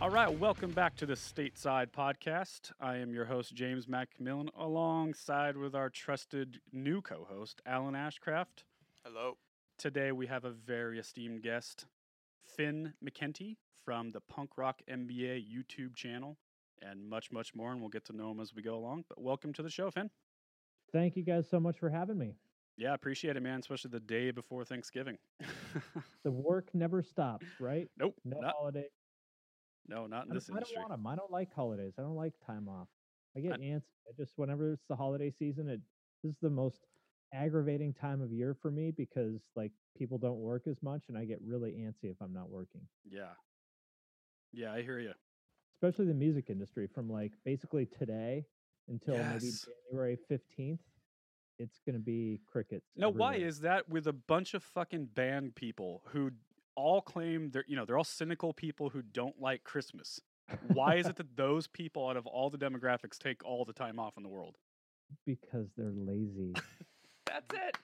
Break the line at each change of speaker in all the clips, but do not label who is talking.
All right, welcome back to the Stateside Podcast. I am your host, James McMillan, alongside with our trusted new co host, Alan Ashcraft.
Hello.
Today we have a very esteemed guest, Finn McKenty from the Punk Rock MBA YouTube channel, and much, much more, and we'll get to know him as we go along. But welcome to the show, Finn.
Thank you guys so much for having me.
Yeah, appreciate it, man, especially the day before Thanksgiving.
The work never stops, right?
nope,
No
not,
holiday.
no, not in
I
this
don't, I don't
industry.
want them. I don't like holidays. I don't like time off. I get
I-
antsy. I just whenever it's the holiday season, it this is the most aggravating time of year for me because like people don't work as much, and I get really antsy if I'm not working.
Yeah. Yeah, I hear you.
Especially the music industry, from like basically today until maybe
Yes.
January fifteenth, it's going to be crickets.
Now, why
everywhere.
is that with a bunch of fucking band people who all claim they're, you know, they're all cynical people who don't like Christmas? Why is it that those people out of all the demographics take all the time off in the world?
because they're lazy.
That's it.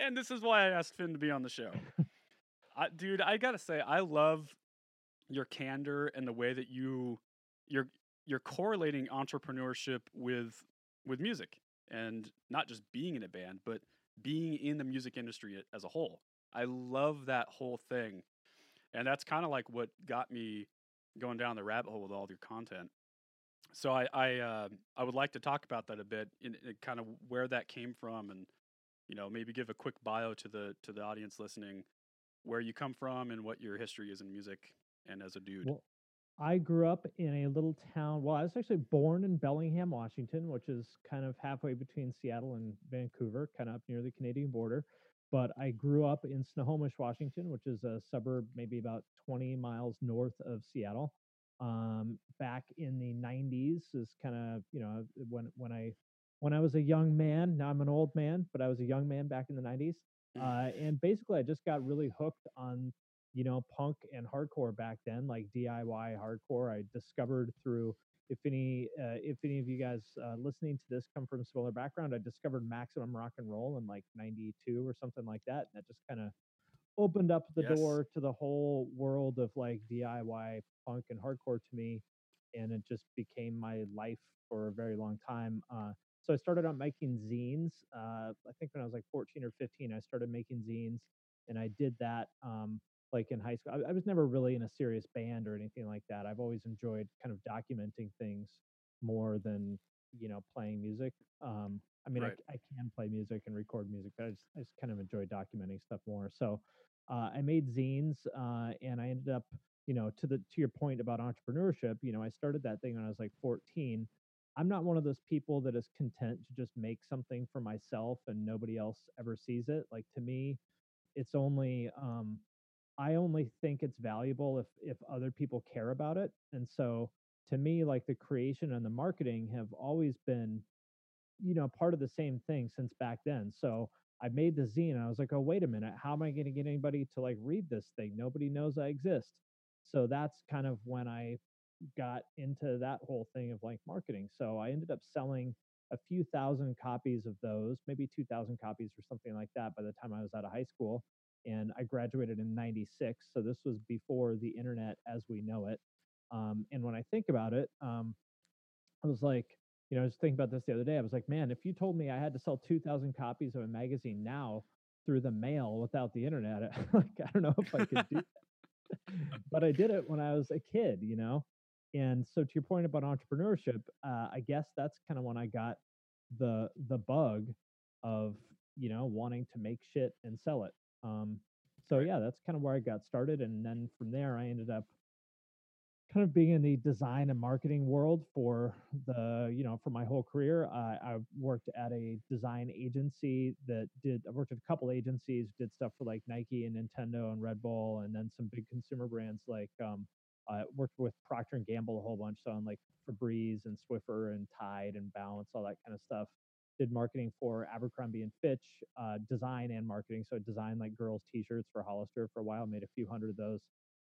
And this is why I asked Finn to be on the show. I, dude, I gotta say, I love your candor and the way that you you're you're correlating entrepreneurship with with music and not just being in a band, but being in the music industry a- as a whole. I love that whole thing. And that's kind of like what got me going down the rabbit hole with all of your content. So I I uh, I would like to talk about that a bit and kind of where that came from and you know maybe give a quick bio to the to the audience listening where you come from and what your history is in music and as a dude.
Well, I grew up in a little town. Well, I was actually born in Bellingham, Washington, which is kind of halfway between Seattle and Vancouver, kind of up near the Canadian border. But I grew up in Snohomish, Washington, which is a suburb maybe about 20 miles north of Seattle. Um, back in the 90s is kind of you know when when I when I was a young man. Now I'm an old man, but I was a young man back in the 90s. Uh, and basically, I just got really hooked on you know, punk and hardcore back then, like DIY hardcore. I discovered through if any uh, if any of you guys uh, listening to this come from a similar background, I discovered Maximum Rock and Roll in like '92 or something like that. That just kind of opened up the
Yes.
door to the whole world of like DIY punk and hardcore to me, and it just became my life for a very long time. Uh, so I started out making zines. Uh, I think when I was like 14 or 15, I started making zines, and I did that um, like in high school. I, I was never really in a serious band or anything like that. I've always enjoyed kind of documenting things more than you know playing music. Um, I mean, I
Right.
c- I, can play music and record music, but I just, I just kind of enjoy documenting stuff more. So uh, I made zines, uh, and I ended up, you know, to the to your point about entrepreneurship. You know, I started that thing when I was like 14. I'm not one of those people that is content to just make something for myself and nobody else ever sees it. Like to me, it's only um, I only think it's valuable if if other people care about it. And so to me, like the creation and the marketing have always been, you know, part of the same thing since back then. So I made the zine and I was like, oh wait a minute, how am I going to get anybody to like read this thing? Nobody knows I exist. So that's kind of when I got into that whole thing of like marketing. So I ended up selling a few thousand copies of those, maybe 2,000 copies or something like that by the time I was out of high school. And I graduated in 96. So this was before the internet as we know it. Um, and when I think about it, um, I was like, you know, I was thinking about this the other day. I was like, man, if you told me I had to sell 2,000 copies of a magazine now through the mail without the internet, like, I don't know if I could do that. but I did it when I was a kid, you know? And so to your point about entrepreneurship, uh, I guess that's kind of when I got the the bug of you know wanting to make shit and sell it. Um, so yeah, that's kind of where I got started, and then from there I ended up kind of being in the design and marketing world for the you know for my whole career i, I worked at a design agency that did i worked at a couple agencies did stuff for like nike and nintendo and red bull and then some big consumer brands like um i worked with procter and gamble a whole bunch so on like febreze and swiffer and tide and balance all that kind of stuff did marketing for abercrombie and fitch uh, design and marketing so I designed like girls t-shirts for hollister for a while made a few hundred of those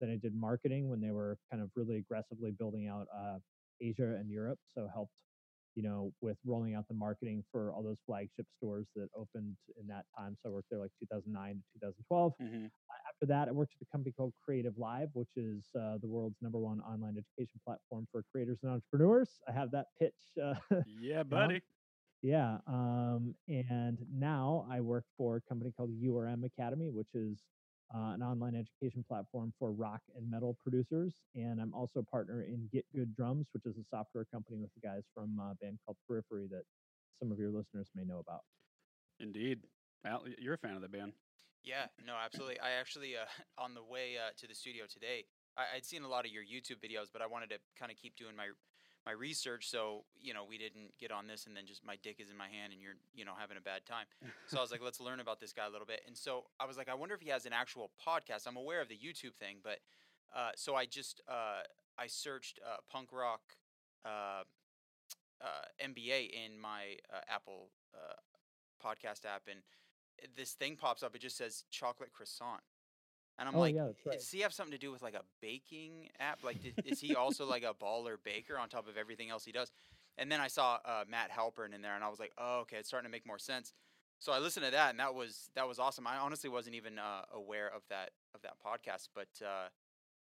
then I did marketing when they were kind of really aggressively building out uh, Asia and Europe. So helped, you know, with rolling out the marketing for all those flagship stores that opened in that time. So I worked there like 2009 to 2012.
Mm-hmm.
After that, I worked at a company called Creative Live, which is uh, the world's number one online education platform for creators and entrepreneurs. I have that pitch uh,
Yeah, buddy.
Yeah. Um, and now I work for a company called URM Academy, which is uh, an online education platform for rock and metal producers. And I'm also a partner in Get Good Drums, which is a software company with the guys from uh, a band called Periphery that some of your listeners may know about.
Indeed. Al, y- you're a fan of the band.
Yeah, no, absolutely. I actually, uh, on the way uh, to the studio today, I, I'd seen a lot of your YouTube videos, but I wanted to kind of keep doing my my research. So you know, we didn't get on this, and then just my dick is in my hand, and you're you know having a bad time. So I was like, let's learn about this guy a little bit. And so I was like, I wonder if he has an actual podcast. I'm aware of the YouTube thing, but uh, so I just uh, I searched uh, punk rock uh, uh, MBA in my uh, Apple uh, podcast app, and this thing pops up. It just says chocolate croissant, and I'm
Oh,
like,
yeah, that's right.
does he have something to do with like a baking app? Like, did, is he also like a baller baker on top of everything else he does? And then I saw uh, Matt Halpern in there, and I was like, oh, okay, it's starting to make more sense. So I listened to that, and that was that was awesome. I honestly wasn't even uh, aware of that of that podcast, but uh,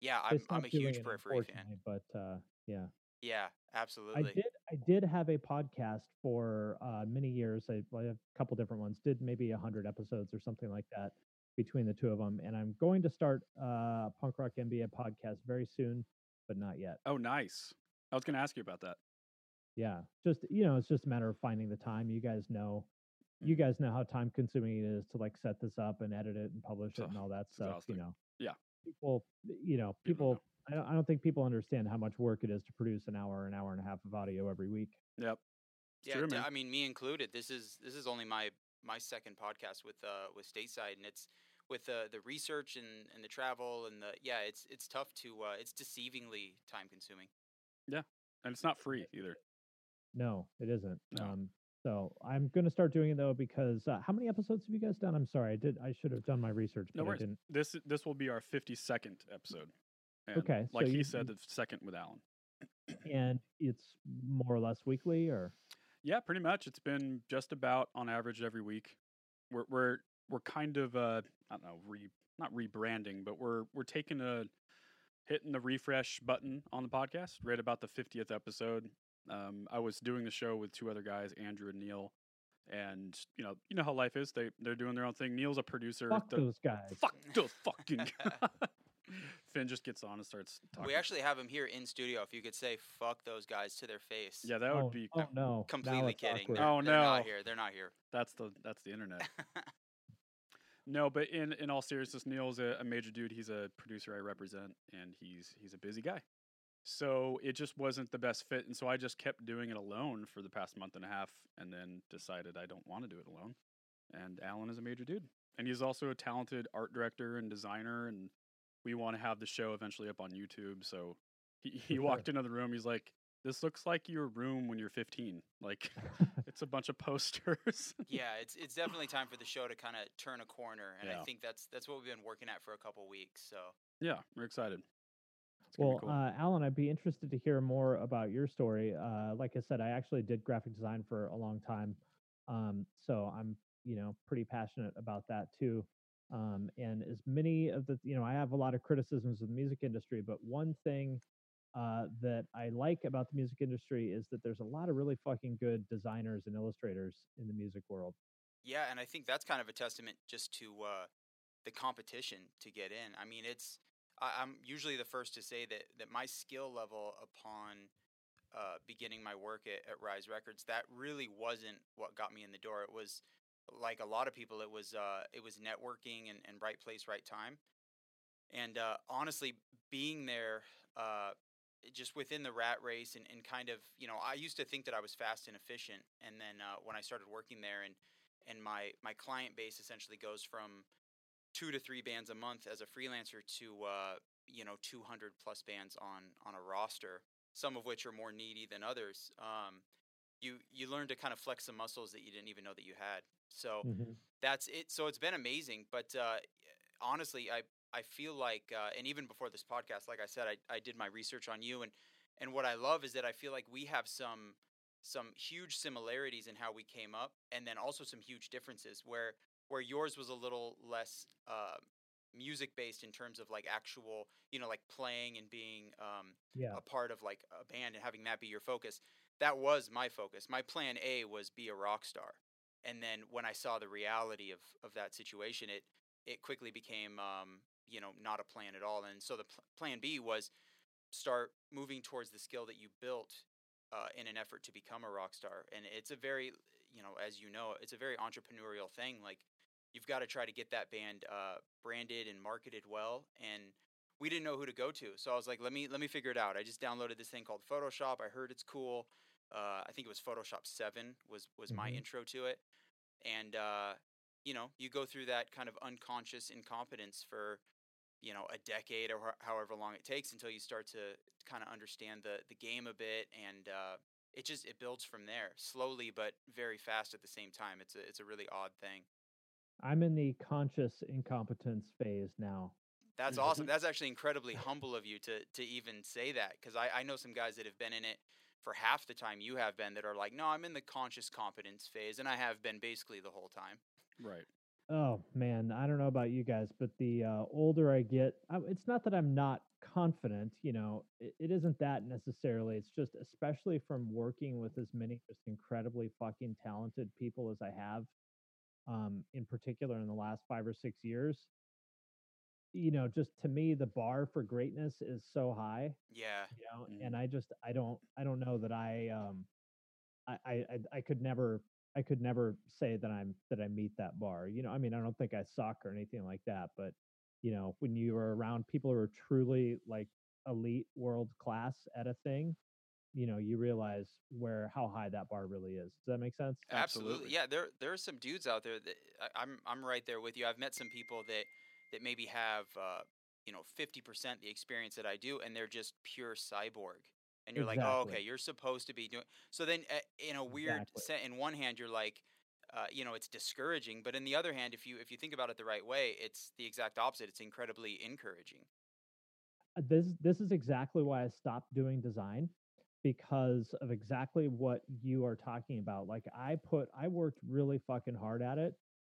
yeah,
They
I'm, I'm
stopped
a
doing
huge
it,
periphery fan.
unfortunately, But uh, yeah.
Yeah,
I
absolutely.
did. I did have a podcast for uh, many years. I, I have a couple different ones. Did maybe a hundred episodes or something like that between the two of them. And I'm going to start uh, Punk Rock NBA podcast very soon, but not yet.
Oh, nice. I was going to ask you about that.
Yeah, just you know, it's just a matter of finding the time. You guys know, you
Mm.
guys know how time consuming it is to like set this up and edit it and publish it
Ugh,
and all that
it's
stuff.
exhausting.
You know.
Yeah.
People, you know,
People know.
people. I don't, I don't think people understand how much work it is to produce an hour, an hour and a half of audio every week.
Yep.
Yeah,
Sure,
d-
man.
I mean, me included. This is this is only my my second podcast with uh with Stateside, and it's with uh, the research and, and the travel and the yeah, it's it's tough to uh, it's deceivingly time consuming.
And it's not free either.
No, it isn't.
No.
Um, so I'm going to start doing it though because uh, how many episodes have you guys done? I'm sorry, I did. I should have done my research,
No
but I
worries.
didn't.
This this will be our 52nd episode. And
Okay, so
Like he
you-
said,
you-
the second with Alan.
And it's more or less weekly, or
Yeah, pretty much. It's been just about on average every week. We're we're we're kind of uh I don't know, re not rebranding, but we're we're taking a hitting the refresh button on the podcast right about the 50th episode. Um, I was doing the show with two other guys, Andrew and Neil, and you know you know how life is. They they're doing their own thing. Neil's a producer.
fuck
the-
those guys.
fuck the fucking. Finn just gets on and starts talking.
We actually have him here in studio. If you could say "fuck those guys" to their face.
yeah, that
oh,
would be
oh no, now
completely
it's
kidding.
awkward.
They're,
Oh,
they're
no.
not here. They're not here.
that's the that's the internet. No, but in in all seriousness, Neil's a, a major dude. He's a producer I represent, and he's he's a busy guy. So it just wasn't the best fit, and so I just kept doing it alone for the past month and a half, and then decided I don't want to do it alone. And Alan is a major dude, and he's also a talented art director and designer, and we want to have the show eventually up on YouTube. So he, he
sure.
walked into the room. He's like, "This looks like your room when you're 15. Like it's a bunch of posters."
yeah, it's it's definitely time for the show to kind of turn a corner, and
Yeah.
I think that's that's what we've been working at for a couple weeks. So
yeah, we're excited. It's gonna be
Well, uh, Alan, I'd be interested to hear more about your story. Uh, like I said, I actually did graphic design for a long time, um, so I'm you know pretty passionate about that too. Um, and as many of the you know, I have a lot of criticisms of the music industry, but one thing uh, that I like about the music industry is that there's a lot of really fucking good designers and illustrators in the music world.
Yeah, and I think that's kind of a testament just to uh, the competition to get in. I mean, it's I, I'm usually the first to say that that my skill level upon uh, beginning my work at, at Rise Records, that really wasn't what got me in the door. It was like a lot of people, it was uh, it was networking and, and right place, right time. And uh, honestly, being there, uh, just within the rat race, and, and kind of, you know, I used to think that I was fast and efficient, and then uh, when I started working there, and and my my client base essentially goes from two to three bands a month as a freelancer to uh, you know 200 plus bands on on a roster some of which are more needy than others um, you you learn to kind of flex some muscles that you didn't even know that you had so
Mm-hmm.
that's it so it's been amazing but uh, honestly i i feel like uh, and even before this podcast like i said I, I did my research on you and and what i love is that i feel like we have some some huge similarities in how we came up and then also some huge differences where where yours was a little less uh, music based in terms of like actual you know like playing and being um,
Yeah.
a part of like a band and having that be your focus that was my focus my plan a was be a rock star and then when i saw the reality of of that situation it it quickly became um, you know not a plan at all and so the pl- plan b was start moving towards the skill that you built uh, in an effort to become a rock star and it's a very you know as you know it's a very entrepreneurial thing like you've got to try to get that band uh, branded and marketed well and we didn't know who to go to so i was like let me let me figure it out i just downloaded this thing called photoshop i heard it's cool uh, i think it was photoshop 7 was was my
Mhm.
intro to it and uh, you know you go through that kind of unconscious incompetence for you know a decade or ho- however long it takes until you start to kind of understand the the game a bit and uh, it just it builds from there slowly but very fast at the same time it's a it's a really odd thing
I'm in the conscious incompetence phase now.
That's awesome. That's actually incredibly humble of you to to even say that because I, I know some guys that have been in it for half the time you have been that are like, no, I'm in the conscious competence phase, and I have been basically the whole time.
Right.
Oh man, I don't know about you guys, but the uh, older I get, I, it's not that I'm not confident. You know, it, it isn't that necessarily. It's just, especially from working with as many just incredibly fucking talented people as I have, um, in particular in the last five or six years. You know, just to me, the bar for greatness is so high
Yeah,
you know and i just i don't i don't know that i um I, I I- i could never i could never say that i'm that i meet that bar you know i mean i don't think i suck or anything like that but you know when you are around people who are truly like elite world class at a thing you know you realize where how high that bar really is does that make sense
absolutely.
Absolutely.
Yeah, there there are some dudes out there that uh, I, I'm I'm right there with you. I've met some people that that maybe have uh, you know 50% the experience that I do, and they're just pure cyborg. And you're like, oh,
Exactly.
okay, you're supposed to be doing. So then, uh, in a weird
Exactly.
set, in one hand, you're like, uh, you know, it's discouraging, but in the other hand, if you if you think about it the right way, it's the exact opposite. It's incredibly encouraging.
Uh, this this is exactly why I stopped doing design because of exactly what you are talking about. Like I put I worked really fucking hard at it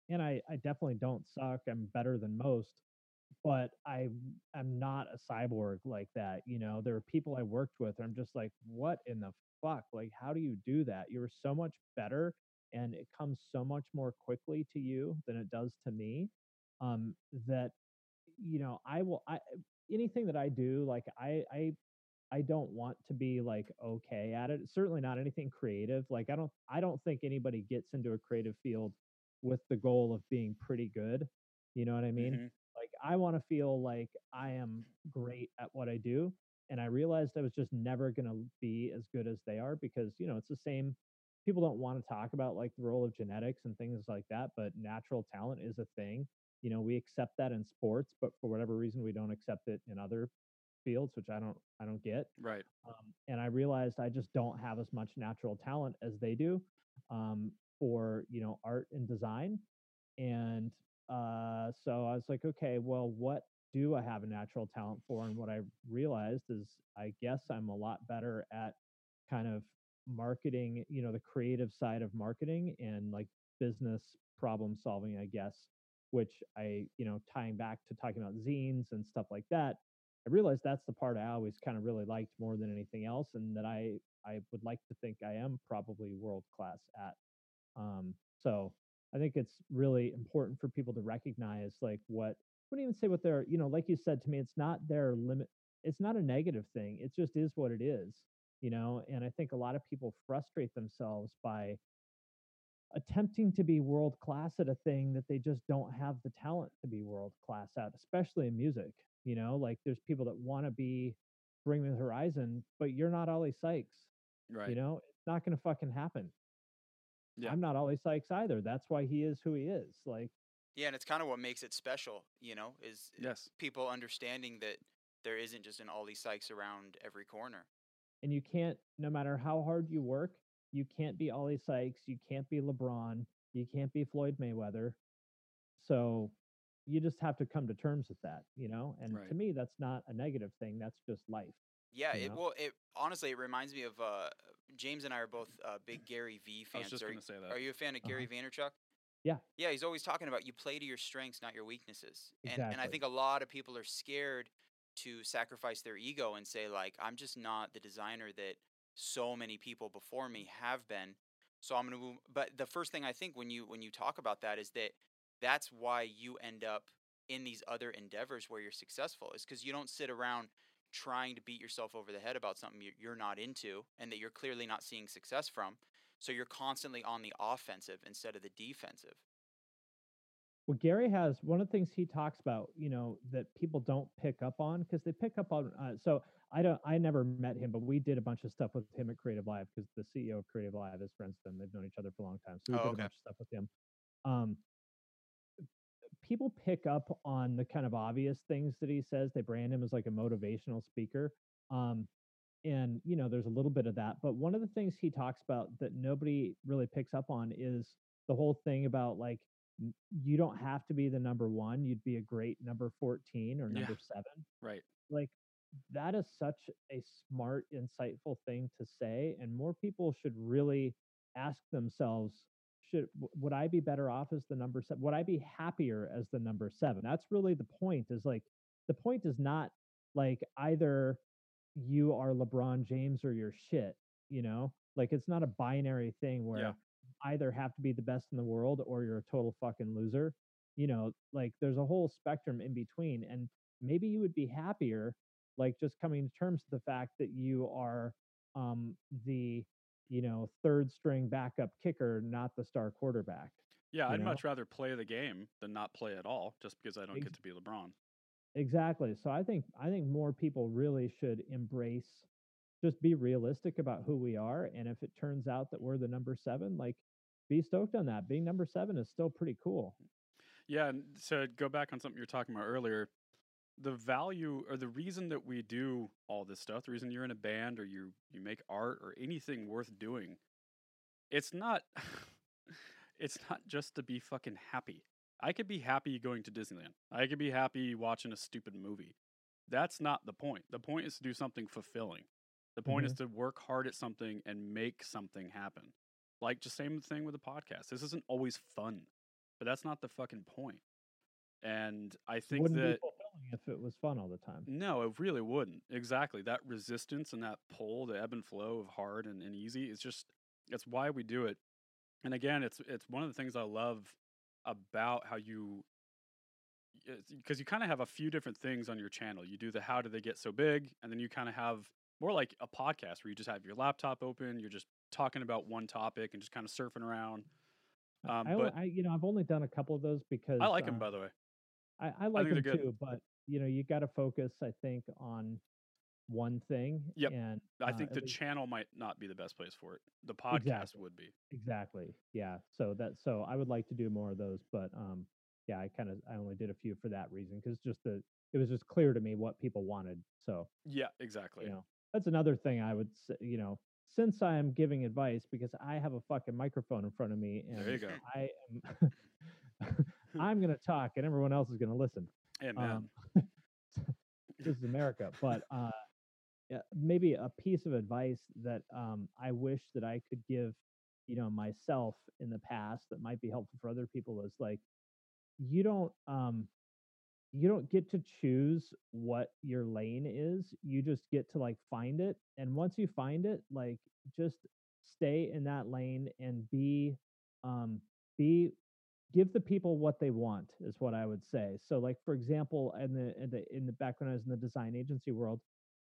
and I I definitely don't suck. I'm better than most, but I I'm not a cyborg like that, you know. There are people I worked with and I'm just like, "What in the fuck? Like how do you do that? You were so much better and it comes so much more quickly to you than it does to me." Um that you know, I will I anything that I do, like I I I don't want to be like okay at it. Certainly not anything creative. Like I don't I don't think anybody gets into a creative field with the goal of being pretty good. You know what I mean?
Mm-hmm.
Like I want to feel like I am great at what I do. And I realized I was just never going to be as good as they are because, you know, it's the same people don't want to talk about like the role of genetics and things like that, but natural talent is a thing you know we accept that in sports but for whatever reason we don't accept it in other fields which i don't i don't get
Right.
um, and i realized i just don't have as much natural talent as they do um, for you know art and design and uh, so i was like okay well what do i have a natural talent for and what i realized is i guess i'm a lot better at kind of marketing you know the creative side of marketing and like business problem solving i guess which i you know tying back to talking about zines and stuff like that I realized that's the part I always kind of really liked more than anything else, and that I I would like to think I am probably world class at. Um, so I think it's really important for people to recognize like what I wouldn't even say what they're you know like you said to me, it's not their limit. It's not a negative thing. It just is what it is. you know and i think a lot of people frustrate themselves by attempting to be world class at a thing that they just don't have the talent to be world class at especially in music you know like there's people that want to be bring the horizon but you're not ollie sykes
Right.
you know it's not going to fucking happen
Yeah.
i'm not ollie sykes either that's why he is who he is like
Yeah, and it's kind of what makes it special, you know, is
Yes.
people understanding that there isn't just an Ollie Sykes around every corner.
and you can't no matter how hard you work you can't be ollie sykes you can't be lebron you can't be floyd mayweather so you just have to come to terms with that you know and
Right.
to me that's not a negative thing that's just life
Yeah,
You
it
know?
well, it honestly it reminds me of uh, James and I are both uh, big Gary V
I
fans.
was just
Are
going to say that.
Are you a fan of
Uh-huh.
Gary Vaynerchuk?
Yeah.
Yeah, he's always talking about you play to your strengths, not your weaknesses. And and I
Exactly.
think a lot of people are scared to sacrifice their ego and say like I'm just not the designer that so many people before me have been. So I'm going to move but the first thing I think when you when you talk about that is that that's why you end up in these other endeavors where you're successful is cuz you don't sit around trying to beat yourself over the head about something you're- you're not into and that you're clearly not seeing success from. So you're constantly on the offensive instead of the defensive.
Well, Gary has one of the things he talks about, you know, that people don't pick up on because they pick up on. Uh, so I don't, I never met him, but we did a bunch of stuff with him at Creative Live because the CEO of Creative Live is friends with him. They've known each other for a long time, so we
Oh,
did
okay.
a bunch of stuff with him. Um, people pick up on the kind of obvious things that he says. They brand him as like a motivational speaker. Um, and you know, there's a little bit of that, but one of the things he talks about that nobody really picks up on is the whole thing about like n- you don't have to be the number one. You'd be a great number 14 or
Yeah.
number seven.
Right.
Like that is such a smart, insightful thing to say. And more people should really ask themselves, should w- would I be better off as the number seven? Would I be happier as the number seven? That's really the point is like the point is not like either you are LeBron James or you're shit, you know? Like it's not a binary thing where
Yeah.
either have to be the best in the world or you're a total fucking loser. You know, like there's a whole spectrum in between. And maybe you would be happier, like just coming to terms with the fact that you are um the, you know, third string backup kicker, not the star quarterback.
Yeah,
you
I'd
know?
much rather play the game than not play at all, just because I don't
Ex-
get to be LeBron.
Exactly. So I think I think more people really should embrace just be realistic about who we are and if it turns out that we're the number 7 like be stoked on that. Being number 7 is still pretty cool.
Yeah, and to go back on something you were talking about earlier, the value or the reason that we do all this stuff, the reason you're in a band or you you make art or anything worth doing, it's not it's not just to be fucking happy. I could be happy going to Disneyland. I could be happy watching a stupid movie. That's not the point. The point is to do something fulfilling. The point is to work hard at something and make something happen. Like just same thing with the podcast. This isn't always fun, but that's not the fucking point. And I think
Wouldn't
that
be fulfilling if it was fun all the time.
no, it really wouldn't. Exactly. That resistance and that pull, the ebb and flow of hard and, and easy is just it's why we do it. And again, it's it's one of the things I love about how you because you kind of have a few different things on your channel. You do the how do they get so big, and then you kind of have more like a podcast where you just have your laptop open, you're just talking about one topic and just kind of surfing around. Um,
I, only,
but
I you know I've only done a couple of those because
I like them
uh,
by the way.
I, I like
think
them
they're good.
too, but you know you got to focus I think on one thing.
Yep.
And
I
uh,
think
at
the
least-
channel might not be the best place for it. The podcast
Exactly.
would be.
Exactly. Yeah. So that so I would like to do more of those, but um yeah, I kind of I only did a few for that reason cuz just the it was just clear to me what people wanted. So,
Yeah, exactly.
you know, that's another thing I would say, you know, since I am giving advice because I have a fucking microphone in front of me and
There you go.
I am I'm going to talk and everyone else is going to listen.
Hey, man.
Um, this is America, but uh, yeah, maybe a piece of advice that um, I wish that I could give, you know, myself in the past that might be helpful for other people is like, you don't, um, you don't get to choose what your lane is. You just get to like find it, and once you find it, like just stay in that lane and be, um, be give the people what they want is what I would say. So, like for example, in the in the, in the back when I was in the design agency world,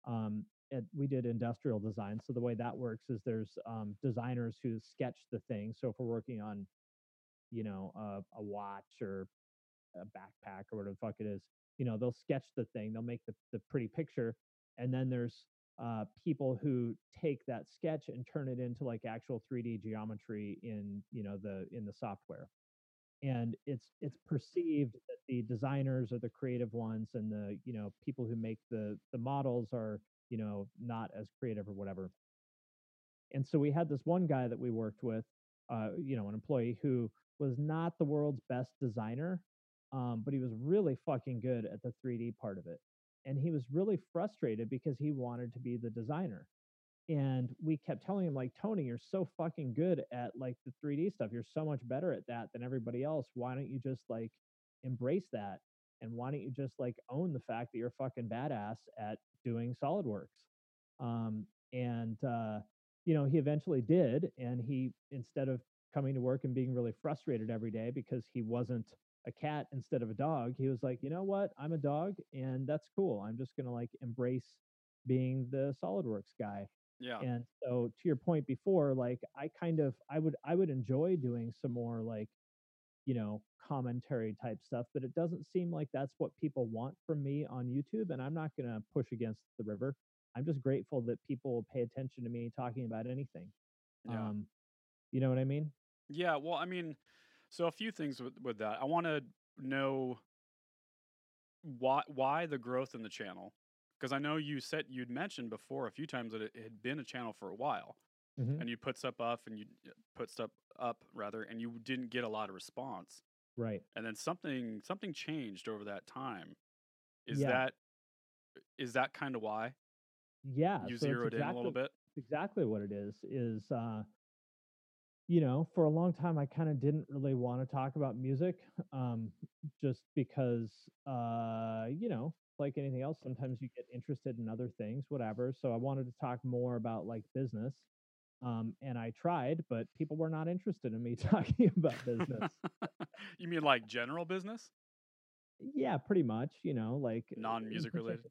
um, it, we did industrial design. So the way that works is there's um, designers who sketch the thing. So if we're working on, you know, a, a watch or a backpack or whatever the fuck it is, you know, they'll sketch the thing, they'll make the, the pretty picture, and then there's uh, people who take that sketch and turn it into like actual 3D geometry in you know the in the software. And it's it's perceived that the designers or the creative ones and the you know people who make the the models are you know not as creative or whatever. And so we had this one guy that we worked with, uh, you know, an employee who was not the world's best designer, um, but he was really fucking good at the 3D part of it and he was really frustrated because he wanted to be the designer and we kept telling him like tony you're so fucking good at like the 3d stuff you're so much better at that than everybody else why don't you just like embrace that and why don't you just like own the fact that you're fucking badass at doing solidworks um, and uh, you know he eventually did and he instead of coming to work and being really frustrated every day because he wasn't a cat instead of a dog he was like you know what i'm a dog and that's cool i'm just gonna like embrace being the solidworks guy
Yeah.
and so to your point before like i kind of i would i would enjoy doing some more like you know commentary type stuff but it doesn't seem like that's what people want from me on youtube and i'm not gonna push against the river i'm just grateful that people will pay attention to me talking about anything
Yeah.
um you know what i mean
Yeah, well, I mean, so a few things with, with that. I want to know why why the growth in the channel because I know you said you'd mentioned before a few times that it it had been a channel for a while,
Mhm.
and you put stuff up and you put stuff up rather, and you didn't get a lot of response,
right
and then something something changed over that time. Is
Yeah.
that is that kind of why
yeah
you
so it's
zeroed in a little
exactly-
bit?
exactly what it is is uh you know for a long time i kind of didn't really want to talk about music um just because uh you know like anything else sometimes you get interested in other things whatever so i wanted to talk more about like business um and i tried but people were not interested in me talking about business
you mean like general business?
yeah pretty much you know like uh, in
Non-music related?
particu-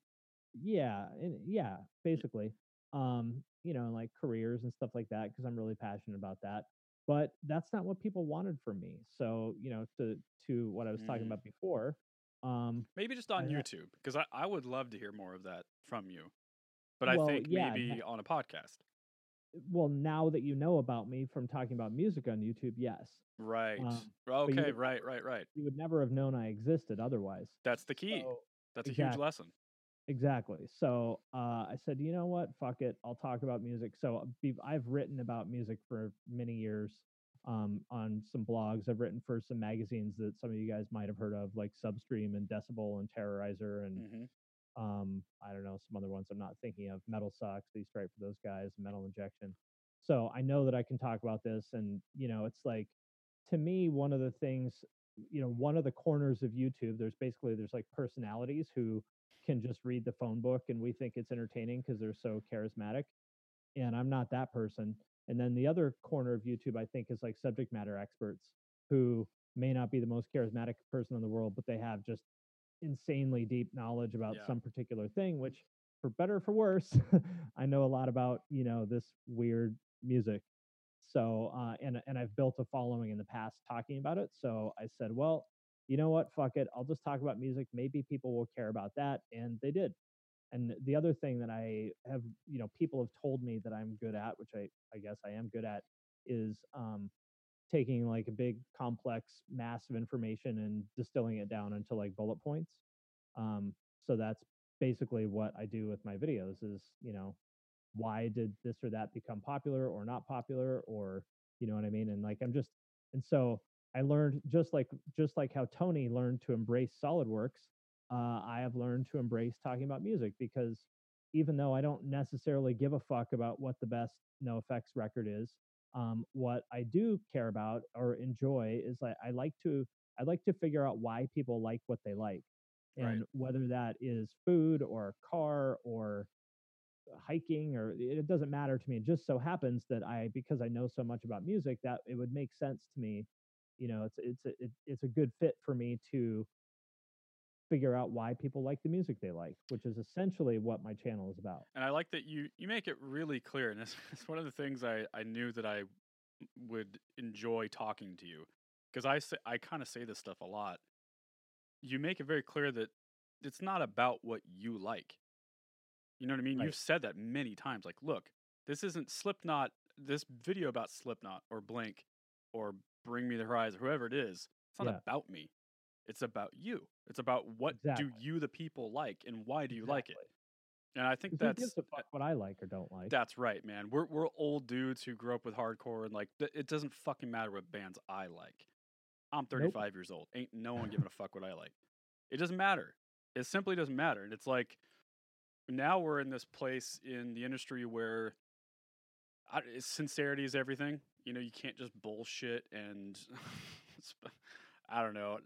yeah and yeah
Mm.
basically um you know like careers and stuff like that because i'm really passionate about that but that's not what people wanted from me so you know to to what i was talking
Mm.
about before um
Maybe just on
Yeah.
YouTube, because I, I would love to hear more of that from you. But I
Well,
think
yeah, and
maybe
that-
on a podcast.
well now that you know about me from talking about music on youtube yes
Right.
um, you
okay,
would-
right, right, right.
you would never have known i existed otherwise
That's the key.
So-
That's a huge
exactly.
lesson.
Exactly. So uh, I said, you know what? Fuck it. I'll talk about music. So uh, be- I've written about music for many years um, on some blogs. I've written for some magazines that some of you guys might have heard of, like Substream and Decibel and Terrorizer and
hmm
um, I don't know, some other ones I'm not thinking of. Metal Sucks, these straight for those guys, Metal Injection. So I know that I can talk about this. And, you know, it's like, to me, one of the things, you know, one of the corners of YouTube, there's basically, there's like personalities who can just read the phone book and we think it's entertaining because they're so charismatic. And I'm not that person. And then the other corner of YouTube, I think, is like subject matter experts who may not be the most charismatic person in the world, but they have just insanely deep knowledge about
Yeah.
some particular thing, which for better or for worse, I know a lot about, you know, this weird music. So, uh, and, and I've built a following in the past talking about it. So I said, well, you know what? Fuck it. I'll just talk about music. Maybe people will care about that. And they did. And the other thing that I have, you know, people have told me that I'm good at, which I, I guess I am good at, is um, taking like a big, complex mass of information and distilling it down into like bullet points. Um, so that's basically what I do with my videos is, you know, why did this or that become popular or not popular or, you know what I mean? And like, I'm just, and so I learned just like, just like how Tony learned to embrace SolidWorks uh, I have learned to embrace talking about music because even though I don't necessarily give a fuck about what the best No Effects record is, um, what I do care about or enjoy is I, I like to I like to figure out why people like what they like, and
Right.
whether that is food or a car or hiking or it it doesn't matter to me. It just so happens that I because I know so much about music that it would make sense to me. You know, it's it's a, it, it's a good fit for me to figure out why people like the music they like, which is essentially what my channel is about.
And I like that you you make it really clear, and it's, it's one of the things I I knew that I would enjoy talking to you because I say, I kind of say this stuff a lot. You make it very clear that it's not about what you like. You know what I mean?
Right.
You've said that many times. Like, look, this isn't Slipknot. This video about Slipknot or Blink or Bring Me the Horizon, whoever it is, it's not
Yeah.
about me. It's about you. It's about what do
Exactly.
you, the people, like and why do you like it.
Exactly.
And I think
'Cause Who
that's
gives a fuck what I like or don't like?
that's right, man. We're we're old dudes who grew up with hardcore, and like th- it doesn't fucking matter what bands I like. I'm 35 years old. Ain't no one giving a fuck what I like. It doesn't matter. It simply doesn't matter. And it's like now we're in this place in the industry where I, it's- sincerity is everything. You know, you can't just bullshit and sp- I don't know.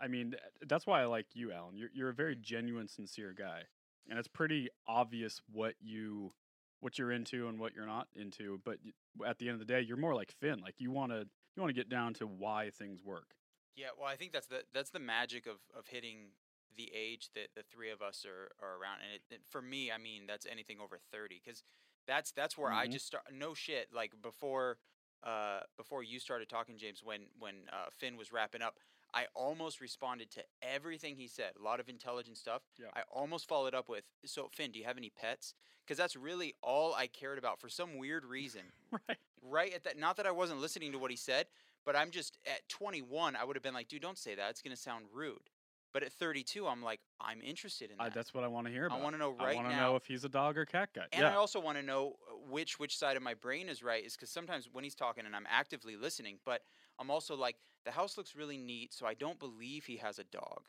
I mean, that's why I like you, Alan. You're you're a very genuine, sincere guy, and it's pretty obvious what you what you're into and what you're not into. But y- at the end of the day, you're more like Finn. Like you want to you want to get down to why things work.
Yeah, well, I think that's the that's the magic of of hitting the age that the three of us are, are around, and it, it- for me, I mean, that's anything over thirty, because that's that's where I
Mhm.
just start. No shit, like before uh before you started talking, James, when when uh, Finn was wrapping up, I almost responded to everything he said. A lot of intelligent stuff.
Yeah.
I almost followed up with, "So Finn, do you have any pets?" Because that's really all I cared about for some weird reason
Right.
right at that not that i wasn't listening to what he said but i'm just at 21 i would have been like dude don't say that it's going to sound rude but at 32 i'm like i'm interested in that
I, that's what I want to hear about.
wanna know
I
right
want to
now-
know if he's a dog or cat guy.
and
yeah.
i also want to know uh, which which side of my brain is right is because sometimes when he's talking and i'm actively listening but i'm also like the house looks really neat so i don't believe he has a dog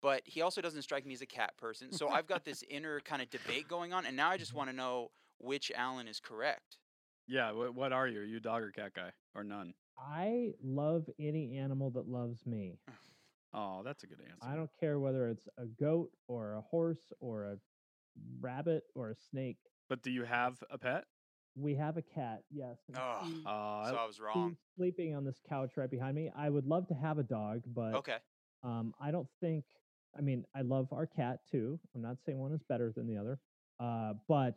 but he also doesn't strike me as a cat person so i've got this inner kind of debate going on and now i just want to know which alan is correct
yeah. What, what are you? Are you a dog or cat guy or none?
I love any animal that loves me.
Oh, that's a good answer.
I don't care whether it's a goat or a horse or a rabbit or a snake.
But do you have a pet?
We have a cat, yes. and
oh
Mm.
Uh, I-
so i was
she's
wrong
sleeping on this couch right behind me. I would love to have a dog, but
okay
um, I don't think. I mean, I love our cat too. I'm not saying one is better than the other, uh, but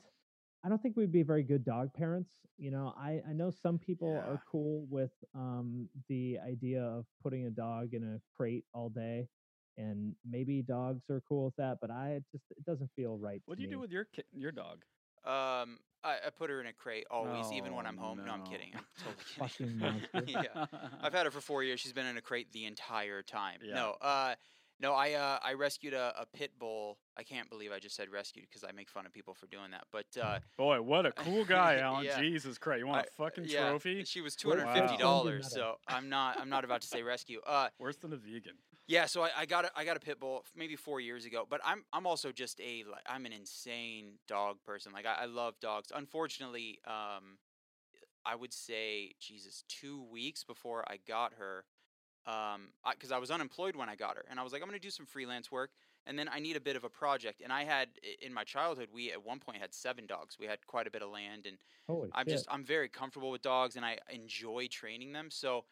I don't think we'd be very good dog parents. You know, I, I know some people
Yeah.
are cool with um, the idea of putting a dog in a crate all day, and maybe dogs are cool with that. But I just it doesn't feel right.
what
to
do you do
me.
with your kit your dog?
Um, I, I put her in a crate always, even when
Oh,
I'm home. No, I'm kidding.
no.
I'm totally kidding.
Fucking monster.
yeah, I've had her for four years. She's been in a crate the entire time.
Yeah.
No, uh, no, I uh, I rescued a, a pit bull. I can't believe I just said rescued because I make fun of people for doing that. But uh,
Boy, what a cool guy, Alan.
Yeah.
Jesus Christ. You want a
I-
fucking
yeah,
trophy?
she was two
Where's
hundred
that
fifty dollars.
Sunday
So
medal?
I'm not I'm not about to say rescue. Uh,
Worse than a vegan.
yeah, so I, I got a, I got a pit bull f- maybe four years ago, but I'm I'm also just a like I'm an insane dog person. Like I, I love dogs. Unfortunately, um, I would say Jesus, two weeks before I got her, um, because I, was unemployed when I got her, and I was like I'm gonna do some freelance work, and then I need a bit of a project. And I had i- in my childhood, we at one point had seven dogs. We had quite a bit of land, and
Holy
I'm
shit.
just I'm very comfortable with dogs and I enjoy training them. So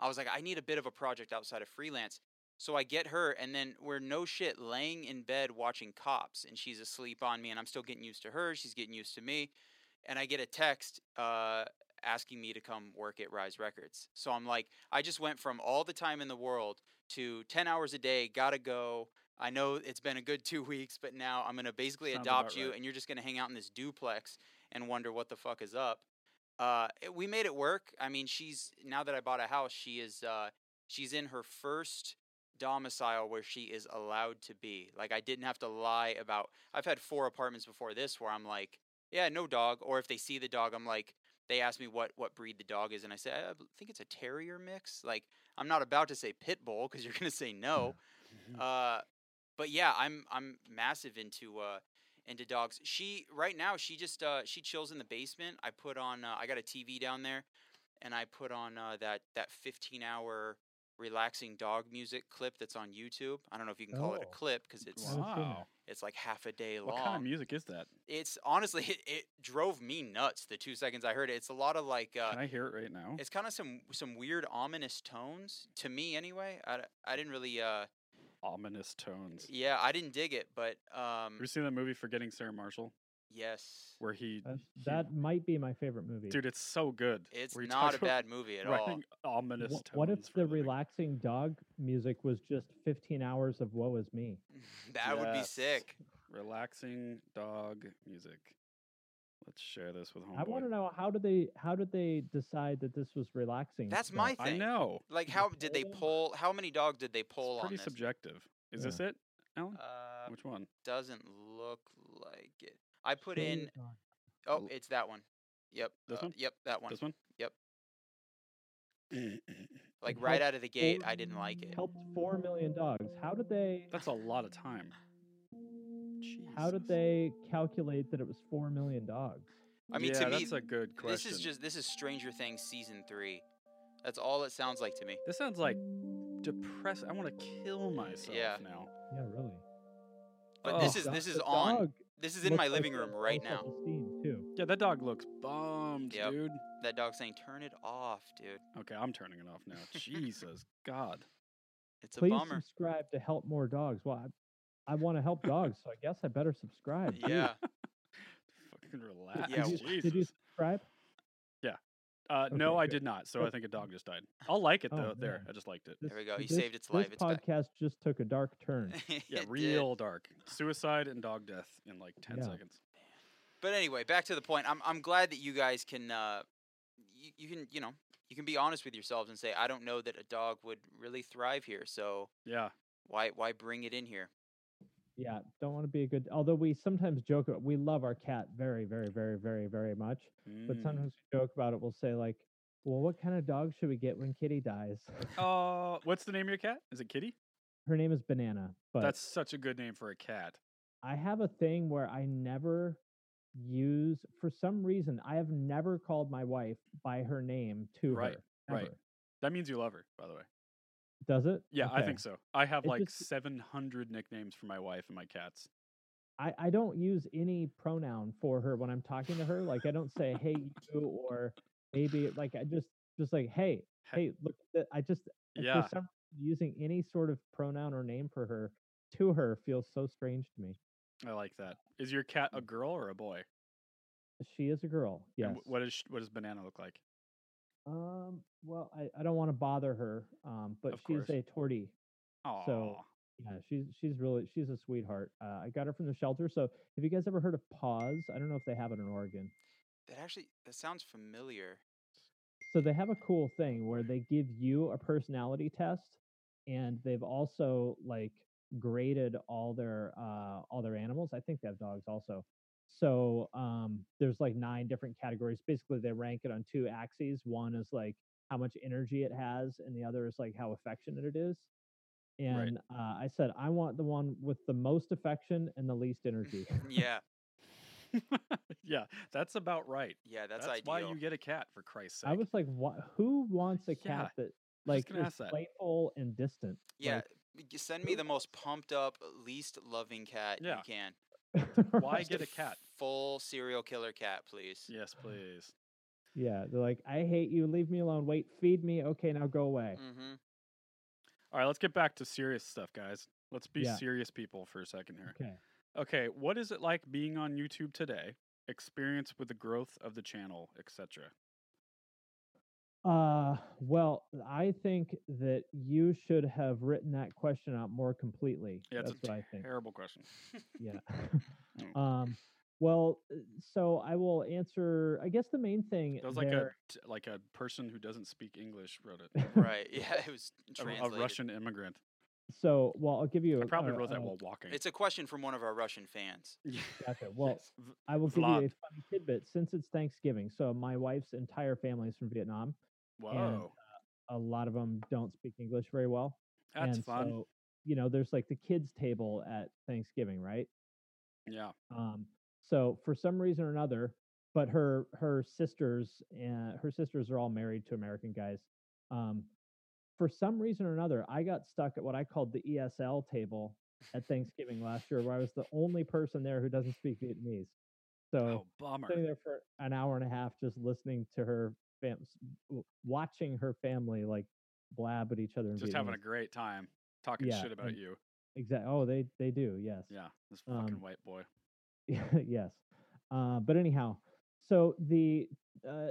I was like, I need a bit of a project outside of freelance. So I get her and then we're no shit laying in bed watching cops and she's asleep on me and I'm still getting used to her, she's getting used to me. And I get a text uh asking me to come work at Rise Records. So I'm like, I just went from all the time in the world to ten hours a day, gotta go. I know it's been a good two weeks, but now I'm gonna basically
Sounds about
adopt you
right.
and you're just gonna hang out in this duplex and wonder what the fuck is up. Uh, it- we made it work. I mean, she's now that I bought a house, she is uh, she's in her first domicile where she is allowed to be. Like I didn't have to lie about. I've had four apartments before this where I'm like, yeah, no dog. Or if they see the dog, I'm like, they ask me what what breed the dog is, and I say I b- think it's a terrier mix. Like I'm not about to say pit bull because you're gonna say no.
Mm-hmm.
Uh, but yeah, I'm I'm massive into uh, into dogs. She right now she just uh, she chills in the basement. I put on uh, I got a TV down there, and I put on uh, that that 15 hour relaxing dog music clip that's on YouTube. I don't know if you can call it
Oh.
a clip because it's
seen
wow.
it's like half a day long
What kind of music is that?
it's honestly it, it drove me nuts the two seconds I heard it. It's a lot of like uh,
Can I hear it right now?
it's kind of some some weird ominous tones to me anyway. I, d- I didn't really uh
ominous tones. Have
Yeah, I didn't dig it, but um,
you seen that movie Forgetting Sarah Marshall,
yes,
where he,
That's,
he-
that might be my favorite movie.
dude, it's so good.
it's
where he
not
talks
a
about
bad movie at all.
writing Ominous tones.
Wh- what if
for a
the
living.
relaxing dog music was just 15 hours of woe is me?
that would be
Yes.
sick.
Relaxing dog music. Let's share this with homeboy.
I want to know how did they how did they decide that this was relaxing?
That's
dog?
my
I
thing.
know.
Like, how did they
Oh my-
poll? How many dogs did they poll
It's
on
pretty
this?
subjective. Is
Yeah.
this it, Alan?
Uh,
Which one?
doesn't look like it. I put
Woe
in.
is dog.
Oh, it's that one. Yep.
This
uh,
one?
Yep. That one.
This one?
Yep. Like
Help
right out of the gate, I didn't like it.
helped 4 million dogs. How did they
That's a lot of time.
how
Jesus.
did they calculate that it was 4 million dogs?
I mean,
yeah,
to me,
that's a good question.
this is just this is Stranger Things season three. That's all it sounds like to me.
This sounds like depressed. I want to kill myself
Yeah.
now.
Yeah, really.
But
Oh.
this is
Dog-
this is
the
on.
dog
This is in my
looks like
living
they
room
have
right
low
now.
self-esteem, too.
Yeah, that dog looks bummed,
Yep.
dude.
That dog saying, "Turn it off, dude."
Okay, I'm turning it off now. Jesus God.
It's a
Please
bummer.
subscribe to help more dogs. Well, I, I want to help dogs, so I guess I better subscribe. dude.
Yeah.
Fucking relax.
Yeah,
Did you,
Jesus.
did you subscribe?
uh, no,
okay,
I
good.
did not. So
Good.
I think a dog just died. I'll like it
Oh,
though. there,
man.
I just liked it.
This-
There we go. He
this-
saved its life.
This
It's back.
podcast just took a dark turn.
Yeah,
It did.
real dark. Suicide and dog death in like ten
Yeah.
seconds.
But anyway, back to the point. I'm I'm glad that you guys can uh, you, you can you know you can be honest with yourselves and say I don't know that a dog would really thrive here. So
Yeah.
why why bring it in here?
yeah, don't want to be a good. Although we sometimes joke, about, we love our cat very, very, very, very, very much. But
Mm.
sometimes we joke about it. We'll say like, "Well, what kind of dog should we get when Kitty dies?"
Uh, what's the name of your cat? Is it Kitty?
Her name is Banana, but
That's such a good name for a cat.
I have a thing where I never use for some reason I have never called my wife by her name to
Right,
her.
right.
ever.
That means you love her, by the way.
Does it?
Yeah, I think
Okay.
so. I have
It
like
just-
700 nicknames for my wife and my cats.
I, I don't use any pronoun for her when I'm talking to her. Like I don't say hey you or maybe like I just just like hey
Hey-
hey look th- I just and
Yeah.
for some reason, using any sort of pronoun or name for her to her feels so strange to me.
I like that.
Uh,
Is your cat a girl or a boy?
She is a girl. mm. Yes.
And wh- what is sh- what does banana look like?
Um. Well, I, I don't want to bother her. Um. But
Of
she's
course.
a tortie.
Oh,
Yeah, she's she's really she's a sweetheart. Uh, I got her from the shelter. So have you guys ever heard of Paws? I don't know if they have it in Oregon.
That actually that sounds familiar.
So they have a cool thing where they give you a personality test, and they've also like graded all their uh, all their animals. I think they have dogs also. So um, there's like nine different categories. Basically, they rank it on two axes. One is like how much energy it has, and the other is like how affectionate it is.
Right.
And uh, I said I want the one with the most affection and the least energy.
yeah,
yeah, that's about right.
yeah, that's,
That's,
ideal.
why you get a cat for Christ's sake.
I was like, what? Who wants a cat that like
gonna
is
ask that.
playful and distant?
yeah,
like-
g- send me the most pumped up, least loving cat
Yeah.
you can.
Why
Just
get a cat?
Full serial killer cat, please.
Yes, please.
Yeah, they're like, I hate you. Leave me alone. Wait, feed me. Okay, now go away.
Mm.
Mm-hmm.
All right, let's get back to serious stuff, guys. Let's be
Yeah.
serious people for a second here.
Okay.
Okay, what is it like being on YouTube today? Experience with the growth of the channel, etc.
Uh, well, I think that you should have written that question out more completely.
Yeah, it's
That's
a
what I think.
terrible question.
Yeah.
Mm.
um, well, uh, so I will answer. I guess the main thing.
That was like
there-
a t- like a person who doesn't speak English wrote it.
Right. Yeah, it was
A- A,
translated.
Russian immigrant.
So, uh, well, I'll give you.
I probably
a- oh,
wrote that
a-
while walking.
It's a question from one of our Russian fans.
Yeah.
Gotcha. Well,
Yes. V-
I will give you a
Vlad.
funny tidbit since it's Thanksgiving. So my wife's entire family is from Vietnam.
Whoa,
A lot of them don't speak English very well.
that's
and
fun.
So, you know, there's like the kids table at Thanksgiving, right?
yeah,
Um, so for some reason or another, but her her sisters and her sisters are all married to American guys. Um, for some reason or another, I got stuck at what I called the ESL table at Thanksgiving last year, where I was the only person there who doesn't speak Vietnamese. So
oh bummer.
sitting there for an hour and a half just listening to her fam- s- w- watching her family like blab at each other in
Just having a
Vietnamese.
great time talking
Yeah,
shit about
and-
you.
Exactly. Oh, they they do. Yes.
Yeah, this fucking
Um,
white boy.
yes. Uh, but anyhow, so the uh,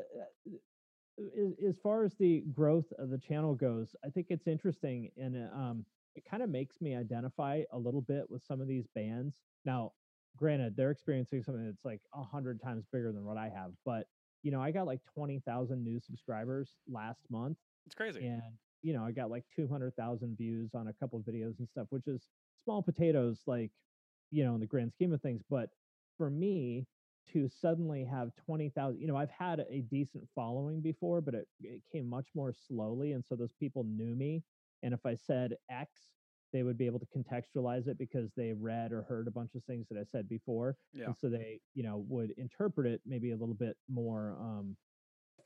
as, as far as the growth of the channel goes, I think it's interesting, and uh, um, it kind of makes me identify a little bit with some of these bands. Now, granted, they're experiencing something that's like a hundred times bigger than what I have, but you know, I got like twenty thousand new subscribers last month.
It's crazy.
And you know, I got like two hundred thousand views on a couple of videos and stuff, which is small potatoes, like you know, in the grand scheme of things. But for me to suddenly have twenty thousand, you know, I've had a decent following before, but it, it came much more slowly, and so those people knew me. And if I said X, they would be able to contextualize it because they read or heard a bunch of things that I said before,
Yeah.
and so they, you know, would interpret it maybe a little bit more um,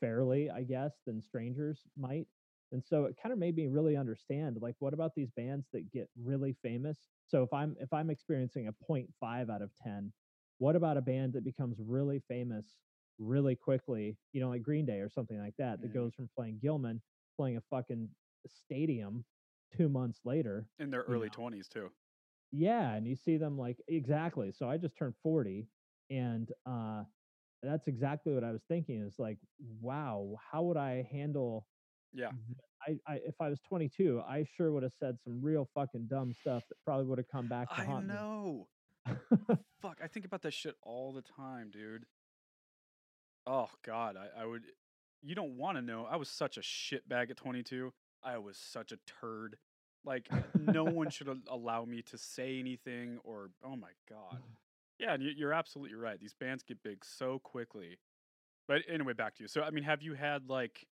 fairly, I guess, than strangers might. And so it kind of made me really understand like what about these bands that get really famous? So if I'm if I'm experiencing a 0.5 out of 10, what about a band that becomes really famous really quickly, you know, like Green Day or something like that that
Mhm.
goes from playing Gilman playing a fucking stadium 2 months later
In their
you
early
know.
twenties too.
yeah, and you see them like exactly. So I just turned 40 and uh that's exactly what I was thinking is like, wow, how would I handle
Yeah.
th- I, I if I was 22, I sure would have said some real fucking dumb stuff that probably would have come back to
I
haunt me.
know. Oh, Fuck, I think about that shit all the time, dude. Oh god, I, I would. You don't want to know. I was such a shitbag at 22. I was such a turd. Like no one should al- allow me to say anything or oh my god. Yeah, and you- you're absolutely right. These bands get big so quickly. But anyway, back to you. So I mean, have you had like,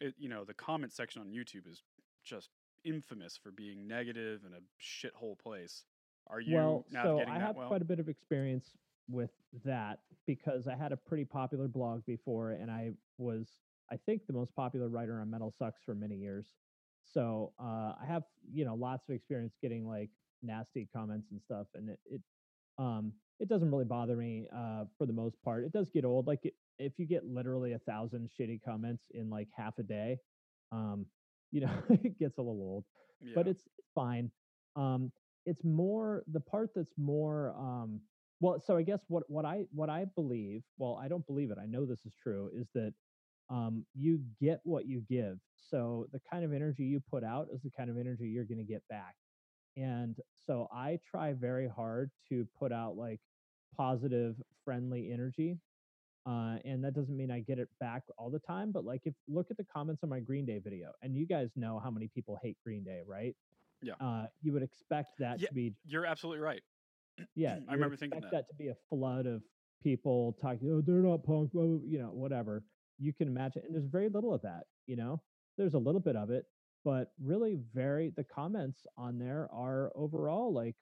it, you know, the comment section on YouTube is just infamous for being negative and a shithole place. Are you
well, so
navigating
I
that
have
well?
quite a bit of experience with that because I had a pretty popular blog before, and I was, I think, the most popular writer on Metal Sucks for many years. So uh, I have, you know, lots of experience getting like nasty comments and stuff, and it, it, um, it doesn't really bother me uh, for the most part. It does get old. Like it, if you get literally a thousand shitty comments in like half a day, um, you know, it gets a little old
yeah.
but it's fine. Um, it's more the part that's more um, well. So I guess what what I what I believe. Well, I don't believe it. I know this is true. Is that um, you get what you give. So the kind of energy you put out is the kind of energy you're going to get back. And so I try very hard to put out like positive, friendly energy. Uh, and that doesn't mean I get it back all the time, but like if look at the comments on my Green Day video, and you guys know how many people hate Green Day, right?
Yeah.
Uh, you would expect that
Yeah,
to be
You're absolutely right. I
yeah, you would
remember thinking
expect
that.
to be a flood of people talking. Oh, they're not punk. blah, blah," you know, whatever. You can imagine, and there's very little of that. You know, there's a little bit of it, but really, very the comments on there are overall like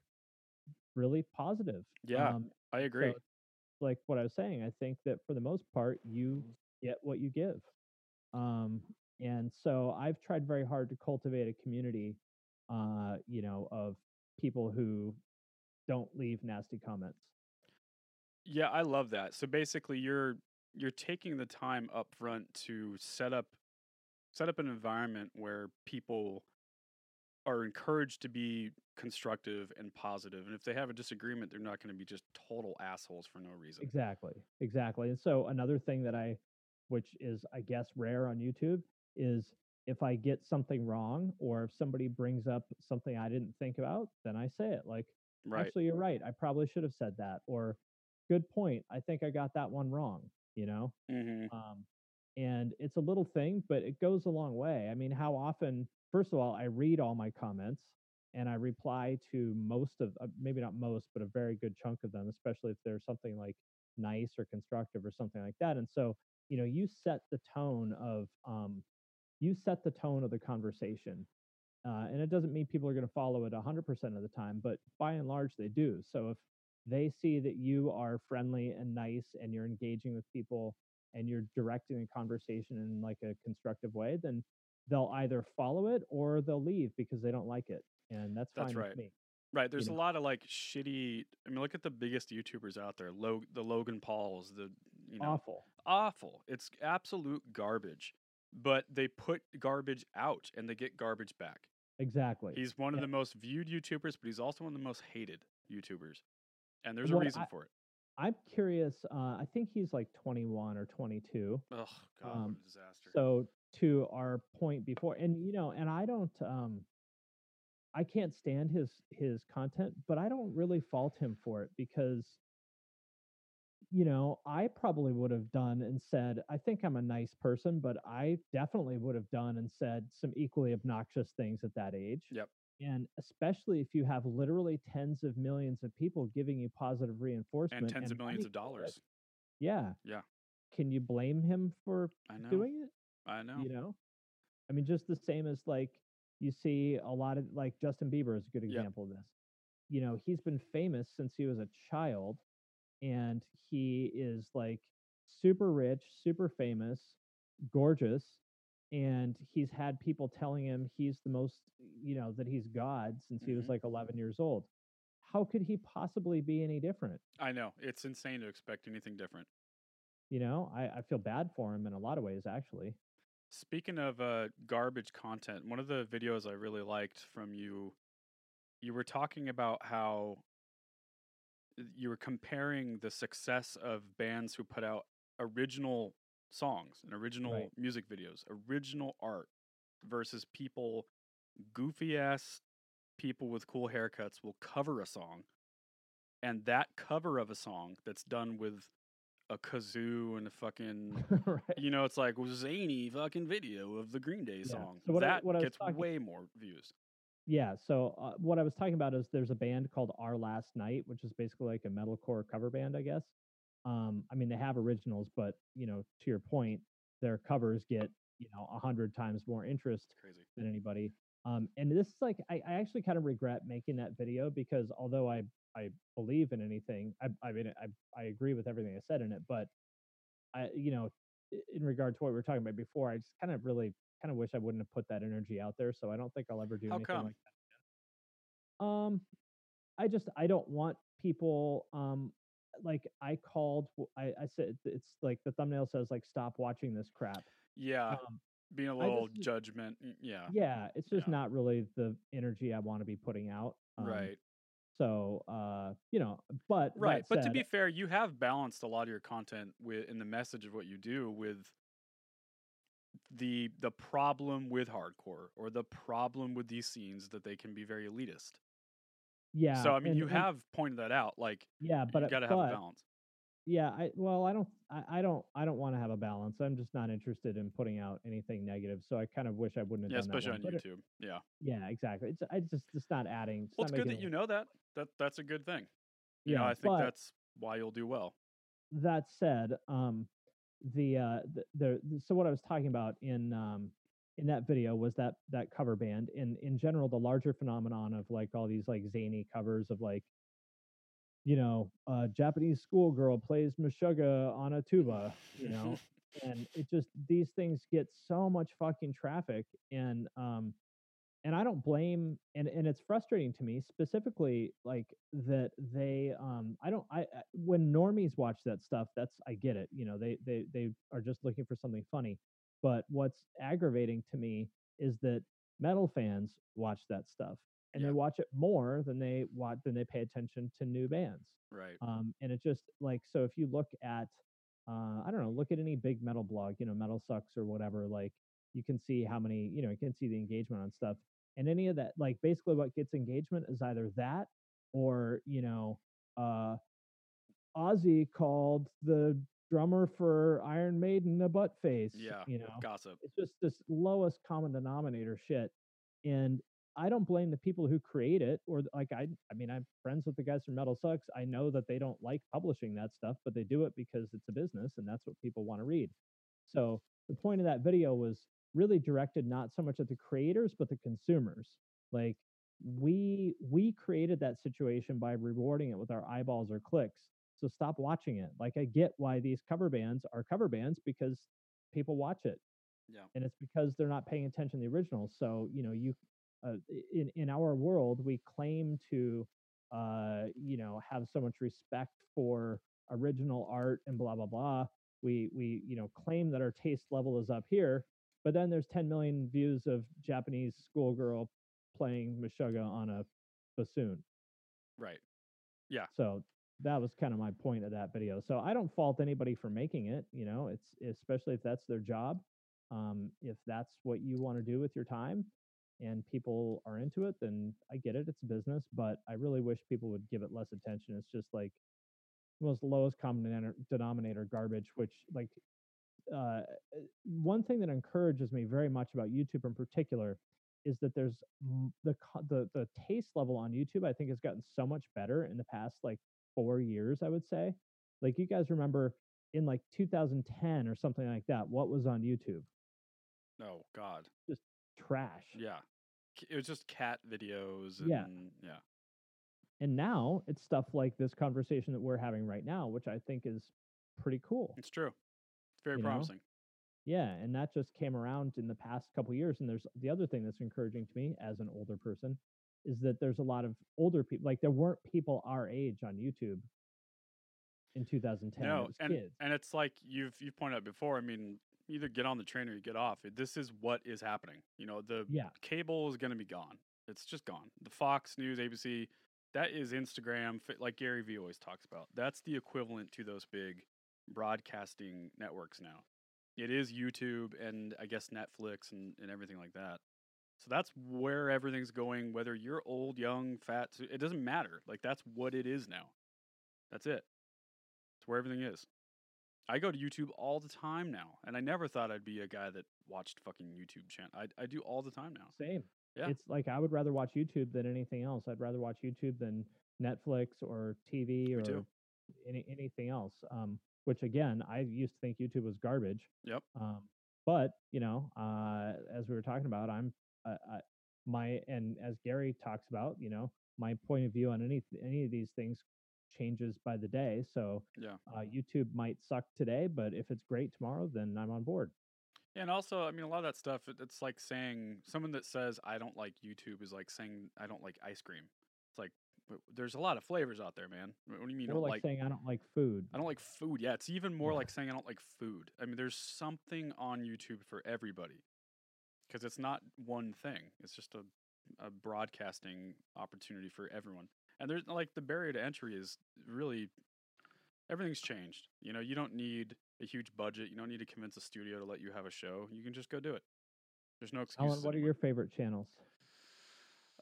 really positive.
Yeah,
um,
I agree.
so, like what I was saying, I think that for the most part, you get what you give. Um, and so I've tried very hard to cultivate a community, uh, you know, of people who don't leave nasty comments.
Yeah, I love that. So basically you're you're taking the time up front to set up set up an environment where people are encouraged to be constructive and positive. And if they have a disagreement, they're not going to be just total assholes for no reason.
Exactly. Exactly. And so another thing that I, which is, I guess, rare on YouTube is if I get something wrong or if somebody brings up something I didn't think about, then I say it like,
Right.
actually you're right i probably should have said that or good point i think i got that one wrong you know
hmm
um, and it's a little thing but it goes a long way i mean how often first of all i read all my comments and i reply to most of uh, maybe not most but a very good chunk of them especially if there's something like nice or constructive or something like that and so you know you set the tone of um, you set the tone of the conversation uh, and it doesn't mean people are going to follow it 100% of the time but by and large they do so if they see that you are friendly and nice and you're engaging with people and you're directing a conversation in like a constructive way then they'll either follow it or they'll leave because they don't like it and that's fine
That's right.
with me
Right. There's a
know.
lot of like shitty I mean look at the biggest YouTubers out there. Log, the Logan Pauls, the you know
awful
awful. It's absolute garbage. But they put garbage out and they get garbage back.
Exactly.
He's one of
Yeah.
the most viewed YouTubers, but he's also one of the most hated YouTubers. And there's
What
a reason
I-
for it.
I'm curious. Uh, I think he's like 21 or 22.
Oh god, what
um,
a disaster.
So to our point before, and you know, and I don't, um, I can't stand his his content, but I don't really fault him for it because, you know, I probably would have done and said, I think I'm a nice person, but I definitely would have done and said some equally obnoxious things at that age.
Yep.
And especially if you have literally tens of millions of people giving you positive reinforcement
and tens of millions
money
of
for it,
dollars.
Yeah.
Yeah.
Can you blame him for
I know.
doing it?
I know.
you know i mean just the same as like you see a lot of like justin bieber is a good
Yep.
example of this you know he's been famous since he was a child and he is like super rich super famous gorgeous and he's had people telling him he's the most you know that he's god since he was
Mhm.
like 11 years old how could he possibly be any different
I know. It's insane to expect anything different.
you know i, I feel bad for him in a lot of ways actually
Speaking of uh, garbage content, one of the videos I really liked from you, you were talking about how you were comparing the success of bands who put out original songs and original
Right.
music videos, original art versus people, goofy ass people with cool haircuts will cover a song. And that cover of a song that's done with a kazoo and a fucking
right
you know, it's like zany fucking video of the Green Day song.
So what I-
that
what I was
gets
talking-
way more views.
Yeah. So uh, what I was talking about is there's a band called Our Last Night, which is basically like a metalcore cover band, I guess. Um, I mean, they have originals, but you know, to your point, their covers get you know a hundred times more interest
Crazy.
than anybody. Um, and this is like I, I actually kind of regret making that video because although I I believe in anything, I I mean I I agree with everything I said in it, but I you know i- in regard to what we were talking about before, I just kind of really kind of wish I wouldn't have put that energy out there. So I don't think I'll ever do
How
anything
come?
like that. again. Um, I just I don't want people um like I called w- I I said it's like the thumbnail says like stop watching this crap.
Yeah,
Um,
being a
I
little
just-
judgment. mm, Yeah,
yeah it's just
Yeah.
not really the energy i want to be putting out um,
right,
so uh you know but
right.
that
But to
said,
be fair, you have balanced a lot of your content with in the message of what you do with the the problem with hardcore or the problem with these scenes that they can be very elitist.
yeah
so I mean,
and-
you
and-
have pointed that out. Like
yeah but
you got to have a
but,
balance.
yeah i well i don't I, I don't i don't want to have a balance i'm just not interested in putting out anything negative so i kind of wish i wouldn't
Yeah,
have done
especially
that
on
one, but it-
YouTube. Yeah.
yeah exactly it's i just it's not adding
Well, it's
not
good
making
that
it-
you know that. That that's a good thing. You know,
Yeah,
I think
but-
that's why you'll do well.
that said, um, the uh, the, the the- so what I was talking about in um, in that video was that that cover band in in general the larger phenomenon of like all these like zany covers of like you know a Japanese schoolgirl plays Meshuggah on a tuba, you know, and it just these things get so much fucking traffic and um and i don't blame and and it's frustrating to me specifically like that they um i don't i I- when normies watch that stuff that's i get it you know they they they are just looking for something funny but what's aggravating to me is that metal fans watch that stuff and
Yeah.
they watch it more than they watch than they pay attention to new bands
Right.
um, and it just like so if you look at uh, I don't know, look at any big metal blog, you know, Metal Sucks or whatever, like you can see how many, you know, you can see the engagement on stuff. And any of that, like basically what gets engagement is either that or, you know, uh Ozzy called the drummer for Iron Maiden a butt face.
Yeah,
You know.
Gossip.
It's just this lowest common denominator shit. And I don't blame the people who create it or th- like I I mean I'm friends with the guys from Metal Sucks. I know that they don't like publishing that stuff, but they do it because it's a business and that's what people want to read. So the point of that video was really directed not so much at the creators but the consumers. Like we we created that situation by rewarding it with our eyeballs or clicks. So stop watching it. Like I get why these cover bands are cover bands because people watch it
Yeah.
and it's because they're not paying attention to the original. So you know, you uh, i- in in our world, we claim to uh, you know have so much respect for original art and blah blah blah. We we you know claim that our taste level is up here, but then there's 10 million views of Japanese schoolgirl playing Meshuggah on a bassoon.
Right.
So that was kind of my point of that video. So I don't fault anybody for making it. You know, it's especially if that's their job, um, if that's what you want to do with your time, and people are into it, then I get it. It's a business, but I really wish people would give it less attention. It's just like the most lowest common denom- denominator garbage, which like. Uh, one thing that encourages me very much about YouTube in particular is that there's m- the co- the the taste level on YouTube I think has gotten so much better in the past like 4 years I would say. Like you guys remember in like 2010 or something like that what was on YouTube?
Oh God.
Trash.
Yeah. C- It was just cat videos. And,
Yeah.
Yeah.
And now it's stuff like this conversation that we're having right now which I think is pretty cool.
It's true. It's very
You know?
promising.
Yeah, and that just came around in the past couple years. And there's the other thing that's encouraging to me as an older person is that there's a lot of older people. Like there weren't people our age on YouTube in 2010. it
No,
was
and
kids.
and it's like you've you have pointed out before. I mean, you either get on the train or you get off. This is what is happening. You know, the
Yeah,
cable is going to be gone. It's just gone. The Fox News, ABC, that is Instagram. fa- Like Gary Vee always talks about, that's the equivalent to those big broadcasting networks now. It is YouTube and I guess Netflix and, and everything like that. So that's where everything's going. Whether you're old, young, fat, so it doesn't matter. Like that's what it is now. That's it. It's where everything is. I go to YouTube all the time now, and I never thought I'd be a guy that watched fucking YouTube channel. I, I do all the time now.
same.
Yeah.
It's like I would rather watch YouTube than anything else. I'd rather watch YouTube than Netflix or TV
Me
or
too.
any anything else. Um, which again, I used to think YouTube was garbage.
Yep.
Um, but you know, uh, as we were talking about, I'm uh, uh, my and as Gary talks about, you know, my point of view on any any of these things changes by the day. So
Yeah.
uh, YouTube might suck today, but if it's great tomorrow, then I'm on board.
And also, I mean, a lot of that stuff, it, it's like saying someone that says, I don't like YouTube is like saying, I don't like ice cream. It's like, "But there's a lot of flavors out there, man. Wh- What do you mean you
Or
don't
like,
like?
saying I don't like food.
I don't like food. Yeah, it's even more
Yeah.
like saying I don't like food. I mean, there's something on YouTube for everybody because it's not one thing, it's just a, a broadcasting opportunity for everyone. And there's like the barrier to entry is really everything's changed. You know, you don't need a huge budget, you don't need to convince a studio to let you have a show. You can just go do it. There's no excuses.
Alan, what are your
anymore.
favorite channels?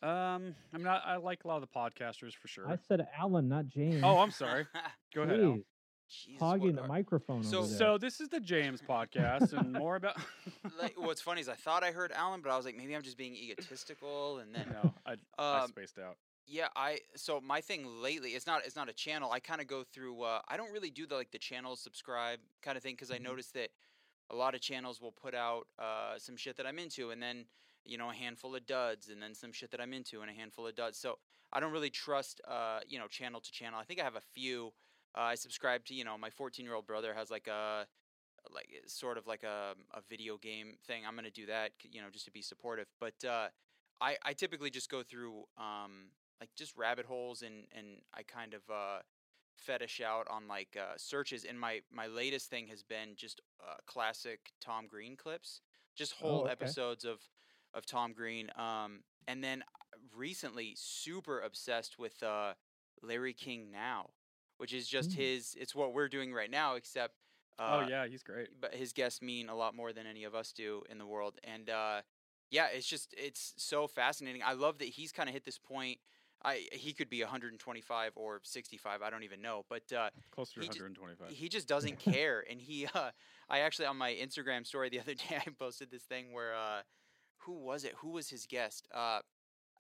Um, I mean, I, I like a lot of the podcasters for sure.
I said Alan, not James.
oh, I'm sorry. Go ahead. Alan.
Please,
Jesus, what
hogging the
are-
microphone.
So-
over there.
So this is the James podcast, and more about.
like, what's funny is I thought I heard Alan, but I was like, maybe I'm just being egotistical. And then,
no, I, I
um,
spaced out.
yeah, I so my thing lately it's not it's not a channel. I kind of go through. Uh, I don't really do the like the channel subscribe kind of thing because I
Mm-hmm.
noticed that a lot of channels will put out uh, some shit that I'm into, and then you know a handful of duds, and then some shit that I'm into, and a handful of duds. So I don't really trust uh, you know channel to channel. I think I have a few. Uh, I subscribe to you know my 14 year old brother has like a like it's sort of like a a video game thing. I'm gonna do that, c- you know, just to be supportive. But uh, I I typically just go through um like just rabbit holes and and I kind of uh fetish out on like uh, searches. And my my latest thing has been just uh, classic Tom Green clips, just whole
okay.
episodes of of Tom Green. Um, and then recently super obsessed with uh Larry King now, which is just
Mm.
his. It's what we're doing right now, except. Uh,
oh yeah, he's great.
but his guests mean a lot more than any of us do in the world. And uh, yeah, it's just it's so fascinating. I love that he's kind of hit this point. I he could be 125 or 65. I don't even know, but uh,
Close to
he just-
125.
he just doesn't care. And he, uh, I actually on my Instagram story the other day, I posted this thing where, uh, who was it? Who was his guest? Uh,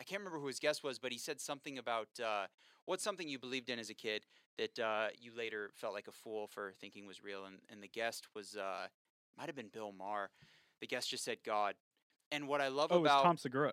I can't remember who his guest was, but he said something about uh, what's something you believed in as a kid that uh, you later felt like a fool for thinking was real. And, and the guest was, uh, might have been Bill Maher. The guest just said God. And what I love
oh,
about
it's Tom Segura.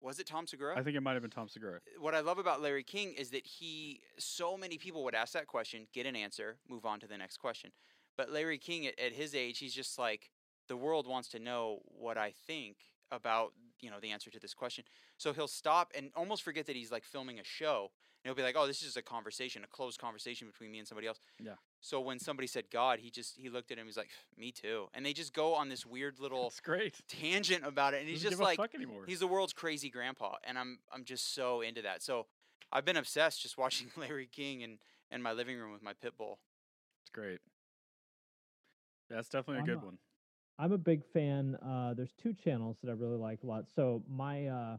was it Tom Segura?
I think it might have been Tom Segura.
what I love about Larry King is that he,
Mm.
so many people would ask that question, get an answer, move on to the next question. But Larry King, at, at his age, he's just like, the world wants to know what I think about, you know, the answer to this question. So he'll stop and almost forget that he's like filming a show. And he'll be like, oh, this is just a conversation, a closed conversation between me and somebody else.
Yeah.
So when somebody said God, he just he looked at him. He's like, "Me too." And they just go on this weird little
It's great.
tangent about it, and he's
Doesn't
just
give
like,
a fuck anymore.
He's the world's crazy grandpa, and I'm I'm just so into that. So I've been obsessed just watching Larry King and in my living room with my pit bull.
It's great. That's definitely a
I'm
good
not-
one.
I'm a big fan. Uh, there's two channels that I really like a lot. So my uh,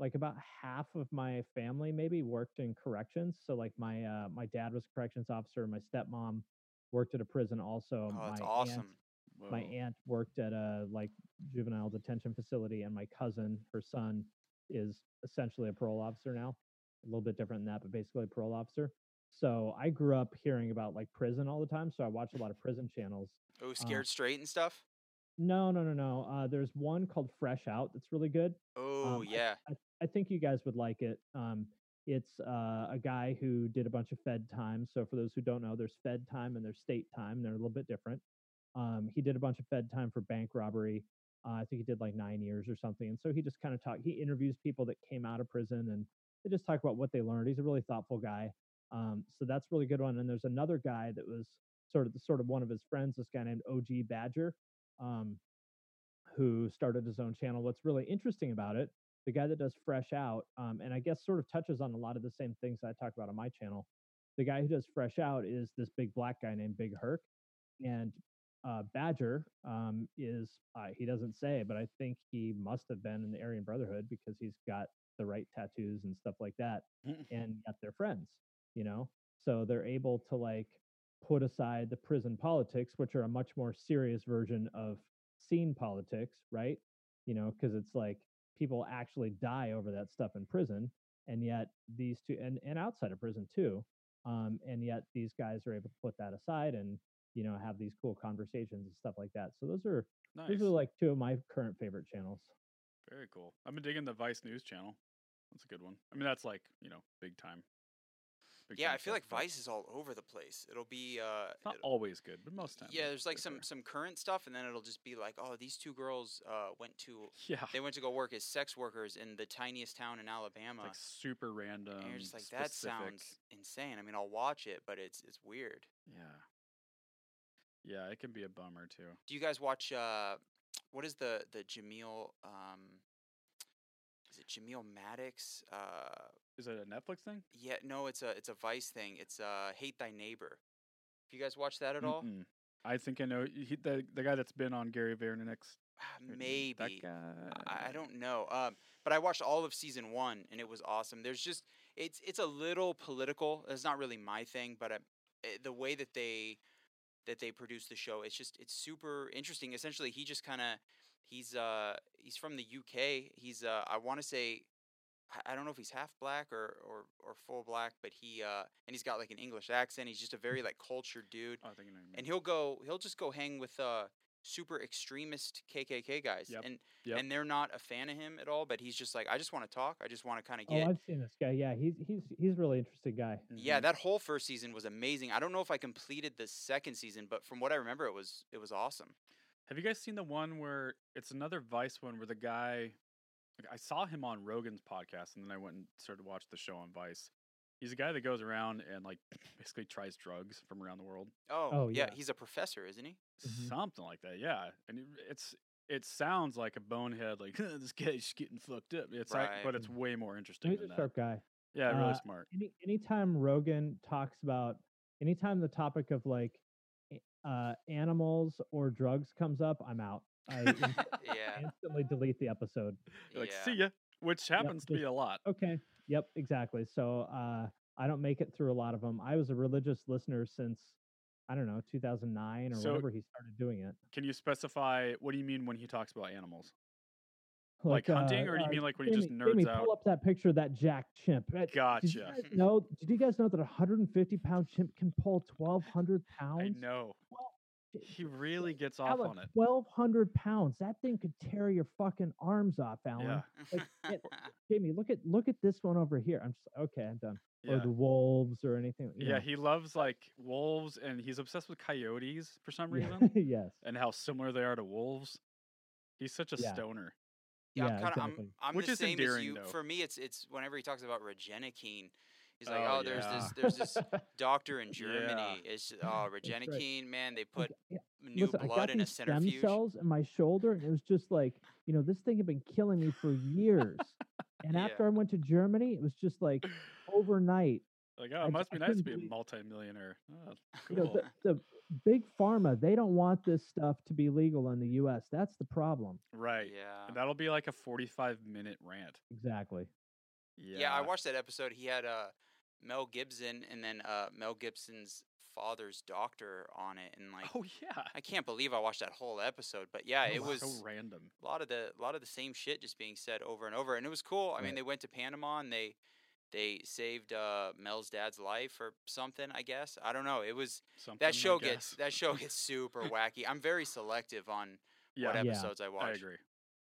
like about half of my family maybe worked in corrections. So like my uh, my dad was a corrections officer. My stepmom worked at a prison also.
oh, that's
my
awesome.
Aunt, my
Whoa.
aunt worked at a like juvenile detention facility, and my cousin, her son, is essentially a parole officer now. A little bit different than that, but basically a parole officer. So I grew up hearing about like prison all the time. So I watched a lot of prison channels.
Uh
Oh, scared straight and stuff.
No, no, no, no. Uh, there's one called Fresh Out that's really good.
Oh
um,
yeah.
I, I think you guys would like it. Um, it's uh, a guy who did a bunch of Fed time. So for those who don't know, there's Fed time and there's state time. They're a little bit different. Um, he did a bunch of Fed time for bank robbery. Uh, I think he did like nine years or something. And so he just kind of talk. He interviews people that came out of prison and they just talk about what they learned. He's a really thoughtful guy. Um, so that's a really good one. And there's another guy that was sort of sort of one of his friends. This guy named OG Badger. Um, who started his own channel. What's really interesting about it, the guy that does Fresh Out, um, and I guess sort of touches on a lot of the same things I talk about on my channel. The guy who does Fresh Out is this big black guy named Big Herc, and uh, Badger um, is uh, he doesn't say, but I think he must have been in the Aryan Brotherhood because he's got the right tattoos and stuff like that, and yet they're friends, you know. So they're able to like put aside the prison politics, which are a much more serious version of scene politics, right? You know, because it's like people actually die over that stuff in prison, and yet these two, and, and outside of prison too, um, and yet these guys are able to put that aside and you know have these cool conversations and stuff like that. So those are
Nice.
those are like two of my current favorite channels.
Very cool. I've been digging the Vice News channel. That's a good one. I mean, that's like you know, big time. big
Yeah,
time
I feel
stuff,
like
but
Vice is all over the place. It'll be uh,
It's not
it'll-
always good, but most times.
yeah.
it's
There's like
good
some
for-
some current stuff, and then it'll just be like, oh, these two girls uh, went to
Yeah,
they went to go work as sex workers in the tiniest town in Alabama.
it's like super random.
and you're just like, that
specific.
sounds insane. I mean, I'll watch it, but it's it's weird.
Yeah. Yeah, it can be a bummer too.
Do you guys watch uh what is the the Jameel um is it Jameel Maddox? Uh
Is it a Netflix thing?
yeah, no, it's a it's a Vice thing. It's uh Hate Thy Neighbor. Have you guys watched that at all?
Mm-mm. I think I know he, the the guy that's been on Gary Vaynerchuk's.
Ah,
or
Maybe.
That
I I
guy.
don't know. Um, but I watched all of season one, and it was awesome. There's just it's it's a little political. It's not really my thing, but I, eh, the way that they that they produce the show, it's just it's super interesting. Essentially, he just kind of he's uh he's from the UK. He's uh I want to say I, I don't know if he's half black or or or full black, but he uh and he's got like an English accent. He's just a very like cultured dude
Oh, I think I know. what you mean.
and he'll go he'll just go hang with uh super extremist KKK guys
Yep,
and
yep.
and they're not a fan of him at all but he's just like I just want to talk I just want to kind of
Oh,
get
I've seen this guy. Yeah, he's he's he's a really interesting guy.
yeah
Mhm.
that whole first season was amazing I don't know if I completed the second season but from what I remember it was it was awesome
Have you guys seen the one where it's another Vice one where the guy? like, I saw him on Rogan's podcast, and then I went and started to watch the show on Vice. He's a guy that goes around and like basically tries drugs from around the world,
oh,
Oh,
yeah.
yeah.
he's a professor isn't he
Mhm.
something like that. Yeah, and it, it's it sounds like a bonehead, like this guy's just getting fucked up. It's like,
Right.
but it's way more interesting
He's
than
a
that.
sharp guy.
Yeah, really
Uh,
smart.
any anytime Rogan talks about anytime the topic of like a- uh animals or drugs comes up, I'm out. I in-
yeah
instantly delete the episode.
You're like,
yeah
see ya, which happens to
just-
be a lot.
Okay. Yep, exactly. So uh I don't make it through a lot of them. I was a religious listener since I don't know, 2009 or
So-
whenever he started doing it.
Can you specify what do you mean when he talks about animals? Like
uh,
hunting, or do you mean like when he just
Jamie-
nerds
Jamie,
out?
Pull up that picture of that jack chimp. Uh, Did you
Gotcha.
guys know? Did you guys know that a 150 pound chimp can pull 1,200 pounds?
I know.
Well, j-
He really gets off
Alan,
on it.
1,200 pounds. That thing could tear your fucking arms off, Alan.
Yeah.
Like, it- Jamie, look at look at this one over here. I'm just, okay. I'm done. Or
Yeah.
the wolves or anything. you
Yeah,
know.
he loves like wolves and he's obsessed with coyotes for some
Yeah,
reason
yes.
and how similar they are to wolves. He's such a
Yeah.
stoner.
yeah, I'm
yeah,
kind of
exactly.
I'm, I'm
Which
the
is
same as
endearing,
you
though.
for me it's it's whenever he talks about Regenikine He's like,
Oh,
oh, there's
yeah.
this there's this doctor in Germany. It's oh,
right.
Regenikine, man. They put
yeah,
new
Listen, I
blood
got
in a
these stem
centrifuge.
cells in my shoulder, and it was just like, you know, this thing had been killing me for years. and
Yeah.
after I went to Germany, it was just like overnight.
Like,
I
oh,
d-
it must be nice
I
to
couldn't
be a
believe-
multimillionaire. Oh,
You know,
cool.
the, the big pharma, they don't want this stuff to be legal in the U.S. That's the problem.
Right.
Yeah.
And that'll be like a 45 minute rant.
Exactly.
Yeah.
yeah. I watched that episode. He had uh, Mel Gibson and then uh, Mel Gibson's father's doctor on it, and like
Oh, yeah.
I can't believe I watched that whole episode. But yeah,
That
it was.
so Oh, random.
a lot of the a lot of the same shit just being said over and over and it was cool i mean
Right.
they went to panama and they they saved uh mel's dad's life or something i guess i don't know it was
Something I
that show gets
guess.
that show gets super wacky i'm very selective on
yeah,
what
Yeah.
episodes i watch
I agree.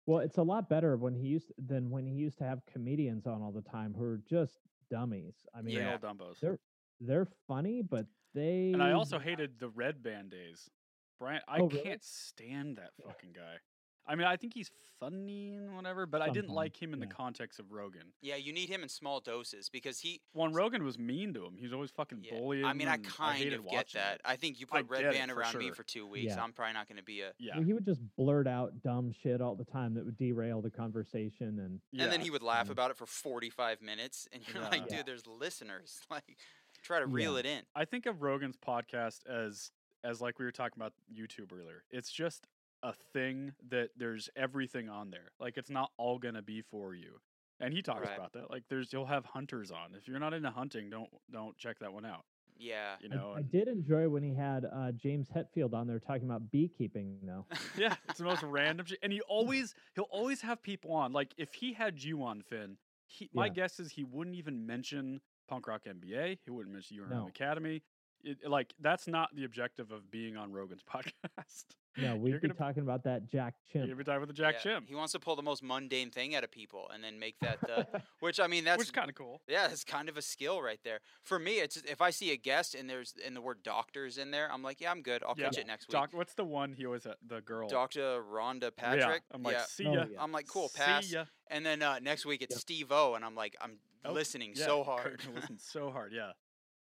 Well, it's a lot better when he used than when he used to have comedians on all the time who are just dummies. I mean,
Big
Yeah.
old Dumbos.
They're- they're funny, but they
And I also hated the red band days. Brian, I
Oh, really?
can't stand that fucking guy. I mean, I think he's funny and whatever, but I didn't
Sometimes,
like him in
yeah.
the context of Rogan.
yeah you need him in small doses because he
One Rogan was mean to him. He was always fucking
yeah,
bullying.
i mean i
and
kind
hated
of
watching
get
it.
that i think you
I
put red
get it
band
for
around me
sure.
for two weeks
Yeah.
i'm probably not going to be a
Yeah.
Well, he would just blurt out dumb shit all the time that would derail the conversation and
and then
Yeah.
he would laugh
Yeah.
about it for 45 minutes and you're like
Yeah.
dude there's listeners like try to
Yeah.
reel it in
I think of Rogan's podcast as as like we were talking about YouTube earlier. It's just a thing that there's everything on there. Like it's not all gonna be for you. And he talks
Right.
about that. Like there's you'll have hunters on. If you're not into hunting, don't don't check that one out.
yeah
You
I-
know.
I,
and-
did enjoy when he had uh, James Hetfield on there talking about beekeeping though.
yeah, it's the most random shit. And he always he'll always have people on. Like if he had you on, Finn, he, my
Yeah.
guess is he wouldn't even mention Punk Rock NBA. He wouldn't mention URM
No.
Academy. It, like that's not the objective of being on Rogan's podcast.
No, we'd
You're
be
gonna
talking about that Jack
You're
Chimp.
gonna be talking with the Jack
Yeah,
Chimp,
He wants to pull the most mundane thing out of people and then make that the
uh,
which I mean that's
which is kind of cool.
yeah, it's kind of a skill right there. For me, it's if I see a guest and there's and the word doctors in there, I'm like, yeah, I'm good. I'll
Yeah.
catch it next week.
Doc, what's the one he always had? The girl.
Doctor Rhonda Patrick.
Yeah. I'm like,
Yeah.
see
Oh,
ya.
yeah.
I'm like, cool,
see
pass.
ya."
And then uh, next week it's
Yep.
Steve O, and I'm like, I'm
Oh,
listening
Yeah,
so hard.
Kurt listened so hard. Yeah.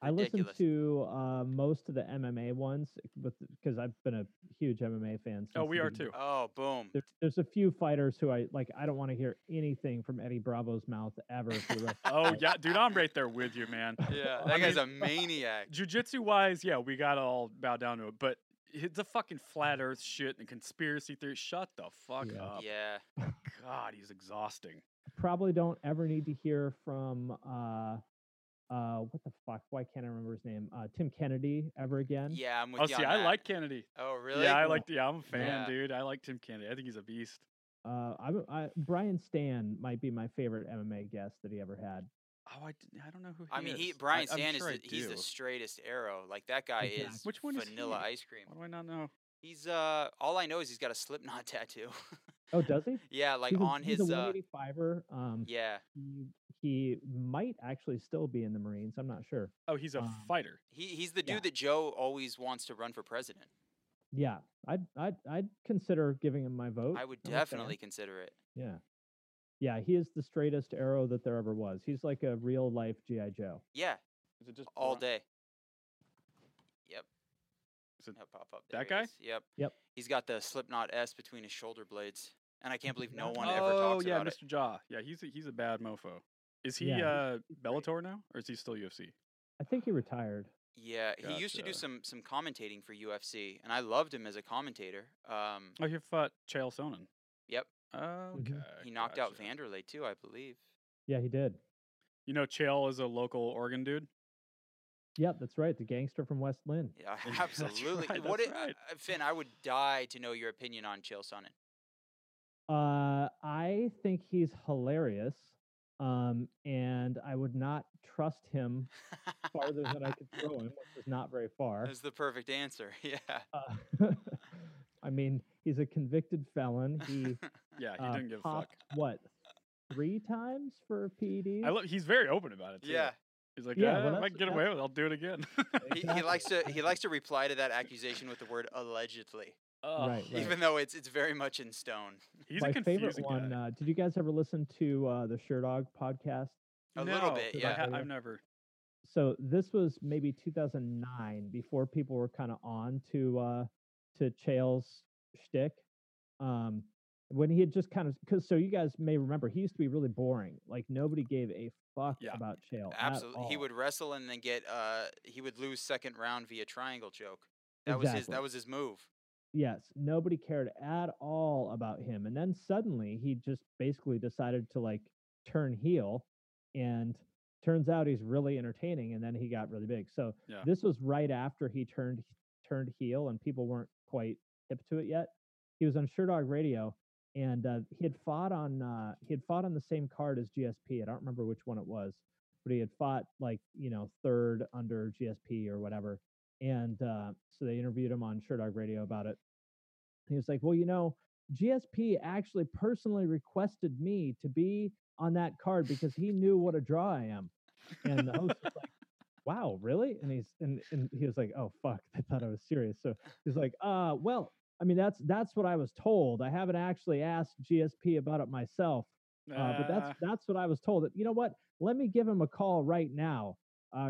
I listened
ridiculous.
to uh, most of the MMA ones because I've been a huge MMA fan.
Oh,
since
we
the
are
beginning.
too.
oh, boom.
There, there's a few fighters who I like. I don't want to hear anything from Eddie Bravo's mouth ever. For the rest of my
Oh
life.
yeah, dude, I'm right there with you, man.
Yeah,
I
that guy's
mean-
a maniac.
Jujitsu wise, yeah, we gotta all bow down to it, but it's a fucking flat Earth shit and conspiracy theory. Shut the fuck
Yeah.
up.
Yeah,
God, he's exhausting.
probably don't ever need to hear from uh uh what the fuck why can't i remember his name uh tim kennedy ever again
yeah, I'm with
Oh,
you.
see,
on
I
that.
like Kennedy.
Oh, really?
Yeah, I like. Yeah, I'm a fan,
Yeah.
dude. I like Tim Kennedy. I think he's a beast.
uh I'm, I, brian stan might be my favorite mma guest that he ever had
Oh, I, d- I don't know who he
I mean, he
is.
Brian
I'm
Stan
sure I
is the, he's the
do.
straightest arrow. Like that guy
Exactly.
is
Which one is
vanilla
he?
ice cream.
Why do I not know?
He's uh all I know is he's got a Slipknot tattoo.
oh does he
yeah, like
he's a,
on
he's
his
a
uh
185er um
yeah,
he, he might actually still be in the marines i'm not sure
Oh, he's a
Um,
fighter.
he he's the dude
Yeah.
that Joe always wants to run for president.
yeah i'd i'd, I'd consider giving him my
Oh,
vote
I would
I'm a fan.
definitely consider it.
yeah yeah he is the straightest arrow that there ever was he's like a real life gi joe
Yeah,
Is it just
all day. Yep.
Is it
He'll pop up.
that
there he
guy?
is. Yep.
Yep.
He's got the Slipknot S between his shoulder blades, and I can't believe no one
oh,
ever talks
yeah,
about it.
Mr. Jaw. Yeah, he's a, he's a bad mofo. Is he
Yeah, he's-
uh, Bellator now, or is he still UFC?
i think he retired
Yeah, he used to do
Gotcha.
some some commentating for UFC, and I loved him as a commentator. Um,
Oh, he fought Chael Sonnen.
Yep.
Okay.
Mm-hmm. he knocked out
gotcha.
Vanderlei too, I believe.
yeah he did
You know, Chael is a local Oregon dude.
Yep, that's right. The gangster from West Lynn.
Yeah,
Yeah, that's
absolutely.
right,
what
that's
it,
right.
uh, Finn? I would die to know your opinion on Chael Sonnen.
Uh, I think he's hilarious, um, and I would not trust him farther than I could throw him, which is not very far.
That's the perfect answer. Yeah.
Uh, I mean, he's a convicted felon. He,
Yeah, he
uh,
didn't give a fuck.
popped, what three times for E PED?
I love. He's very open about it. Too.
yeah.
He's like, yeah,
Yeah, well,
if I
that's-
can get away with, it, I'll do it again.
He, he likes to he likes to reply to that accusation with the word allegedly,
Ugh,
Right, right.
even though it's it's very much in stone.
Oh, He's
My
a
favorite
confusing
one.
guy.
Uh, did you guys ever listen to uh, the Sure Dog uh, podcast?
A little
No,
bit,
I
yeah.
ha- I've never.
so this was maybe 2009 before people were kind of on to uh to Chael's shtick. Um, when he had just kind of because so you guys may remember he used to be really boring. Like nobody gave a fuck
Yeah.
about Chael. at
Absolutely, he
all.
would wrestle and then get. Uh, he would lose second round via triangle choke. That was his.
Exactly.
That was his move.
Yes, nobody cared at all about him. And then suddenly he just basically decided to like turn heel and turns out he's really entertaining and then he got really big. So
Yeah.
this was right after he turned turned heel and people weren't quite hip to it yet. He was on Sure Dog Radio and uh, he had fought on uh, he had fought on the same card as GSP. I don't remember which one it was, but he had fought like, you know, third under GSP or whatever. And uh, so they interviewed him on Sure Dog Radio about it. He was like, Well, you know, GSP actually personally requested me to be on that card because he knew what a draw I am. And uh, the host was like, Wow, really? And he's and, and he was like, Oh fuck, they thought I was serious. So he's like, uh, well, I mean that's that's what I was told. I haven't actually asked GSP about it myself. Uh, but
Ah.
that's that's what I was told. You know what? Let me give him a call right now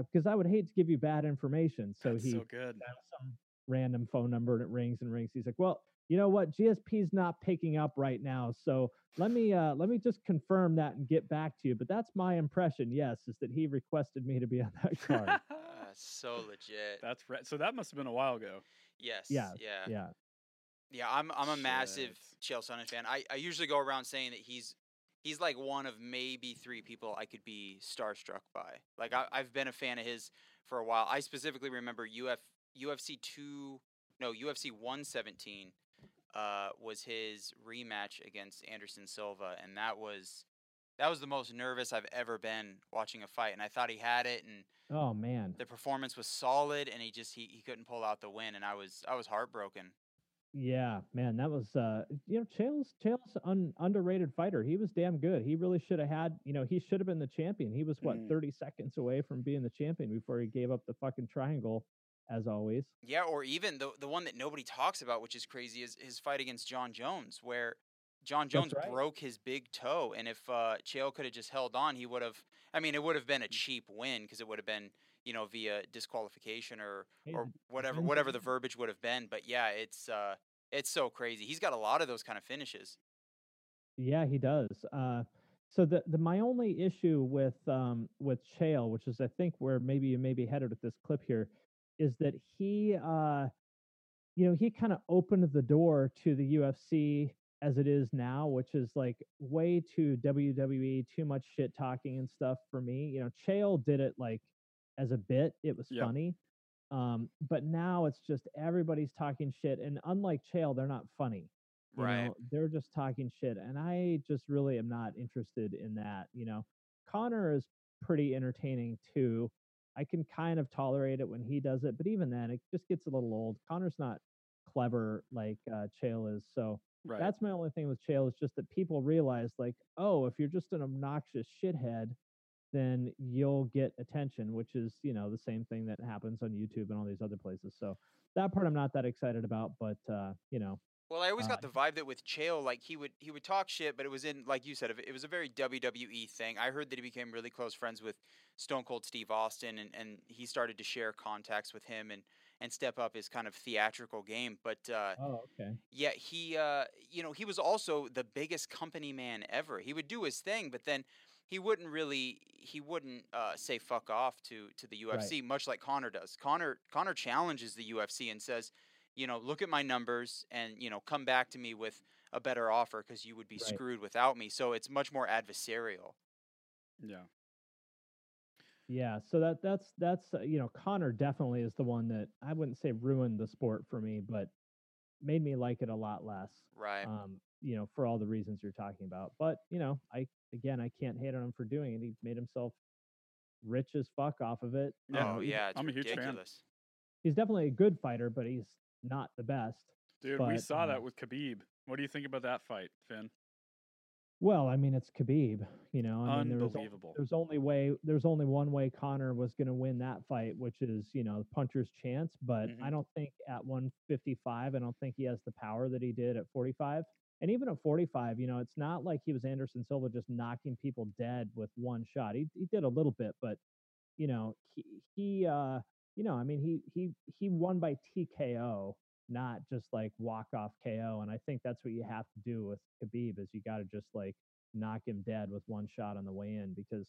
because I would hate to give you bad information. So
that's
he
so good.
dials some random phone number and it rings and rings. He's like, "Well, you know what? GSP's not picking up right now, so let me uh, let me just confirm that and get back to you." But that's my impression. Yes, is that he requested me to be on that card.
Uh, so legit.
that's right. So that must have been a while ago.
yes.
yeah,
Yeah.
yeah,
Yeah, I'm I'm a massive
Shit.
Chael Sonnen fan. I, I usually go around saying that he's he's like one of maybe three people I could be starstruck by. Like I, I've been a fan of his for a while. I specifically remember Uf, UFC two no UFC one seventeen uh, was his rematch against Anderson Silva, and that was that was the most nervous I've ever been watching a fight. And I thought he had it, and
Oh man,
the performance was solid, and he just he, he couldn't pull out the win, and I was I was heartbroken.
yeah, man, that was uh, you know, Chael's Chael's un, underrated fighter. He was damn good. He really should have had, you know, he should have been the champion. He was what
Mm.
thirty seconds away from being the champion before he gave up the fucking triangle, as always.
Yeah, or even the the one that nobody talks about, which is crazy, is his fight against John Jones, where John Jones
right.
broke his big toe, and if uh, Chael could have just held on, he would have. I mean, it would have been a cheap win because it would have been, you know, via disqualification or
Hey,
or
did-
whatever
win the
whatever the verbiage would have been. But yeah, it's uh, it's so crazy. He's got a lot of those kind of finishes.
Yeah, he does. Uh, so the, the my only issue with um, with Chael, which is I think where maybe you may be headed with this clip here, is that he, uh, you know, he kind of opened the door to the UFC as it is now, which is like way too WWE, too much shit talking and stuff for me. You know, Chael did it like as a bit; it was
Yep.
funny. Um, but now it's just everybody's talking shit, and unlike Chael, they're not funny you know they're just talking shit and i just really am not interested in that you know connor is pretty entertaining too i can kind of tolerate it when he does it but even then it just gets a little old connor's not clever like uh chael is so
Right.
that's my only thing with chael is just that people realize like oh if you're just an obnoxious shithead then you'll get attention which is you know the same thing that happens on youtube and all these other places so that part i'm not that excited about but uh you know
Well, I always
Uh,
got the vibe that with Chael, like he would he would talk shit, but it was in like you said, it was a very WWE thing. I heard that he became really close friends with Stone Cold Steve Austin, and, and he started to share contacts with him and and step up his kind of theatrical game. But uh,
oh okay
yeah, he uh, you know he was also the biggest company man ever. He would do his thing, but then he wouldn't really he wouldn't uh, say fuck off to to the
Right.
UFC, much like Connor does. Connor Connor challenges the UFC and says, you know, look at my numbers and you know come back to me with a better offer because you would be
Right.
screwed without me. So it's much more adversarial.
yeah.
Yeah, so that that's that's uh, you know Connor definitely is the one that I wouldn't say ruined the sport for me, but made me like it a lot less.
Right.
Uh,
Um, you know, for all the reasons you're talking about. But you know, I again I can't hate on him for doing it. He made himself rich as fuck off of it.
Yeah,
oh
he's-
yeah, it's
I'm a huge fan.
ridiculous.
He's definitely a good fighter, but he's not the best.
Dude, we
But,
saw
um,
that with Khabib. What do you think about that fight, Finn?
Well, I mean, it's Khabib. You know, I mean, there was al-
Unbelievable.
there's only way there's only one way Connor was going to win that fight, which is you know the puncher's chance. But I
Mhm.
don't think at 155, I don't think he has the power that he did at 45. And even at 45, you know, it's not like he was Anderson Silva just knocking people dead with one shot. He he did a little bit, but you know, he, he uh, you know, I mean, he he he won by TKO, not just like walk off KO. And I think that's what you have to do with Khabib is you got to just like knock him dead with one shot on the way in because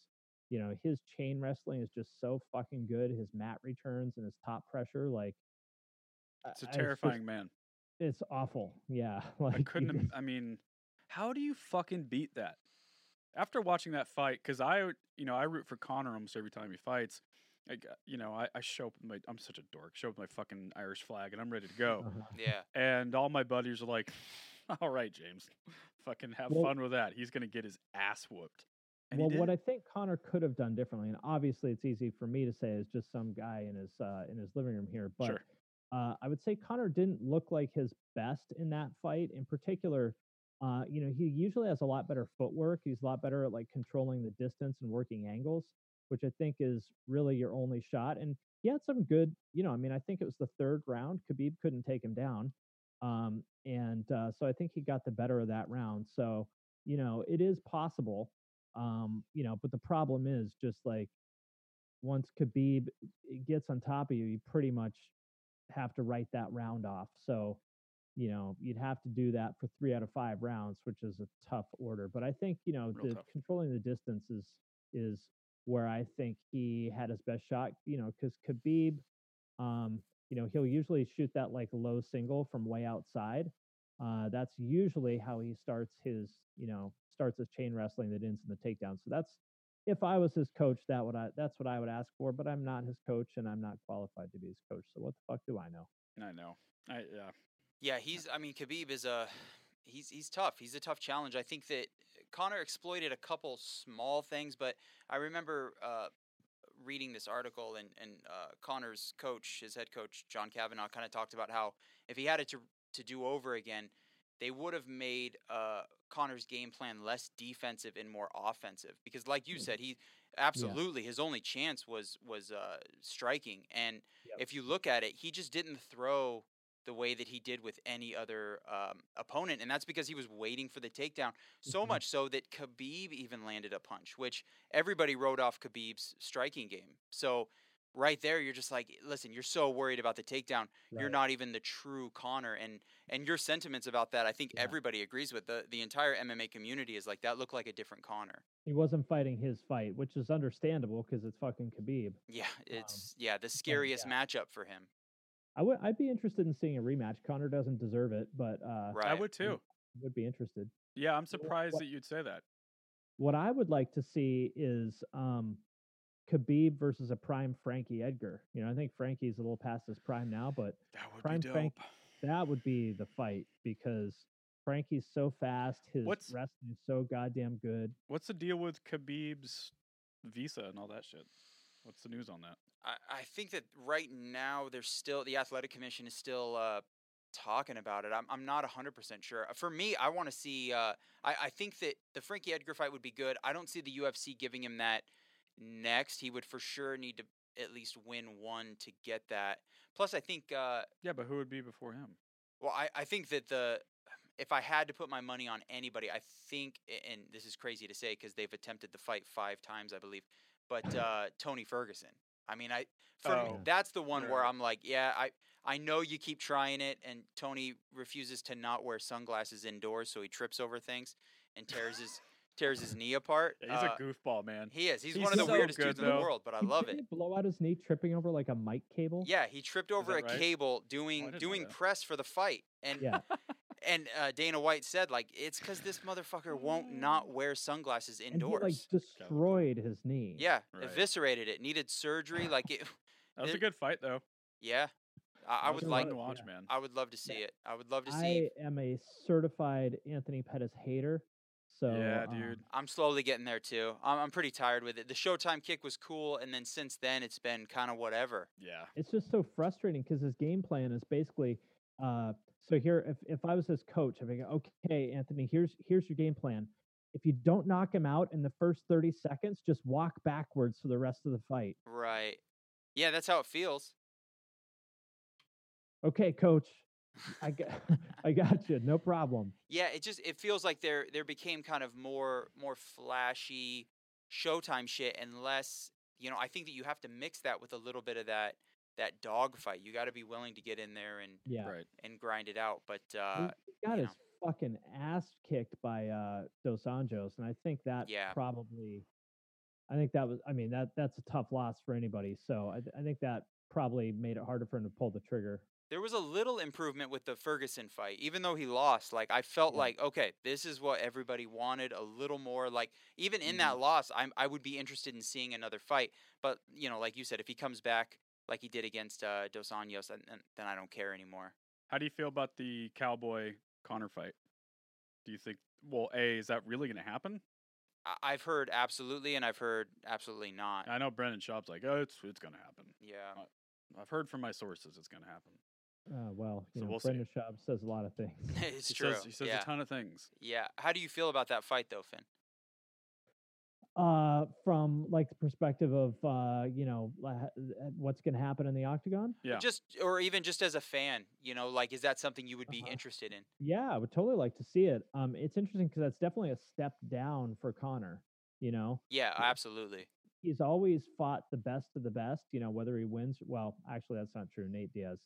you know his chain wrestling is just so fucking good. His mat returns and his top pressure, like I-
It's a
I- just-
terrifying man.
it's awful. Yeah,
I
like you
couldn't.
just-
im- I mean, how do you fucking beat that? After watching that fight, because I, you know, I root for Connor almost every time he fights. Like, uh, you know, I, I show up with my, I'm such a dork. Show up with my fucking Irish flag, and I'm ready to go.
Uh-huh.
Yeah.
And all my buddies are like, "All right, James, fucking have
Well-
fun with that. He's gonna get his ass whooped." And
well,
he did.
what I think Connor could have done differently, and obviously it's easy for me to say as just some guy in his uh, in his living room here, but
Sure.
uh, I would say Connor didn't look like his best in that fight. In particular, uh, you know, he usually has a lot better footwork. He's a lot better at like controlling the distance and working angles, which I think is really your only shot. And he had some good, you know, I mean, I think it was the third round. Khabib couldn't take him down, um, and uh, so I think he got the better of that round. So you know, it is possible um, you know, but the problem is just like once Khabib gets on top of you, you pretty much have to write that round off. So, you know, you'd have to do that for three out of five rounds, which is a tough order. But I think you know,
Real
the,
tough.
controlling the distance is is where I think he had his best shot. You know, because Khabib, um, you know, he'll usually shoot that like low single from way outside. Uh, that's usually how he starts his, you know, starts his chain wrestling that ends in the takedown. So that's if I was his coach, that would I that's what I would ask for. But I'm not his coach, and I'm not qualified to be his coach. So what the fuck do I know?
I know. I yeah.
Yeah, he's. I mean, Khabib is a. He's he's tough. He's a tough challenge. I think that Connor exploited a couple small things, but I remember uh, reading this article and and uh, Connor's coach, his head coach John Kavanaugh, kind of talked about how if he had it to to do over again, they would have made uh, Connor's game plan less defensive and more offensive. Because, like you said, he absolutely his only chance was was uh, striking, and
Yep.
if you look at it, he just didn't throw the way that he did with any other um, opponent, and that's because he was waiting for the takedown so
Mhm.
much so that Khabib even landed a punch, which everybody wrote off Khabib's striking game. So right there, you're just like, listen, you're so worried about the takedown, you're
Right.
not even the true Connor, and and your sentiments about that, I think
Yeah.
everybody agrees with the the entire MMA community is like that looked like a different Connor.
He wasn't fighting his fight, which is understandable because it's fucking Khabib.
Yeah, it's yeah the scariest matchup for him.
I would I'd be interested in seeing a rematch. Connor doesn't deserve it, but uh,
Right.
I would too.
would be interested.
Yeah, I'm
So what-
surprised
what-
that you'd say that.
What I would like to see is um, Khabib versus a prime Frankie Edgar. You know, I think Frankie's a little past his prime now, but
That would
Prime
be dope.
Frank- that would be the fight because Frankie's so fast, his
What's-
wrestling is so goddamn good.
What's the deal with Khabib's visa and all that shit? What's the news on that?
I, I think that right now there's still the athletic commission is still uh, talking about it. I'm I'm not 100% sure. For me, I want to see. Uh, I I think that the Frankie Edgar fight would be good. I don't see the UFC giving him that next. He would for sure need to at least win one to get that. Plus, I think. Uh,
Yeah, but who would be before him?
well, I, I think that the if I had to put my money on anybody, I think, a- and this is crazy to say because they've attempted the fight five times, I believe, but uh, Tony Ferguson. I mean, I for me,
Mm-hmm. Oh.
that's the one where
Right.
I'm like, yeah, I I know you keep trying it, and Tony refuses to not wear sunglasses indoors, so he trips over things and tears his tears his knee apart.
Yeah, he's
Uh,
a goofball, man.
he is. He's,
he's
one of the
so
weirdest
good,
dudes in
though.
the world, but I
Did-
love
didn't
it.
he blow out his knee tripping over like a mic cable.
Yeah, he tripped over a
that right?
cable
I
doing
didn't know
doing
that.
press for the fight, and
Yeah.
and uh, Dana White said like it's because this motherfucker won't not wear sunglasses
And he like
indoors.
destroyed his knee.
yeah,
Right.
eviscerated it. Needed surgery. Like it.
That was a
It-
good fight, though.
Yeah, I, I
That
would
was
like.
fun to watch, man.
I would love to see it. I would love to see.
I am a certified Anthony Pettis hater. So
yeah,
um,
dude.
I'm slowly getting there too. I'm, I'm pretty tired with it. The Showtime kick was cool, and then since then it's been kind of whatever.
Yeah.
it's just so frustrating because his game plan is basically uh so here if, if i was his coach i'm thinking okay anthony here's here's your game plan if you don't knock him out in the first 30 seconds just walk backwards for the rest of the fight
Right. Yeah, that's how it feels.
okay coach i got i got you no problem
Yeah, it just it feels like there there became kind of more more flashy Showtime shit and less you know, I think that you have to mix that with a little bit of that that dog fight. You got to be willing to get in there and
Yeah.
Right.
and grind it out. But
He-
uh,
he got
you
his fucking ass kicked by uh Dos Anjos, and I think that
Yeah.
probably, I think that was, I mean that that's a tough loss for anybody. So I, th- I think that probably made it harder for him to pull the trigger.
there was a little improvement with the Ferguson fight, even though he lost. Like I felt
Yeah.
like, okay, this is what everybody wanted. A little more. Like even in that loss, I'm I would be interested in seeing another fight. But you know, like you said, if he comes back like he did against uh, Dos Anjos, then, then- then I don't care anymore.
How do you feel about the Cowboy Connor fight? Do you think? Well, a is that really going to happen?
I- I've heard absolutely, and I've heard absolutely not.
I know Brendan Schaub's like, oh, it's it's going to happen.
yeah,
I've heard from my sources it's going to happen.
Uh, well, you
So
know,
we'll see.
Brendan Schaub says a lot of things.
it's
he
true.
Says, he says
yeah,
a ton of things.
yeah. How do you feel about that fight though, Finn?
uh, from like the perspective of uh, you know la- ha- uh, what's going to happen in the octagon.
Yeah.
Just or even just as a fan, you know, like is that something you would be
Uh-huh.
interested in?
Yeah, I would totally like to see it. Um, it's interesting because that's definitely a step down for Connor. You know,
Yeah, absolutely.
he's always fought the best of the best. You know, whether he wins, well, actually that's not true. Nate Diaz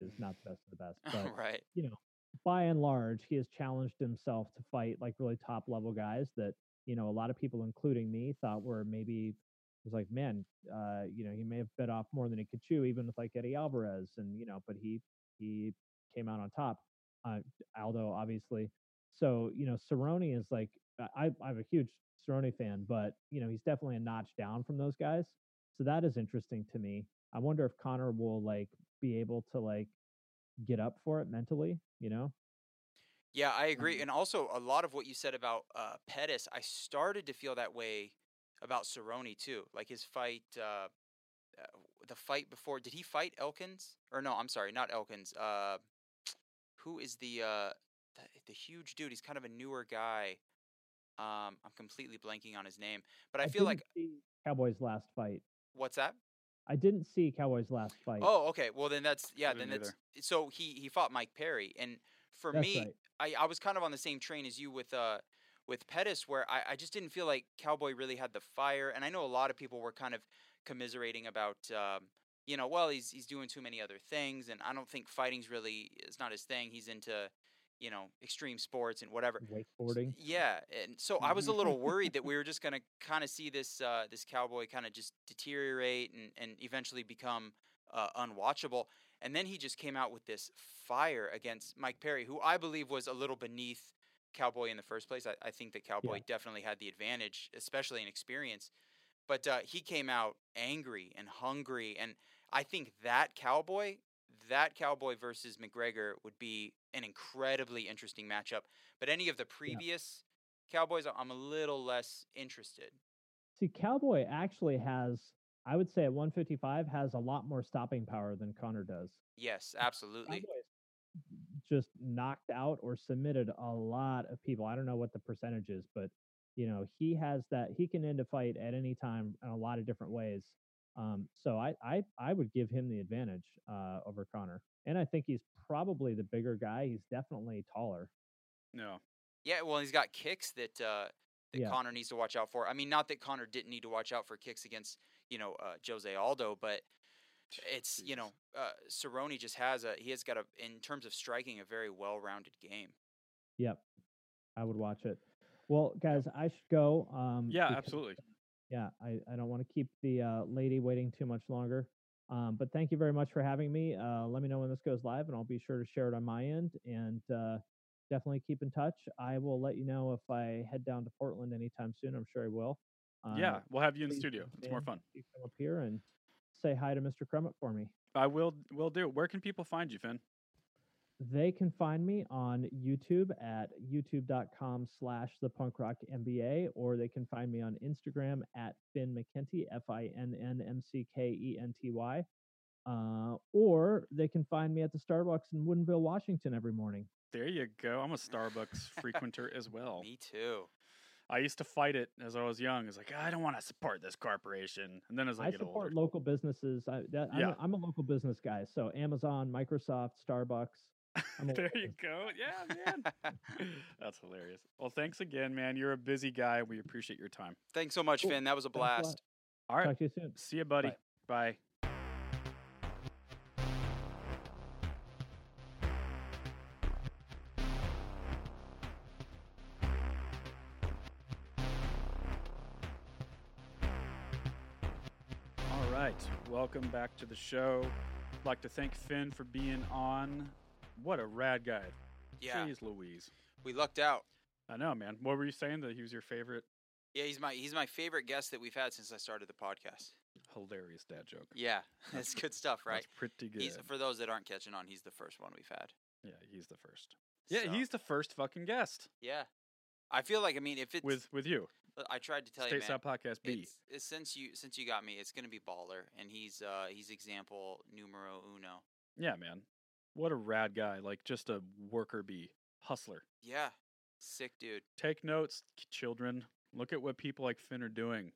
is not the best of the best, but
right.
by and large, he has challenged himself to fight like really top level guys that you know a lot of people, including me, thought were maybe was like, man, uh, you know, he may have bit off more than he could chew, even with like Eddie Alvarez, and you know, but he he came out on top. Uh, Aldo, obviously. So you know, Cerrone is like I, I- I'm a huge Cerrone fan, but you know, he's definitely a notch down from those guys. So that is interesting to me. I wonder if Connor will like be able to like get up for it mentally, you know?
Yeah, I agree.
Um,
And also, a lot of what you said about uh, Pettis, I started to feel that way about Cerrone too. Like his fight, uh, uh, the fight before, did he fight Elkins? Or no, I'm sorry, not Elkins. Uh, who is the, uh, the the huge dude? He's kind of a newer guy. Um, I'm completely blanking on his name, but I, feel
didn't
like
see Cowboys last fight.
what's that?
I didn't see Cowboys last fight.
Oh, okay. Well, then that's yeah. Then
didn't
that's so he he fought Mike Perry, and for
That's
me,
right.
I, I was kind of on the same train as you with uh with Pettis, where I, I just didn't feel like Cowboy really had the fire, and I know a lot of people were kind of commiserating about um, you know well he's he's doing too many other things, and I don't think fighting's really it's not his thing. He's into you know extreme sports and whatever. S-
wakeboarding.
Yeah, and so I was a little worried that we were just gonna kind of see this uh, this cowboy kind of just deteriorate and and eventually become uh, unwatchable. And then he just came out with this fire against Mike Perry, who I believe was a little beneath Cowboy in the first place. I, I think that Cowboy definitely had the advantage, especially in experience. But uh, he came out angry and hungry, and I think that Cowboy, that Cowboy versus McGregor would be an incredibly interesting matchup. But any of the previous Cowboys, I- I'm a little less interested.
See, Cowboy actually has, I would say at 155, has a lot more stopping power than Connor does.
Yes, absolutely.
Cowboys just knocked out or submitted a lot of people. I don't know what the percentage is, but you know he has that he can end a fight at any time in a lot of different ways. Um, so I, I I would give him the advantage uh, over Connor, and I think he's probably the bigger guy. He's definitely taller.
No.
Yeah, well, he's got kicks that uh, that
Yeah.
Connor needs to watch out for. I mean, not that Connor didn't need to watch out for kicks against you know uh, Jose Aldo, but it's you
Jeez.
know uh, Cerrone just has a he has got a in terms of striking a very well rounded game.
Yep, I would watch it. Well, guys, I should go. Um,
Yeah,
because-
absolutely.
Yeah, I, I don't want to keep the uh, lady waiting too much longer. Um, but thank you very much for having me. Uh, let me know when this goes live, and I'll be sure to share it on my end. And uh, definitely keep in touch. I will let you know if I head down to Portland anytime soon. I'm sure I will. Um,
yeah, we'll have you in the
please
studio.
jump
It's more
in
fun.
if You come up here and say hi to Mr. Crummett for me.
I will. Will do. Where can people find you, Finn?
They can find me on YouTube at youtube.com slash the punk rock MBA, or they can find me on Instagram at Finn McKenty, F I N N M C K E N T Y. Uh, or they can find me at the Starbucks in Woodinville, Washington every morning.
There you go. I'm a Starbucks frequenter as well.
Me too.
I used to fight it as I was young. It's like I don't want to support this corporation, and then as I,
I
get
support
older,
local businesses. I, that, I'm,
Yeah.
a, I'm a local business guy. So Amazon, Microsoft, Starbucks. I'm a
there
local
you
business-
go. Yeah, man. That's hilarious. Well, thanks again, man. You're a busy guy. We appreciate your time.
Thanks so much,
Cool.
Finn. That was a
Thanks a lot.
blast.
All right.
Talk to you soon.
See you, buddy. Bye. All right. Welcome back to the show. I'd like to thank Finn for being on. What a rad guy.
Yeah,
Jeez Louise.
we lucked out.
I know, man. What were you saying that he was your favorite
Yeah, he's my he's my favorite guest that we've had since I started the podcast.
hilarious dad joke?
Yeah, that's good stuff, right?
That's pretty good.
He's for those that aren't catching on, he's the first one we've had.
yeah, he's the first. Yeah,
So,
he's the first fucking guest
yeah. I feel like I mean if it's
with with you.
I tried to tell you man,
Stateside Podcast B.
It's, it's since you since you got me, it's gonna be baller, and he's uh he's example numero uno.
Yeah, man. What a rad guy. Like just a worker bee, hustler.
Yeah, sick dude.
Take notes, k- children. Look at what people like Finn are doing.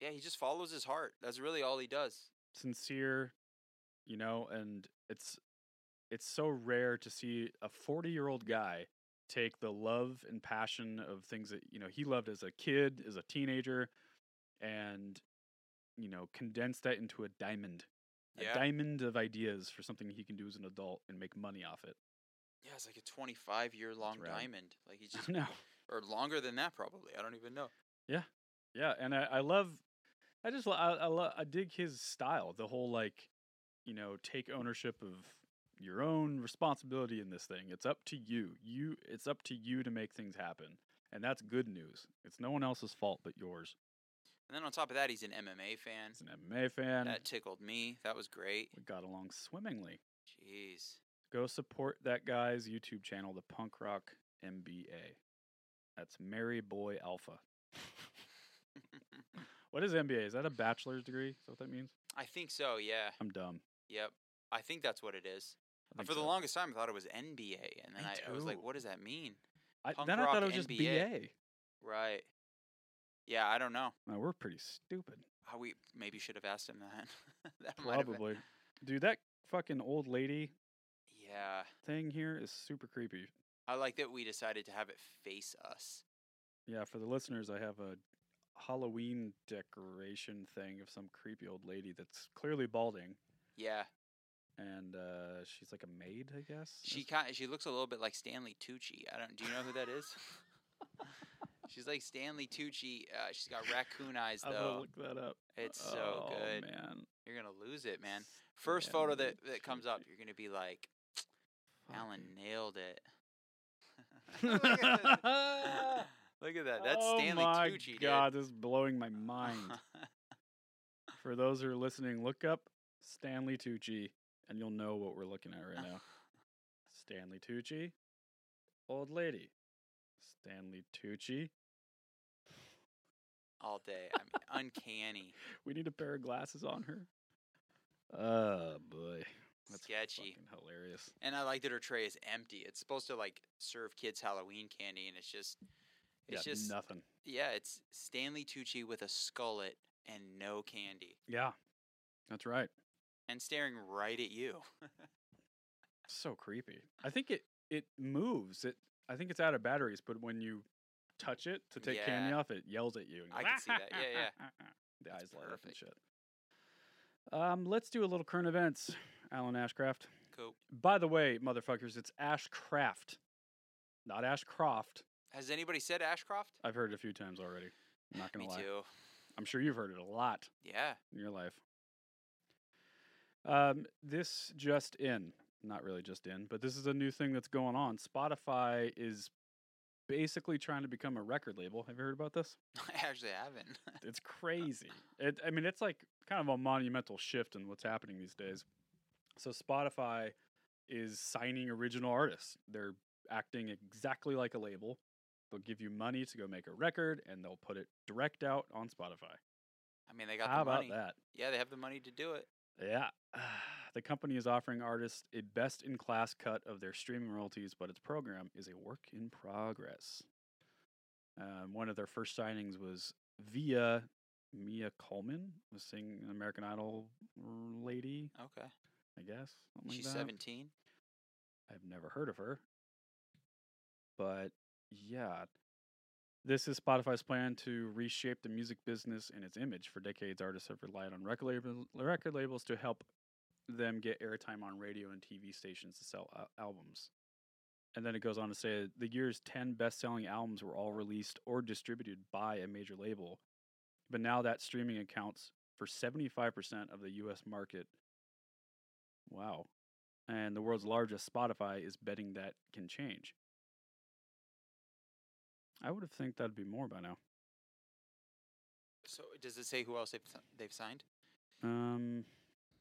Yeah, he just follows his heart. That's really all he does.
Sincere, you know, and it's it's so rare to see a 40-year-old guy take the love and passion of things that, you know, he loved as a kid, as a teenager, and you know, condense that into a diamond.
Yeah,
A diamond of ideas for something he can do as an adult and make money off it.
yeah, it's like a twenty five year long
rad.
diamond. Like he's just
no.
or longer than that probably. I don't even know.
Yeah, and I, I love, I just lo- I I, lo- I dig his style. The whole like, you know, take ownership of your own responsibility in this thing. It's up to you. You it's up to you to make things happen, and that's good news. It's no one else's fault but yours.
And then on top of that, he's an MMA fan.
He's an MMA fan.
That tickled me. That was great.
we got along swimmingly.
Jeez.
Go support that guy's YouTube channel, the Punk Rock MBA. That's Mary Boy Alpha. What is MBA? Is that a bachelor's degree? Is that what that means?
I think so. Yeah.
I'm dumb.
Yep. I think that's what it is.
I think
For the
so.
longest time, I thought it was NBA, and then
Me
I, I was like,
too.
"What does that mean?"
I,
Punk
then I thought
Rock
it was just
NBA.
BA.
Right. Yeah, I don't know.
Man, we're pretty stupid.
How we maybe should have asked him that. that might have been-
Probably. Dude, that fucking old lady
Yeah,
thing here is super creepy.
I like that we decided to have it face us.
Yeah, for the listeners, I have a Halloween decoration thing of some creepy old lady that's clearly balding.
Yeah,
And uh, she's like a maid, I guess. or
she
something.
kind she looks a little bit like Stanley Tucci. I don't. Do you know who that is? she's like Stanley Tucci. Uh, she's got raccoon eyes
I'm gonna
though.
look that up.
It's so
Oh,
good.
man.
You're gonna lose it, man. First photo that
Stanley
that comes up,
Tucci.
you're gonna be like, Alan
Fucking-
nailed it. Look at that. Look at that. That's
oh
Stanley
my
Tucci, dude.
God, this is blowing my mind. For those who are listening, look up Stanley Tucci and you'll know what we're looking at right now. Stanley Tucci, old lady. Stanley Tucci.
All day. I mean, uncanny.
We need a pair of glasses on her. Oh boy. That's
Sketchy.
fucking hilarious.
And I like that her tray is empty. It's supposed to like serve kids Halloween candy, and it's just, it's
yeah,
just,
nothing.
yeah, it's Stanley Tucci with a skullet and no candy,
Yeah. That's right.
and staring right at you.
So creepy. I think it it moves. It I think it's out of batteries, but when you touch it to take candy
Yeah.
off, it yells at you. And
I
goes,
can see that. Yeah, yeah.
The
That's
eyes light up and
perfect.
shit. Um, let's do a little current events, Alan Ashcraft.
Cool.
By the way, motherfuckers, it's Ashcraft, not Ashcroft.
Has anybody said Ashcroft?
I've heard it a few times already. I'm not gonna
Me
lie.
too.
I'm sure you've heard it a lot
Yeah.
in your life. Um, this just in, not really just in, but this is a new thing that's going on. Spotify is basically trying to become a record label. Have you heard about this?
I actually haven't.
It's crazy. It, I mean, it's like kind of a monumental shift in what's happening these days. So Spotify is signing original artists. They're acting exactly like a label. They'll give you money to go make a record, and they'll put it direct out on Spotify.
I mean, they got
How
the
about
money.
that?
Yeah, they have the money to do it.
Yeah. The company is offering artists a best in class cut of their streaming royalties, but its program is a work in progress. Um, one of their first signings was via Mia Coleman, the sing American Idol r- lady,
Okay.
I guess. something like
She's
that.
17.
I've never heard of her. But yeah, This is Spotify's plan to reshape the music business and its image. For decades, artists have relied on record, label, record labels to help them get airtime on radio and TV stations to sell al- albums. And then it goes on to say the year's 10 best selling albums were all released or distributed by a major label. But now that streaming accounts for 75% of the US market. Wow. And the world's largest Spotify is betting that can change. I would have think that'd be more by now.
So does it say who else they've, s- they've signed?
Um,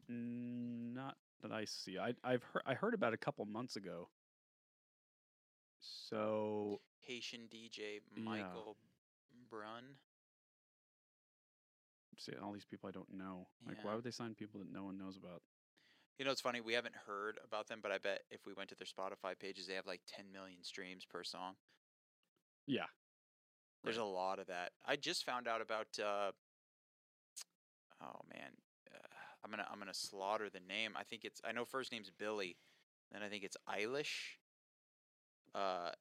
n- not that I see. I I've heard I heard about it a couple months ago. So
Haitian DJ
Yeah.
Michael Brun.
see, all these people I don't know. Like, why
Yeah.
would they sign people that no one knows about?
You know, it's funny. We haven't heard about them, but I bet if we went to their Spotify pages, they have like 10 million streams per song.
Yeah,
There's a lot of that. I just found out about. Uh, oh man, uh, I'm gonna I'm gonna slaughter the name. I think it's I know first name's Billy, then I think it's Eilish. Uh,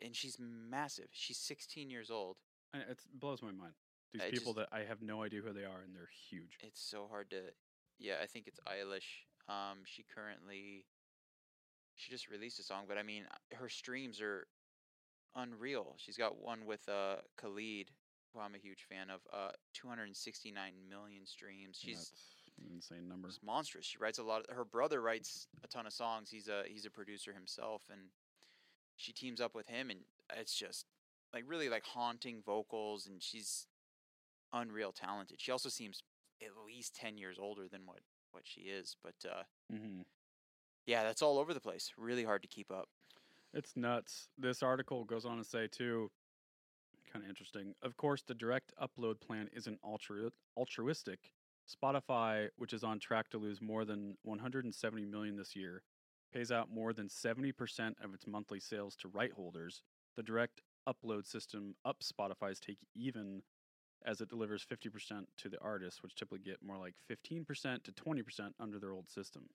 and she's massive. She's 16 years old.
and it blows my mind. These
I
people
just-
that I have no idea who they are, and they're huge.
It's so hard to. Yeah, I think it's Eilish. Um, she currently. She just released a song, but I mean, uh, her streams are unreal. She's got one with uh Khalid, who I'm a huge fan of. Uh, 269 million streams.
and
She's
that's an insane number.
it's monstrous. She writes a lot. Her brother writes a ton of songs. He's a he's a producer himself, and she teams up with him, and it's just like really like haunting vocals, and she's unreal talented. She also seems at least ten years older than what what she is, but uh,
Mm-hmm.
yeah, that's all over the place. Really hard to keep up.
It's nuts. This article goes on to say too, kind of interesting. Of course, the direct upload plan isn't altru- altruistic. Spotify, which is on track to lose more than 170 million this year, pays out more than 70% of its monthly sales to right holders. The direct upload system ups Spotify's take even as it delivers 50% to the artists, which typically get more like 15% to 20% under their old system.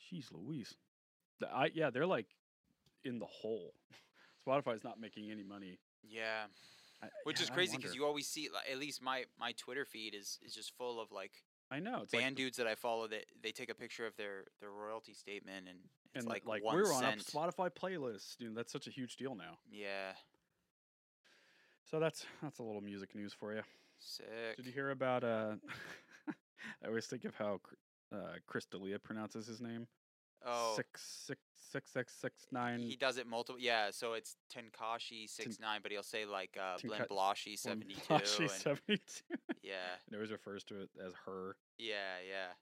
Jeez Louise. The- I, yeah, they're like in the hole. Spotify's not making any money.
Yeah,
I,
which
yeah,
is
I
crazy because
wonder.
you always see like, at least my my Twitter feed is is just full of like
I know it's
band
like, the-
dudes that I follow that they take a picture of their their royalty statement and it's
and
like
like,
one
we're on a
cent.
Spotify playlist. You know, that's such a huge deal now.
Yeah,
So that's that's a little music news for you.
sick.
Did you hear about? Uh, I always think of how Cr- uh, Chris D'Elia pronounces his name.
oh,
Six six six six six nine.
he does it multiple. Yeah, so it's Tenkashi six nine, but he'll say like uh, Blen
Tenka-
Blashi
one
seventy two.
Blanche seventy two.
Yeah,
It always refers to it as her.
yeah, yeah.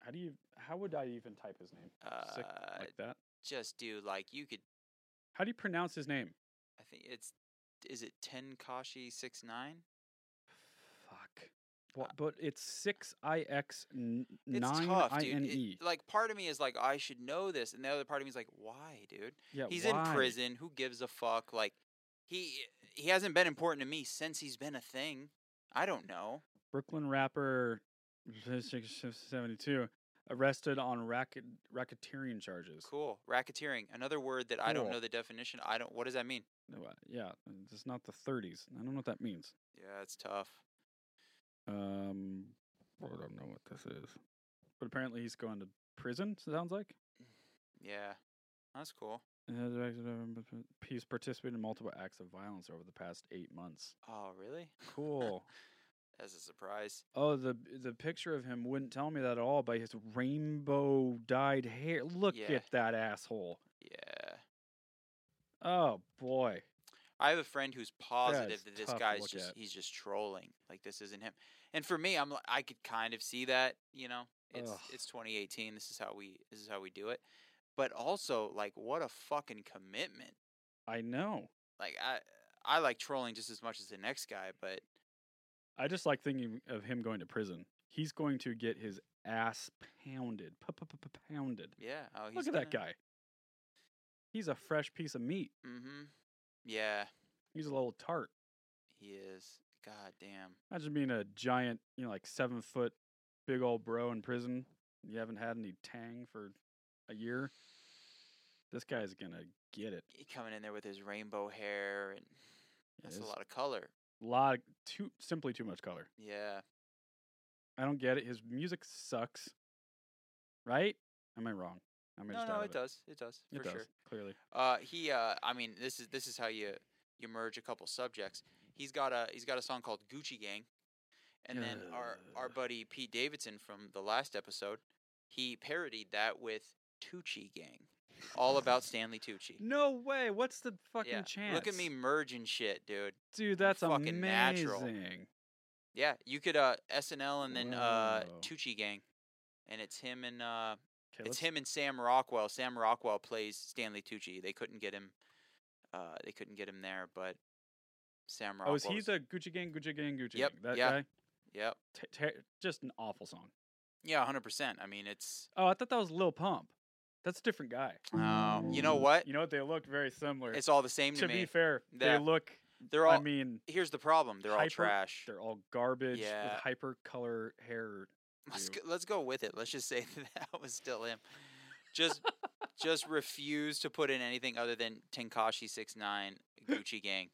How do you? How would I even type his name? Sick,
Uh,
like that.
just do like you could.
How do you pronounce his name?
I think it's is it Tenkashi six nine.
Fuck. Well, but it's six I X nine
Uh, It's tough,
I
dude.
N
It-
E.
like part of me is like I should know this, and the other part of me is like, why, dude?
Yeah,
he's
why?
in prison. Who gives a fuck? Like he he hasn't been important to me since he's been a thing. I don't know.
Brooklyn rapper seventy two arrested on racket racketeering charges.
Cool. Racketeering. Another word that I don't
Cool.
know the definition. I don't what does that mean?
No, uh, Yeah, it's not the thirties. I don't know what that means.
Yeah, it's tough.
Um, I don't know what this is. But apparently he's going to prison. Sounds like.
Yeah. That's cool.
uh, He's participated in multiple acts of violence over the past eight months.
Oh, really?
Cool.
As a surprise.
Oh, the the picture of him wouldn't tell me that at all by his rainbow dyed hair. Look
Yeah.
at that asshole.
Yeah.
Oh boy.
I have a friend who's positive
is
that this
tough to
guy's
look
just
at.
he's just trolling. Like this isn't him. And for me, I'm li- I could kind of see that, you know. It's
Ugh.
it's 2018. This is how we this is how we do it. But also like what a fucking commitment.
I know.
Like I I like trolling just as much as the next guy, but
I just like thinking of him going to prison. He's going to get his ass pounded. Pounded.
yeah, oh he's
Look at that
gonna-
guy. He's a fresh piece of meat.
Mhm. Yeah,
He's a little tart.
he is. God damn.
Imagine being a giant, you know, like seven foot big old bro in prison. You haven't had any tang for a year. This guy's gonna get it.
He coming in there with his rainbow hair and that's a
Yes.
lot of color.
A lot of, too simply too much color.
Yeah.
I don't get it. His music sucks. Right? Am I wrong? Am I
No,
just
no,
out of
it,
it?
does. It does
It
for
does
sure.
clearly.
Uh, he, uh, I mean, this is this is how you you merge a couple subjects. He's got a he's got a song called Gucci Gang, and then our our
Ugh.
buddy Pete Davidson from the last episode, he parodied that with Tucci Gang, all about Stanley Tucci.
No way. What's the fucking
yeah.
chance?
Look at me merging shit, dude.
dude. That's
fucking
amazing.
natural. Yeah, you could uh SNL and then uh
Whoa.
Tucci Gang, and it's him and uh
'Kay,
it's
let's-
him and Sam Rockwell. Sam Rockwell plays Stanley Tucci. They couldn't get him. Uh, they couldn't get him there, but Sam Rockwell.
Oh, is he the Gucci Gang, Gucci Gang, Gucci
Yep,
Gang? That
yeah.
guy.
Yep.
T- ter- just an awful song.
Yeah, hundred percent. I mean, it's.
Oh, I thought that was Lil Pump. That's a different guy.
Um, you know what?
Mm, You know what? They looked very similar.
It's all the same to,
to
me.
be fair,
Yeah.
they look.
They're all.
I mean,
here's the problem. They're all
hyper-
trash.
They're all garbage with
Yeah.
hyper color hair.
Let's
do.
go, let's go with it. Let's just say that, that was still him. Just just refuse to put in anything other than Tenkashi Six Nine Gucci Gang.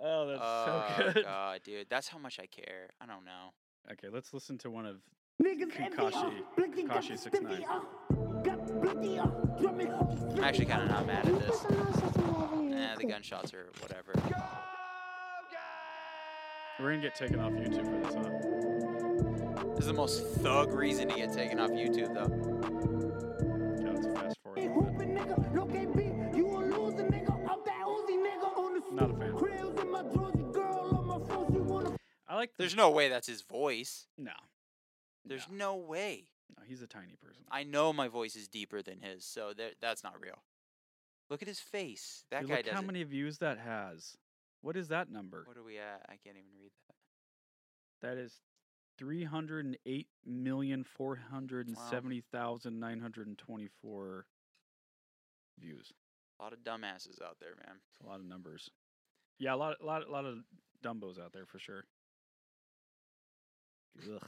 Oh, that's
oh
so good.
god, dude, that's how much I care. I don't know.
Okay, let's listen to one of Kakashi-
Kakashi,
Kakashi
Kakashi
69.
69. I'm actually kind of not mad at this.
Nah,
Eh,
the gunshots are whatever.
We're gonna get taken off YouTube for this, huh?
This is the most thug reason to get taken off YouTube, though.
Okay, let's fast forward. a little bit. Not a fan.
gun.
I like. The,
There's no way that's his voice.
no,
There's
no.
no way.
no, He's a tiny person.
I know my voice is deeper than his, so there, that's not real. Look at his face. That
Dude,
guy
look
does
how
it.
many views that has. What is that number?
What are we at? I can't even read that.
That is three hundred and eight million four hundred and seventy thousand nine hundred and twenty-four views.
A lot of dumbasses out there, man.
It's a lot of numbers. Yeah, a lot, a lot, a lot of dumbos out there for sure. Ugh.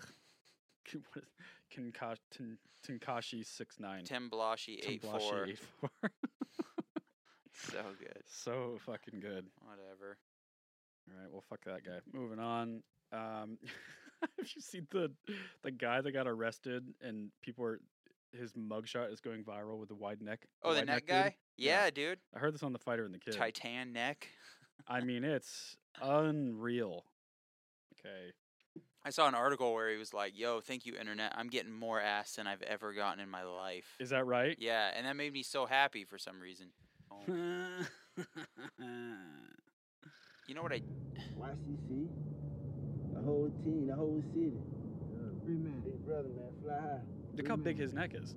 What is- Kinka- Tin- Tinkashi six nine.
Tim Bloshy eight four.
eight four.
So good.
So fucking good.
Whatever.
All right, well, fuck that guy. Moving on. Um, have you seen the the guy that got arrested and people are his mugshot is going viral with the wide neck?
Oh, the
wide
neck
dude?
guy.
Yeah.
Yeah, dude.
I heard this on the Fighter and the Kid.
Titan neck.
I mean, it's unreal. Okay,
I saw an article where he was like, "Yo, thank you, internet. I'm getting more ass than I've ever gotten in my life."
is that right?
yeah, and that made me so happy for some reason. Oh, you know what I?
YCC, the whole team, the whole city. Big brother, man, fly high.
Look how big his neck is.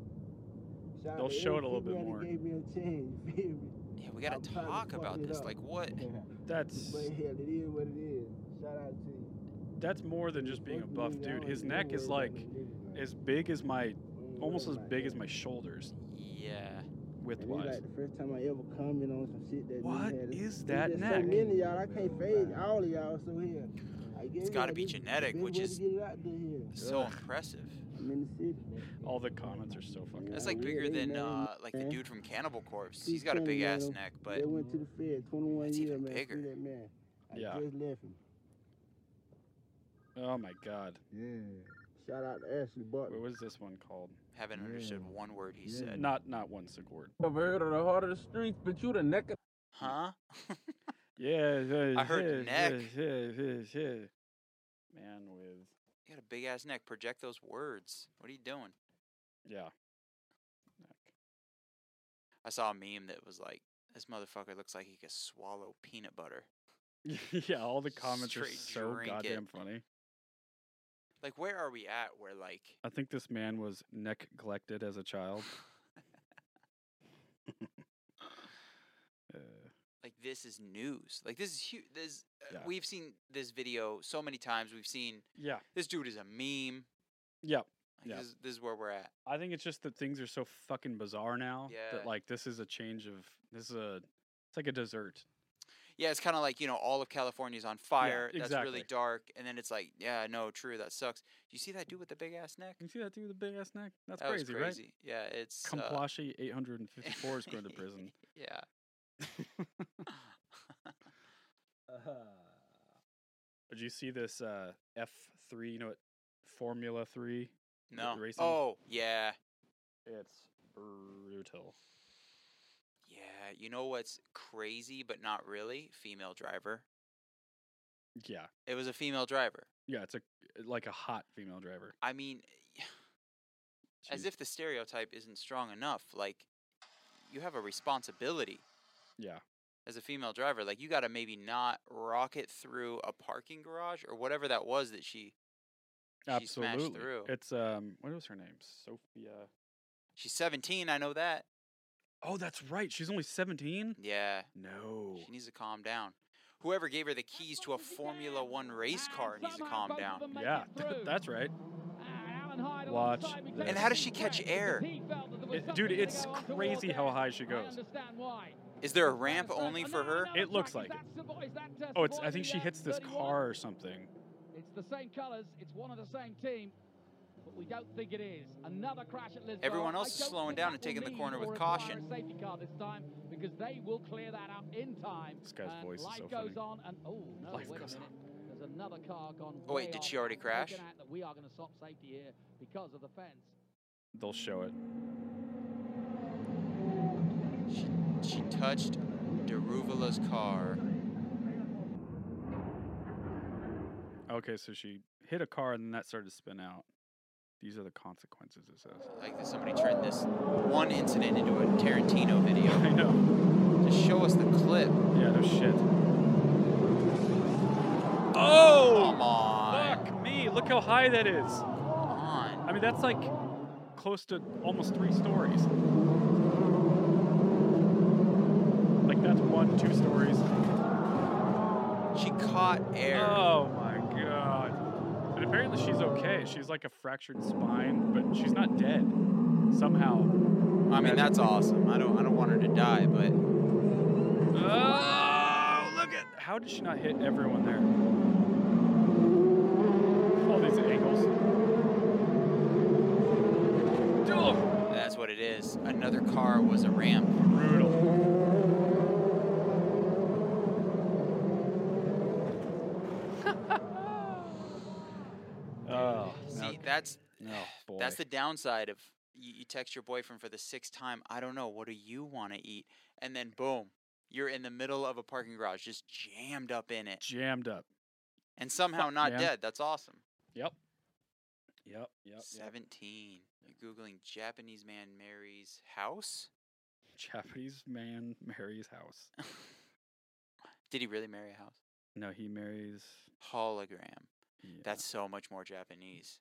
Shout out
They'll
to
show it
every
a little bit
female that
more.
Gave me a chance, you feel me?
Yeah, we gotta
I'm proud of
talk
fucking
about
it
this.
up.
Like, what?
That's
but hell, it is what it is. Shout out to you.
that's more than just being a buff dude. His neck is like as big as my,
Oh,
almost as big as my shoulders
Yeah.
width
And it's
wise.
like the first time I ever commented on some shit that
What
nigga had. It's-
is
it's
that
just
neck?
So many of y'all, I can't fade all of y'all. So here, I guess
gotta
y'all,
be
this the
genetic,
best
which
way
is-
to get it out there here.
So
Ugh.
impressive.
I'm in the city.
All the comments are so fucking.
That's
Yeah,
like
we-
bigger
we
than
know
uh,
him,
like the
man.
dude from Cannibal Corpse.
He's
He's got a
funny,
big ass
man.
neck, but
They went to the Fed, 21
That's
years,
even
man. Screw
bigger.
That man. I
Yeah.
just left him.
Oh my god.
Yeah. Shout out to Ashley Barton.
What was this one called?
haven't understood one word he said.
Not not one sick word.
Never heard of the heart of the streets, but you the neck of
Huh?
Yeah,
I heard neck.
Man with
You got a big ass neck. Project those words. What are you doing?
yeah.
I saw a meme that was like, "This motherfucker looks like he could swallow peanut butter."
yeah, all the comments are
Straight
so
drink it.
goddamn funny.
Like, where are we at? Where like,
I think this man was neglected as a child. uh,
like this is news. Like this is huge. This uh,
Yeah.
we've seen this video so many times. We've seen
yeah,
this dude is a meme.
yeah.
Like,
Yeah.
this, this is where we're at.
I think it's just that things are so fucking bizarre now
Yeah.
that like this is a change of this is a it's like a dessert.
yeah, it's kind of like you know all of California's on fire. That's
exactly.
really dark, and then it's like, yeah, no, true, that sucks. Do you see that dude with the big ass neck?
You see that dude with the big ass neck? That's
that
crazy,
was
right?
crazy. Yeah, it's uh,
Kamplashi 854 is going to prison.
yeah.
Did you see this uh, F3? You know what? Formula 3?
no.
racing?
Oh yeah,
It's brutal.
yeah. You know what's crazy, but not really? Female driver.
Yeah.
It was a female driver.
Yeah, it's a like a hot female driver.
I mean, as
Jeez.
if the stereotype isn't strong enough. Like, you have a responsibility.
Yeah.
as a female driver, like you got to maybe not rocket through a parking garage or whatever that was that she she smashed
Absolutely.
through.
It's um what was her name? Sophia.
She's 17, I know that.
Oh, that's right. She's only 17?
Yeah,
No.
she needs to calm down. Whoever gave her the Ah, keys to a Formula 1 race car needs to calm down.
Yeah, that's right. Watch
Watch.
this.
And how does she catch air?
It- dude, it's crazy how high she goes.
Is there a ramp only for her?
It looks like it. Oh, it's I think she hits this car or something.
It's the same colours. It's one of the same team. But we don't think it is. Another crash at Lisbon.
Everyone else is slowing down and taking the corner with caution.
Safety car this time because they will clear that up in time.
This guy's
And
voice is
life
so
goes
funny.
on and oh no,
Life
wait
goes
a
on.
minute. There's another car gone.
Oh, wait,
way
did
off.
she already
I'm
crash?
looking at That we are going to stop safety here because of the fence.
They'll show it.
She, she touched Deruvala's car.
Okay, so she hit a car and then that started to spin out. These are the consequences it says.
Like that somebody turned this one incident into a Tarantino video
I know.
to show us the clip.
Yeah, no shit.
Come
Oh!
on.
Fuck me. Look how high that is.
Come on.
I mean, that's like close to almost three stories. Like that's one, two stories.
She caught air.
Oh my god! And apparently she's okay. She's like a fractured spine, but she's not dead. Somehow.
I mean, that's awesome. I don't, I don't want her to die, but
Oh, look at! How did she not hit everyone there? All these angles. Oh,
that's what it is. Another car was a ramp.
brutal. Oh,
See, that's
no, boy.
that's the downside of you, you text your boyfriend for the sixth time. I don't know. What do you want to eat? And then boom, you're in the middle of a parking garage, just jammed up in it,
jammed up.
and somehow
Fuck,
not
man.
dead. That's awesome.
Yep. Yep. Yep. yep.
Seventeen. You're googling Japanese man marries house.
Japanese man marries house.
Did he really marry a house?
No, he marries.
Hologram.
Yeah,
That's so much more Japanese.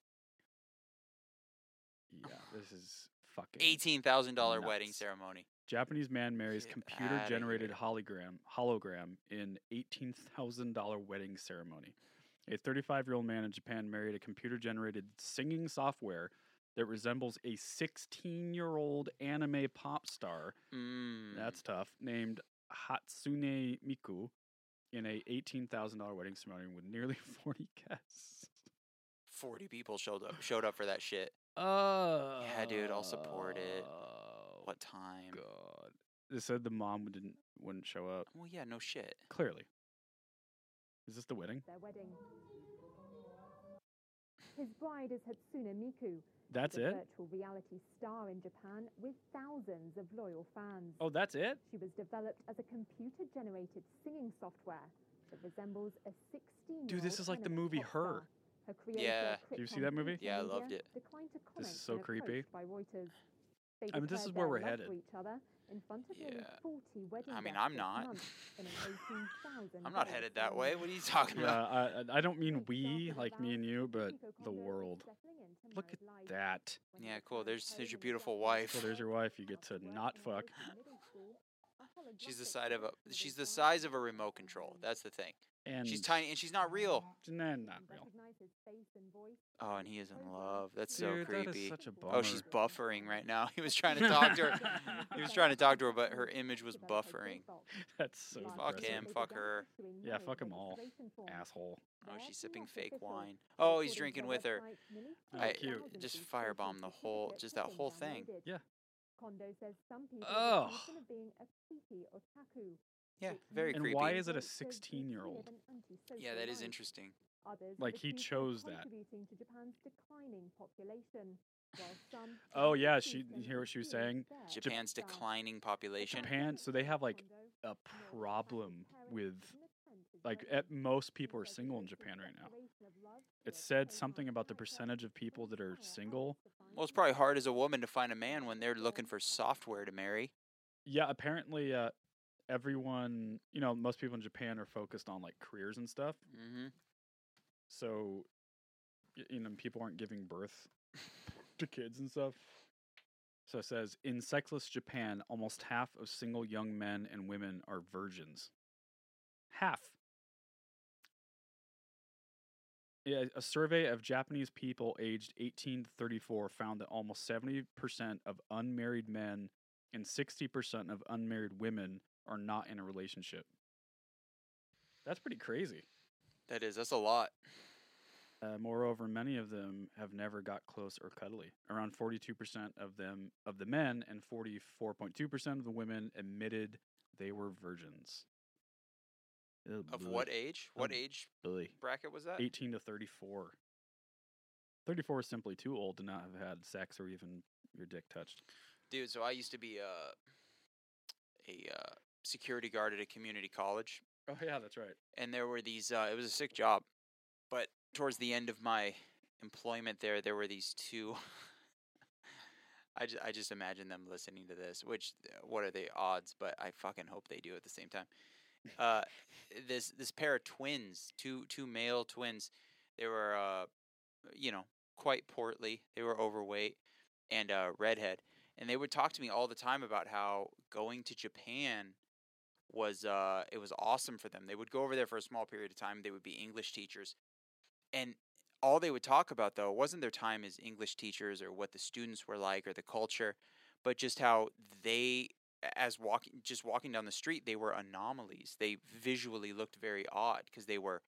yeah. This is fucking
Eighteen thousand dollar wedding
Nuts.
ceremony.
Japanese man marries
Get
computer
outta
generated
here.
hologram hologram in eighteen thousand dollar wedding ceremony. A thirty five year old man in Japan married a computer generated singing software that resembles a sixteen year old anime pop star.
Mm.
That's tough. Named Hatsune Miku in a eighteen thousand dollar wedding ceremony with nearly forty guests.
40 people showed up showed up for that shit.
Oh.
dude, I'll support it. What time?
God. They said the mom didn't wouldn't show up.
Well, yeah, no shit.
Clearly. Is this the wedding?
Their wedding. His bride is Hatsune Miku.
That's
the
it?
Virtual reality star in Japan with thousands of loyal fans.
Oh, that's it?
She was developed as a computer-generated singing software that resembles a 16
Dude, this is like the movie Her.
Her creator,
Yeah.
Crit
Do you see that movie?
Computer
Yeah, I
Media,
loved it.
declined to
This
comment
is so
when approached
creepy.
By Reuters. They
I mean, this
declared
is where
their
we're
love
headed.
For each other in front of nearly
Yeah.
40 wedding
I mean,
guests
I'm
this
not.
month in an 18,000
I'm not
dollar
headed that
ceremony.
way. What are you talking
Yeah,
about?
I, I- I don't mean we, like me and you, but the world. Look at that.
Yeah, cool. There's there's your beautiful wife.
So there's your wife. You get to not fuck.
She's the side of a she's the size of a remote control. That's the thing.
Mm. And
She's tiny and she's not real.
nah, not real.
Recognizes face and voice.
Oh, and he is in love. That's so
Dude, that is
creepy.
such a
oh, she's
bummer.
buffering right now. He was trying to talk to her. He was trying to talk to her, but her image was
Develop her
buffering.
default.
That's so
Lodge
Fuck
aggressive.
him,
is
fuck
begun
her.
issuing
Yeah,
marriage
fuck 'em all.
registration forms.
asshole.
Oh,
Their
she's
key
sipping
office
fake
official,
wine. Oh, he's
according
drinking
to
with her.
website, nearly
Oh,
50,000
cute.
Just
people
firebomb the
certificates
whole-
have
just that
been
whole thing.
downloaded.
Yeah.
Kondo says some people
Ugh.
accuse them of being a freaky otaku.
Yeah,
which
very
means
And
creepy.
why
they
is it a
live their routine
16-year-old?
and antisocial
Yeah, that is
life.
interesting.
Others have
Like, he
accused her of
chose that.
contributing to Japan's declining population, while some
Oh,
find
yeah,
peace
she-
and
here she was
security
saying
there.
Jap-
Japan's declining population.
Japan, so they have like
Kondo,
a
no
problem
happy parent
with
can attend his
like
birthday.
at most people are
His
single in Japan
declaration
right now.
of declaration of love to
It
a
said
"Oh,
fellow
something about the
American
percentage of people that are
Entire
single.
hours to find
Well, it's
him.
probably hard as a woman to find a man when they're looking for software to marry.
Yeah, apparently uh everyone, you know, most people in Japan are focused on like careers and stuff.
Mm-hmm.
So y- you know, people aren't giving birth to kids and stuff. So it says in sexless Japan, almost half of single young men and women are virgins. Half. Yeah, a survey of Japanese people aged 18 to 34 found that almost 70% of unmarried men and 60% of unmarried women are not in a relationship. That's pretty crazy.
That is. That's a lot.
Uh, moreover, many of them have never got close or cuddly. Around 42% of them of the men and 44.2% of the women admitted they were virgins. Ugh,
Of
bleh,
what age? What
Um,
age
bleh.
bracket was that?
18 to 34. 34 is simply too old to not have had sex or even your dick touched.
Dude, so I used to be uh, a uh, security guard at a community college,
Oh yeah, that's right.
and there were these. Uh, it was a sick job, but towards the end of my employment there, there were these two. I just, I just imagine them listening to this. Which, uh, what are the odds? But I fucking hope they do at the same time. Uh, this this pair of twins, two two male twins. They were, uh, you know, quite portly. They were overweight and uh, redhead, and they would talk to me all the time about how going to Japan was uh it was awesome for them. They would go over there for a small period of time. They would be English teachers. And all they would talk about though wasn't their time as English teachers or what the students were like or the culture, but just how they a- as walking just walking down the street, they were anomalies. They visually looked very odd because they were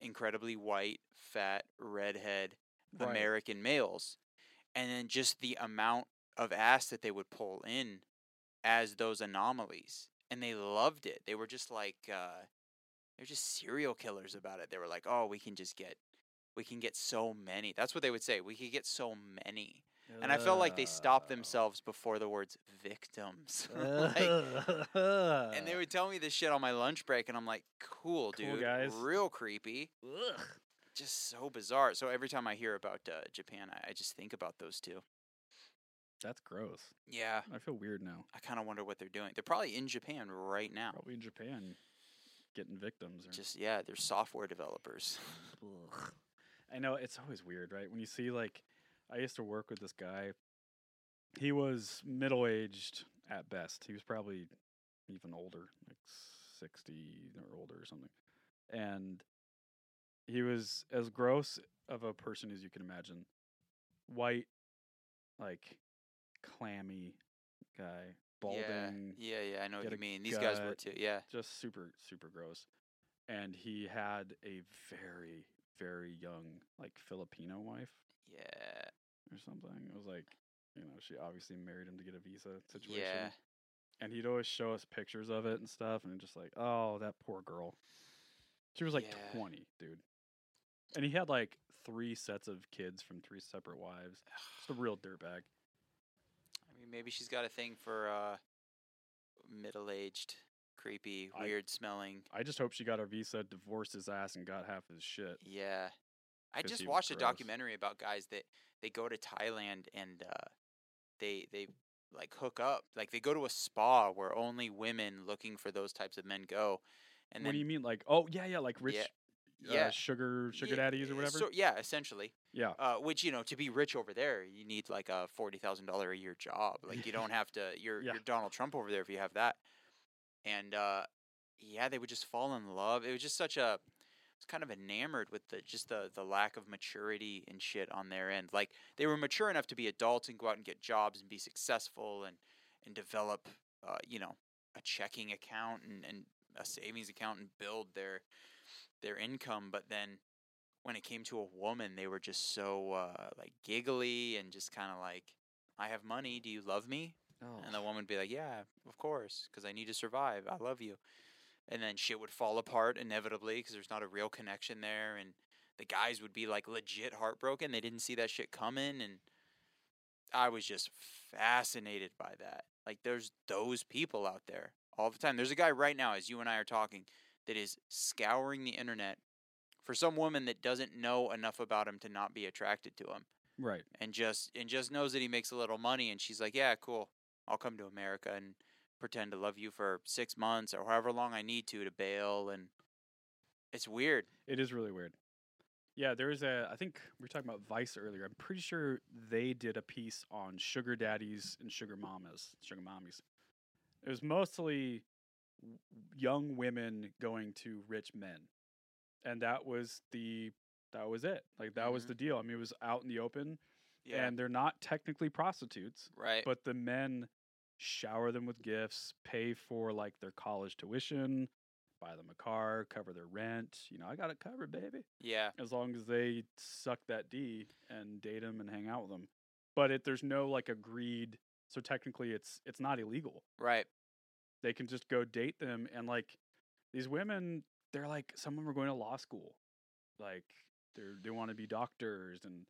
incredibly white, fat, redhead
Right.
American males. And then just the amount of ass that they would pull in as those anomalies and they loved it they were just like uh they're just serial killers about it they were like oh we can just get we can get so many that's what they would say we could get so many and i felt like they stopped
Uh.
themselves before the words victims like, and they would tell me this shit on my lunch break and i'm like cool
Cool,
dude
guys."
real creepy just so bizarre so every time i hear about uh, japan I, I just think about those two
That's gross.
yeah
I feel weird now.
i kind of wonder what they're doing they're probably in japan right now
Probably in Japan, getting victims. Or...
just yeah they're software developers
Ugh. I know it's always weird, right? When you see like, I used to work with this guy. He was middle aged at best. He was probably even older, like sixty or older or something. And he was as gross of a person as you can imagine. White, like clammy guy, balding,
Yeah, yeah, yeah I know
get
what you
a
mean. These guys were
gut.
too. Yeah,
just super super gross and he had a very very young like filipino wife
yeah,
or something it was like you know she obviously married him to get a visa situation
yeah.
and he'd always show us pictures of it and stuff and just like oh that poor girl she was like
Yeah.
20 dude and he had like three sets of kids from three separate wives just a real dirtbag
I mean, maybe she's got a thing for uh, middle-aged, creepy,
I-
weird-smelling.
i just hope she got her visa divorced his ass and got half his shit
Yeah, I
'Cause
just
he was
watched a
gross.
documentary about guys that they go to Thailand and uh, they they like hook up. Like they go to a spa where only women looking for those types of men go. And
what
then
do you mean like oh yeah yeah like rich
Yeah.
uh,
yeah,
sugar sugar
yeah,
daddies or
uh,
whatever
so- yeah, essentially.
yeah
Uh, which you know, to be rich over there, you need like a forty thousand dollar a year job. Like you don't have to. You're
Yeah.
you're Donald Trump over there if you have that. And uh, yeah, they would just fall in love. It was just such a was kind of enamored with the just the the lack of maturity and shit on their end. Like they were mature enough to be adults and go out and get jobs and be successful and and develop, uh, you know, a checking account and and a savings account and build their their income. But then when it came to a woman, they were just so uh, like giggly and just kind of like, "I have money. Do you love me?"
Oh.
And the woman would be like, "Yeah, of course, because I need to survive. I love you." And then shit would fall apart inevitably because there's not a real connection there, and the guys would be like legit heartbroken. They didn't see that shit coming, and I was just fascinated by that. Like, there's those people out there all the time. There's a guy right now, as you and I are talking, that is scouring the internet for some woman that doesn't know enough about him to not be attracted to him
Right.
and just and just knows that he makes a little money and she's like, "Yeah, cool. I'll come to America and pretend to love you for 6 months or however long I need to to bail." And it's weird.
It is really weird. Yeah, there is a. I think we were talking about Vice earlier. I'm pretty sure they did a piece on sugar daddies and sugar mamas, sugar mommies. It was mostly w- young women going to rich men, and that was the that was it. Like that was
Mhm.
the deal. I mean, it was out in the open, and they're not technically prostitutes,
right.
but the men shower them with gifts, pay for like their college tuition, buy them a car, cover their rent. You know, I got it covered, baby
yeah.
as long as they suck that D and date them and hang out with them. But it, there's no like agreed, so technically it's it's not illegal.
Right.
They can just go date them and like these women, they're like some of them are going to law school, like they're they want to be doctors and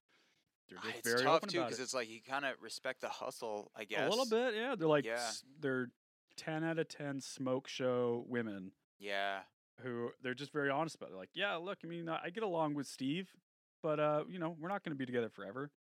they're
Ah,
just
It's
very
tough
open
too
about
cuz
it.
it's like you kind of respect the hustle, I guess.
a little bit. Yeah, they're like
Yeah.
s- they're ten out of ten smoke show women
Yeah.
who they're just very honest about. It. They're like, yeah, look, I mean, I I get along with Steve, but uh, you know, we're not going to be together forever.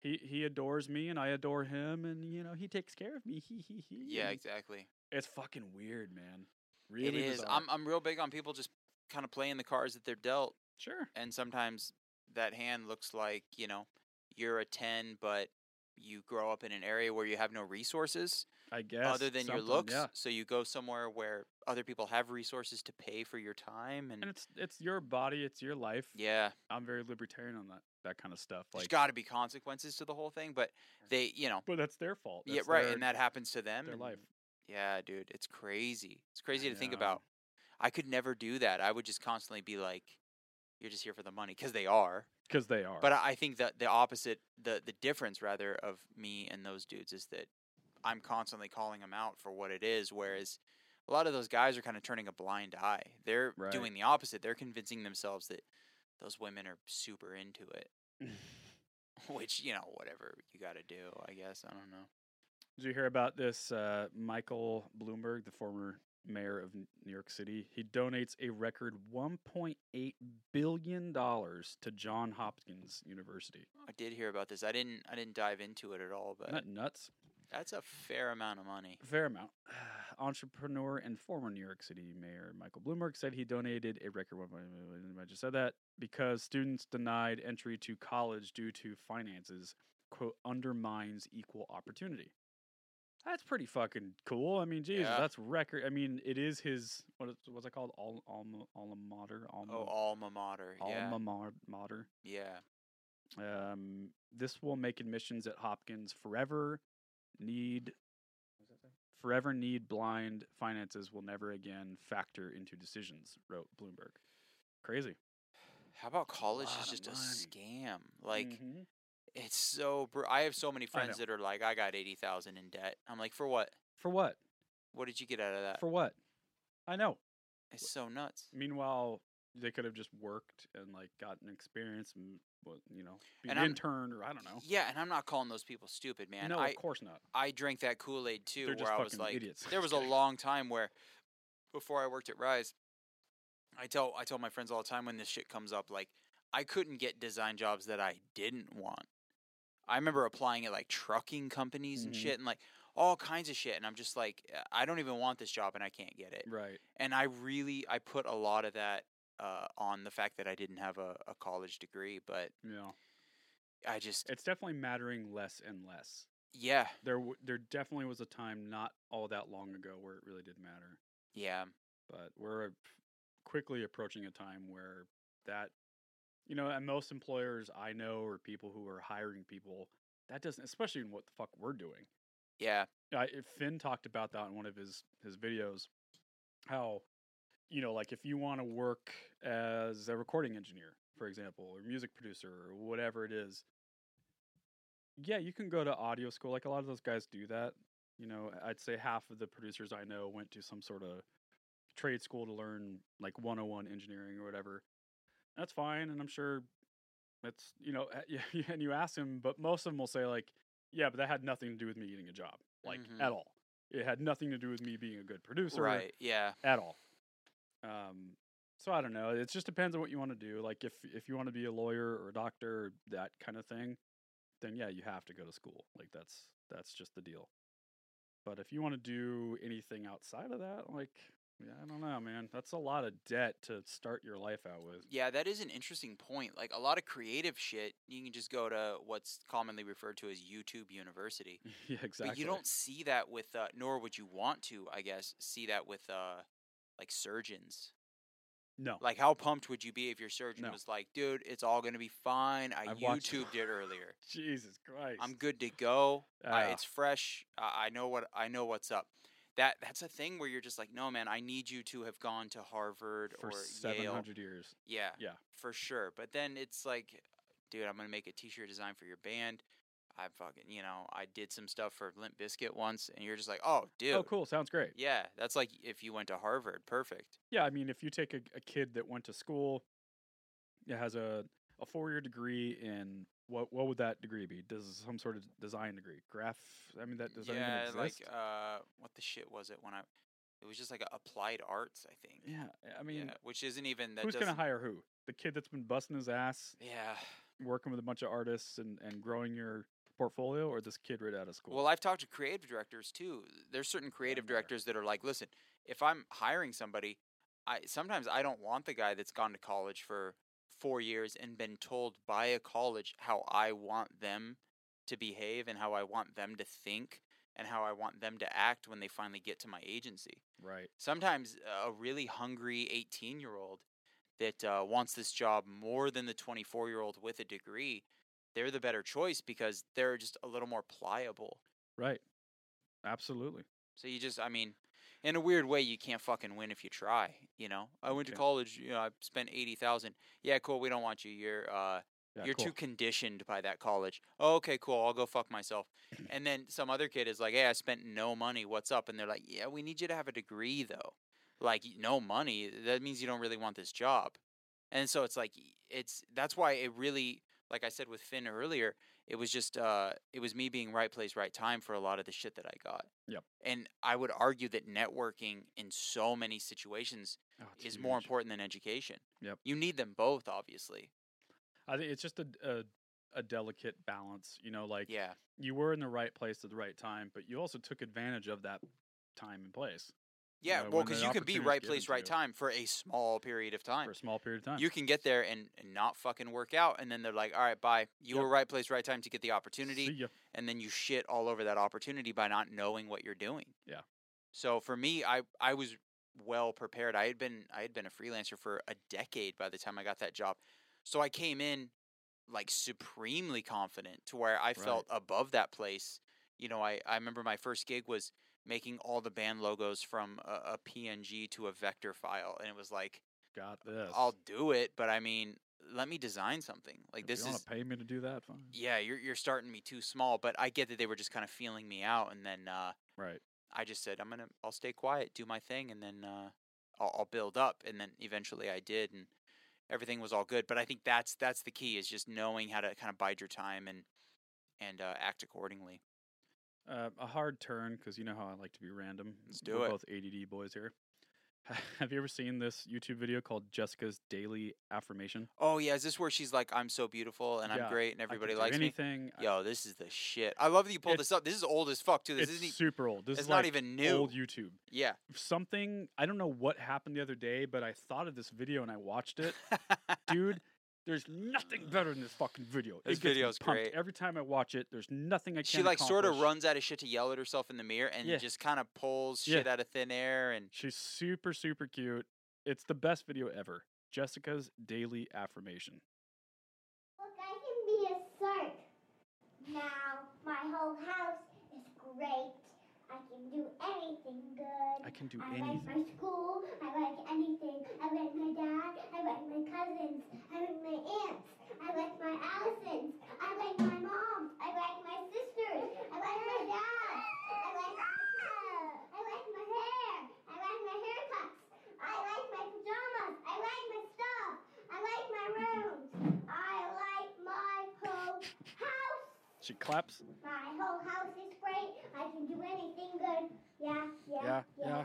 He he adores me, and I adore him, and you know, he takes care of me. He he he.
Yeah, exactly.
it's fucking weird, man. Mm-hmm. Really
it is.
bizarre.
I'm I'm real big on people just kind of playing the cards that they're dealt,
sure.
and sometimes that hand looks like you know you're a ten, but you grow up in an area where you have no resources
I guess
other than your
something,
looks,
Yeah.
so you go somewhere where other people have resources to pay for your time, and,
And it's it's your body, it's your life.
hmm yeah,
I'm very libertarian on that that kind of stuff.
there's
Like,
got to be consequences to the whole thing, but they, you know,
but that's their fault.
yeah,
That's
right,
their-
and that happens to them.
their
and-
life.
Yeah, dude, it's crazy. It's crazy to think
know.
about. I could never do that. I would just constantly be like, "You're just here for the money," because they are.
because they are.
But I I think that the opposite, the the difference rather of me and those dudes is that I'm constantly calling them out for what it is, whereas a lot of those guys are kind of turning a blind eye. They're
Right.
doing the opposite. They're convincing themselves that those women are super into it, which you know, whatever you got to do, I guess. I don't know.
Did you hear about this uh, Michael Bloomberg, the former mayor of N- New York City? He donates a record 1.8 billion dollars to John Hopkins University.
I did hear about this. I didn't. I didn't dive into it at all, but
Isn't that nuts?
that's a fair amount of money.
Fair amount. Entrepreneur and former New York City Mayor Michael Bloomberg said he donated a record 1.8 billion. I just said that because students denied entry to college due to finances quote undermines equal opportunity. That's pretty fucking cool. I mean, Jesus,
Yeah.
that's record. I mean, it is his what is, what's it called? Al, alma alma mater. Alma,
Oh, alma mater. Yeah,
Mm. alma mar- mater.
yeah.
Um, this will make admissions at Hopkins forever need forever need blind finances will never again factor into decisions, wrote Bloomberg. Crazy.
How about college
lot
is
of
just a
money.
scam? Like
Mhm.
it's so. Br- I have so many
I
friends that are like, I got eighty thousand in debt. I'm like, for what?
for what?
What did you get out of that?
For what? I know.
it's so nuts.
Meanwhile, they could have just worked and like gotten experience and what you know, be
And
an
I'm-
intern or I don't know.
Yeah, and I'm not calling those people stupid, man.
no,
I
of course not.
I drank that Kool Aid too,
They're
where
just
I was
fucking
like,
idiots.
there was a long time where before I worked at Rise, I tell I tell my friends all the time when this shit comes up, like I couldn't get design jobs that I didn't want. I remember applying at like trucking companies and
Mhm.
shit, and like all kinds of shit, and I'm just like, I don't even want this job, and I can't get it
Right.
and I really I put a lot of that uh, on the fact that I didn't have a, a college degree, but
Yeah.
I just
It's definitely mattering less and less.
yeah
There w- there definitely was a time not all that long ago where it really did matter.
yeah
but we're quickly approaching a time where that you know and most employers i know or people who are hiring people that doesn't especially in what the fuck we're doing
Yeah.
I, if Finn talked about that in one of his his videos, how you know, like if you want to work as a recording engineer, for example, or music producer, or whatever it is, yeah, you can go to audio school. Like a lot of those guys do that. You know, I'd say half of the producers I know went to some sort of trade school to learn like 101 engineering or whatever. That's fine, and I'm sure that's you know, eh, yeah. And you ask them, but most of them will say like, yeah, but that had nothing to do with me getting a job, like
Mhm.
at all. It had nothing to do with me being a good producer
Right. Yeah.
at all. Um, so I don't know. It just depends on what you want to do. Like if if you want to be a lawyer or a doctor, that kind of thing, then yeah, you have to go to school. Like that's that's just the deal. But if you want to do anything outside of that, like yeah, I don't know, man. That's a lot of debt to start your life out with.
Yeah, that is an interesting point. Like a lot of creative shit, you can just go to what's commonly referred to as YouTube University.
yeah, exactly.
But you don't see that with, uh, nor would you want to, I guess, see that with uh, like surgeons.
no.
Like, how pumped would you be if your surgeon
No.
was like, dude, it's all going to be fine. I
I've watched-
YouTubed it earlier.
Jesus Christ. Ah,
I'm good to go. I,
Yeah.
it's fresh. I, I know what I know what's up. That that's a thing where you're just like, no, man, I need you to have gone to Harvard
for
or
seven
Yale.
hundred years.
Yeah,
Yeah.
for sure. But then it's like, dude, I'm gonna make a T-shirt design for your band. I fucking, you know, I did some stuff for Limp Biscuit once, and you're just like, oh, dude,
Oh, cool. Sounds great.
Yeah, that's like if you went to Harvard, perfect.
Yeah, I mean, if you take a, a kid that went to school, that has a, a four year degree in what what would that degree be? Does some sort of design degree? Graph? I mean, that does that
yeah,
even
like
exist?
uh, what the shit was it when I? It was just like a applied arts, I think.
yeah, I mean,
yeah, which isn't even that.
who's
doesn't,
gonna hire who? The kid that's been busting his ass,
Yeah.
working with a bunch of artists, and and growing your portfolio, or this kid right out of school?
Well, I've talked to creative directors too. There's certain creative
matter.
directors that are like, listen, if I'm hiring somebody, I sometimes I don't want the guy that's gone to college for four years and been told by a college how I want them to behave and how I want them to think and how I want them to act when they finally get to my agency.
right.
Sometimes a really hungry 18 year old that uh, wants this job more than the 24 year old with a degree, they're the better choice because they're just a little more pliable.
Right. Absolutely.
So you just, I mean, in a weird way, you can't fucking win if you try. You know, I went to
Yeah.
college. You know, I spent eighty thousand. Yeah, cool. We don't want you. You're, uh,
Yeah,
you're
cool.
too conditioned by that college. Oh, okay, cool. I'll go fuck myself. and then some other kid is like, "Hey, I spent no money. What's up?" And they're like, "Yeah, we need you to have a degree though. Like, y- no money. That means you don't really want this job." And so it's like, y- it's that's why it really, like I said with Finn earlier, it was just, uh, it was me being right place, right time for a lot of the shit that I got.
Yep.
And I would argue that networking in so many situations
Oh, it's
is more
huge.
important than education.
Yep.
You need them both, obviously.
I think it's just a, a a delicate balance. You know, like
Yeah.
you were in the right place at the right time, but you also took advantage of that time and place
Yeah,
uh,
well,
when
because
an
you can be
opportunity's
right
given
place,
to
right
you.
time for a small period of time.
for a small period of time.
You can get there and, and not fucking work out, and then they're like, "All right, bye. You
Yep.
were right place, right time to get the
See
opportunity,"
ya.
and then you shit all over that opportunity by not knowing what you're doing.
Yeah.
So for me, I I was well prepared. I had been I had been a freelancer for a decade by the time I got that job, so I came in like supremely confident to where I felt above that place. You know, I I remember my first gig was making all the band logos from a, a PNG to a vector file, and it was like.
Got this.
I'll do it, but I mean, let me design something. Like
If
this
you
is
want to pay me to do that, fine.
yeah, you're you're starting me too small, but I get that they were just kind of feeling me out and then uh
Right.
I just said I'm going to I'll stay quiet, do my thing and then uh I'll, I'll build up and then eventually I did and everything was all good, but I think that's that's the key is just knowing how to kind of bide your time and and uh, act accordingly.
Uh, a hard turn because you know how I like to be random.
Let's do
We're
it.
Both ADD boys here. Have you ever seen this YouTube video called Jessica's Daily Affirmation?
Oh yeah, is this where she's like I'm so beautiful and
Yeah,
I'm great and
I can
everybody
do
likes me?
anything. I-
Yo, this is the shit. I love that you pulled
It's-
this up. This is old as fuck too. This
it's
isn't e-
super old. This
it's
is
not
like
even new.
Old YouTube.
Yeah.
Something I don't know what happened the other day, but I thought of this video and I watched it, dude. There's nothing better than this fucking video.
This
it gets me
video's
pumped.
great.
Every time I watch it, there's nothing I can.
she like sort of
accomplish.
runs out of shit to yell at herself in the mirror and
Yeah.
just kind of pulls
Yeah.
shit out of thin air and
She's super, super cute. It's the best video ever. Jessica's daily affirmation.
Look, I can be a sark. Now my whole house is great. I can do anything good.
I can do
I like
anything.
my school. I like anything. I like my dad. I like my cousins. I like my aunts. I like my Allisons. I like my mom. I like my sisters. I like my dad. I like my car. I like my hair. I like my haircuts. I like my pajamas. I like my stuff. I like my rooms. I like my whole house.
She claps.
My whole house is great. I can do anything good. Yeah, yeah,
Yeah,
yeah, yeah,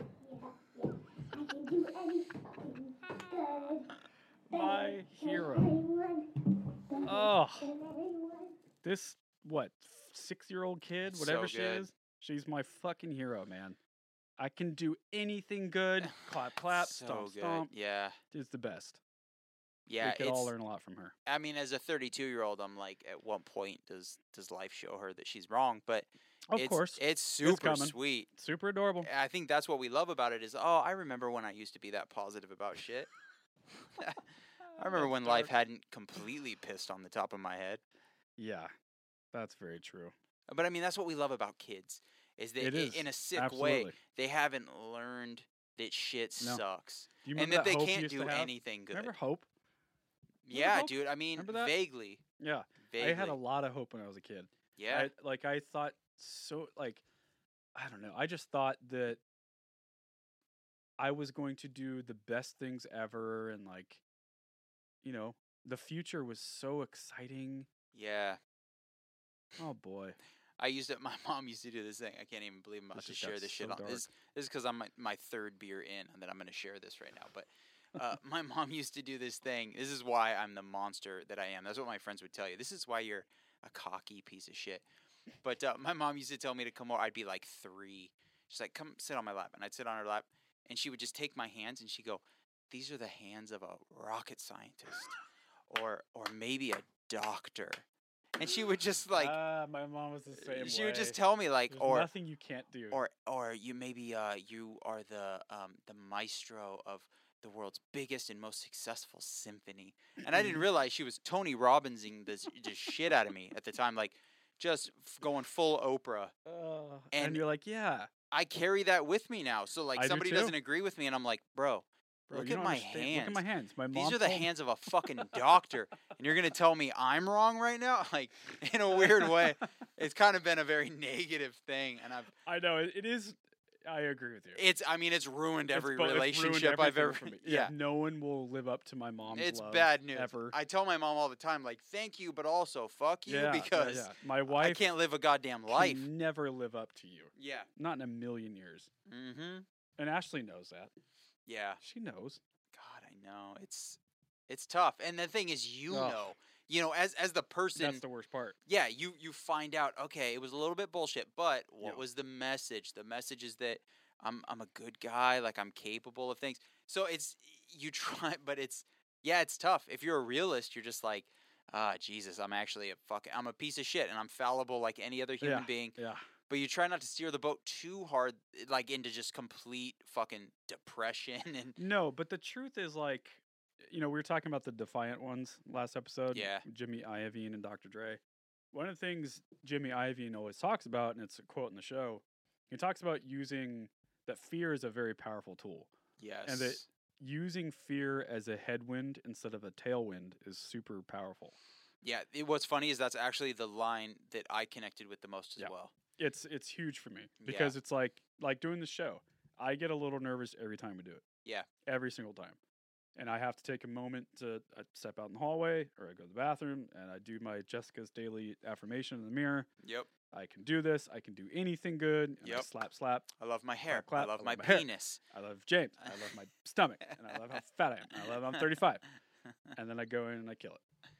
yeah. I can do anything good.
My
Better than
hero.
everyone. Better
Ugh.
than everyone.
This what six year old kid,
It's
whatever
so
she
good.
is, she's my fucking hero, man. I can do anything good. Clap, clap,
so
stomp,
good.
stomp.
Yeah,
It's the best.
yeah.
we could all
it's-
learn a lot from her.
I mean, as a 32 year old, I'm like, at what point does does life show her that she's wrong? But
Of
it's,
course,
it's super
coming.
sweet.
super adorable.
I think that's what we love about it is, oh, I remember when I used to be that positive about shit. I remember
That's
when life
dark.
hadn't completely pissed on the top of my head.
Yeah, that's very true.
But I mean, that's what we love about kids is that
It
i-
is,
in a sick
Absolutely.
way they haven't learned that shit
No.
sucks
Do you
and
remember
that
that
they
Hope
can't
used to
do
have?
anything good.
Remember Hope?
yeah,
Hope?
dude. I mean,
Remember that?
vaguely,
Yeah,
vaguely.
I had a lot of hope when I was a kid.
yeah.
I, like I thought so like I don't know. I just thought that I was going to do the best things ever and like you know, the future was so exciting.
yeah.
Oh boy.
I used it. My mom used to do this thing. I can't even believe I'm about
This
to
just got
share this shit
so
on this. This is because I'm my, my third beer in, and that I'm going to share this right now. But uh, my mom used to do this thing. This is why I'm the monster that I am. That's what my friends would tell you. This is why you're a cocky piece of shit. But uh, my mom used to tell me to come over. I'd be like three. She's like, "Come sit on my lap," and I'd sit on her lap, and she would just take my hands and she would go, "These are the hands of a rocket scientist, or or maybe a doctor." And she would just like
ah, my mom was the same
Uh, she would just
way.
tell me like
There's
or
nothing you can't do.
or or you maybe uh you are the um the maestro of the world's biggest and most successful symphony and i
Mm-hmm.
didn't realize she was tony robbinsing this just shit out of me at the time like just f- going full oprah
Ugh, and,
and
you're like, yeah,
i carry that with me now so like
I do
somebody
too.
doesn't agree with me and i'm like bro
bro,
look
you
at
don't
my
understand. Look at
hands.
my hands. My mom
these are the
told-
hands of a fucking doctor and you're gonna tell me i'm wrong right now like in a weird way it's kind of been a very negative thing and i've
I know it, it is I agree with you.
It's I mean it's ruined
It's
every
bo- it's ruined
relationship I've
everything
ever
for me.
yeah.
no one will live up to my mom's
It's
love
bad news.
ever.
I tell my mom all the time like thank you but also fuck you
yeah, yeah,
because
yeah. my
I
wife
can't live a goddamn life.
can never live up to you.
Yeah.
Not in a million years.
Mhm.
And Ashley knows that.
Yeah.
She knows.
God, I know. It's it's tough. And the thing is you
Ugh.
know. You know as as the person
That's the worst part.
yeah, you you find out okay, it was a little bit bullshit, but what
Yeah.
was the message? The message is that I'm I'm a good guy, like I'm capable of things. So it's you try, but it's yeah, it's tough. If you're a realist, you're just like, ah, Jesus, I'm actually a fuck, I'm a piece of shit, and I'm fallible like any other human being.
Yeah.
But you try not to steer the boat too hard, eh, like into just complete fucking depression and
No, but the truth is like you know, we were talking about the defiant ones last episode.
Yeah.
Jimmy Iovine and Dr. Dre. One of the things Jimmy Iovine always talks about, and it's a quote in the show, he talks about using that fear is a very powerful tool.
yes,
And it- using fear as a headwind instead of a tailwind is super powerful.
yeah. It, what's funny is that's actually the line that I connected with the most as
Yeah.
well.
It's it's huge for me
Yeah.
because it's like like doing the show. I get a little nervous every time we do it.
Yeah.
Every single time. And I have to take a moment to I step out in the hallway or I go to the bathroom and I do my Jessica's daily affirmation in the mirror.
Yep.
I can do this. I can do anything good. And I
Yep.
slap slap.
I love my hair.
clap,
I love
I
my
love my hair.
penis.
I love James. I love my stomach. And I love how fat I am. I love I'm 35. and then I go in and I kill it.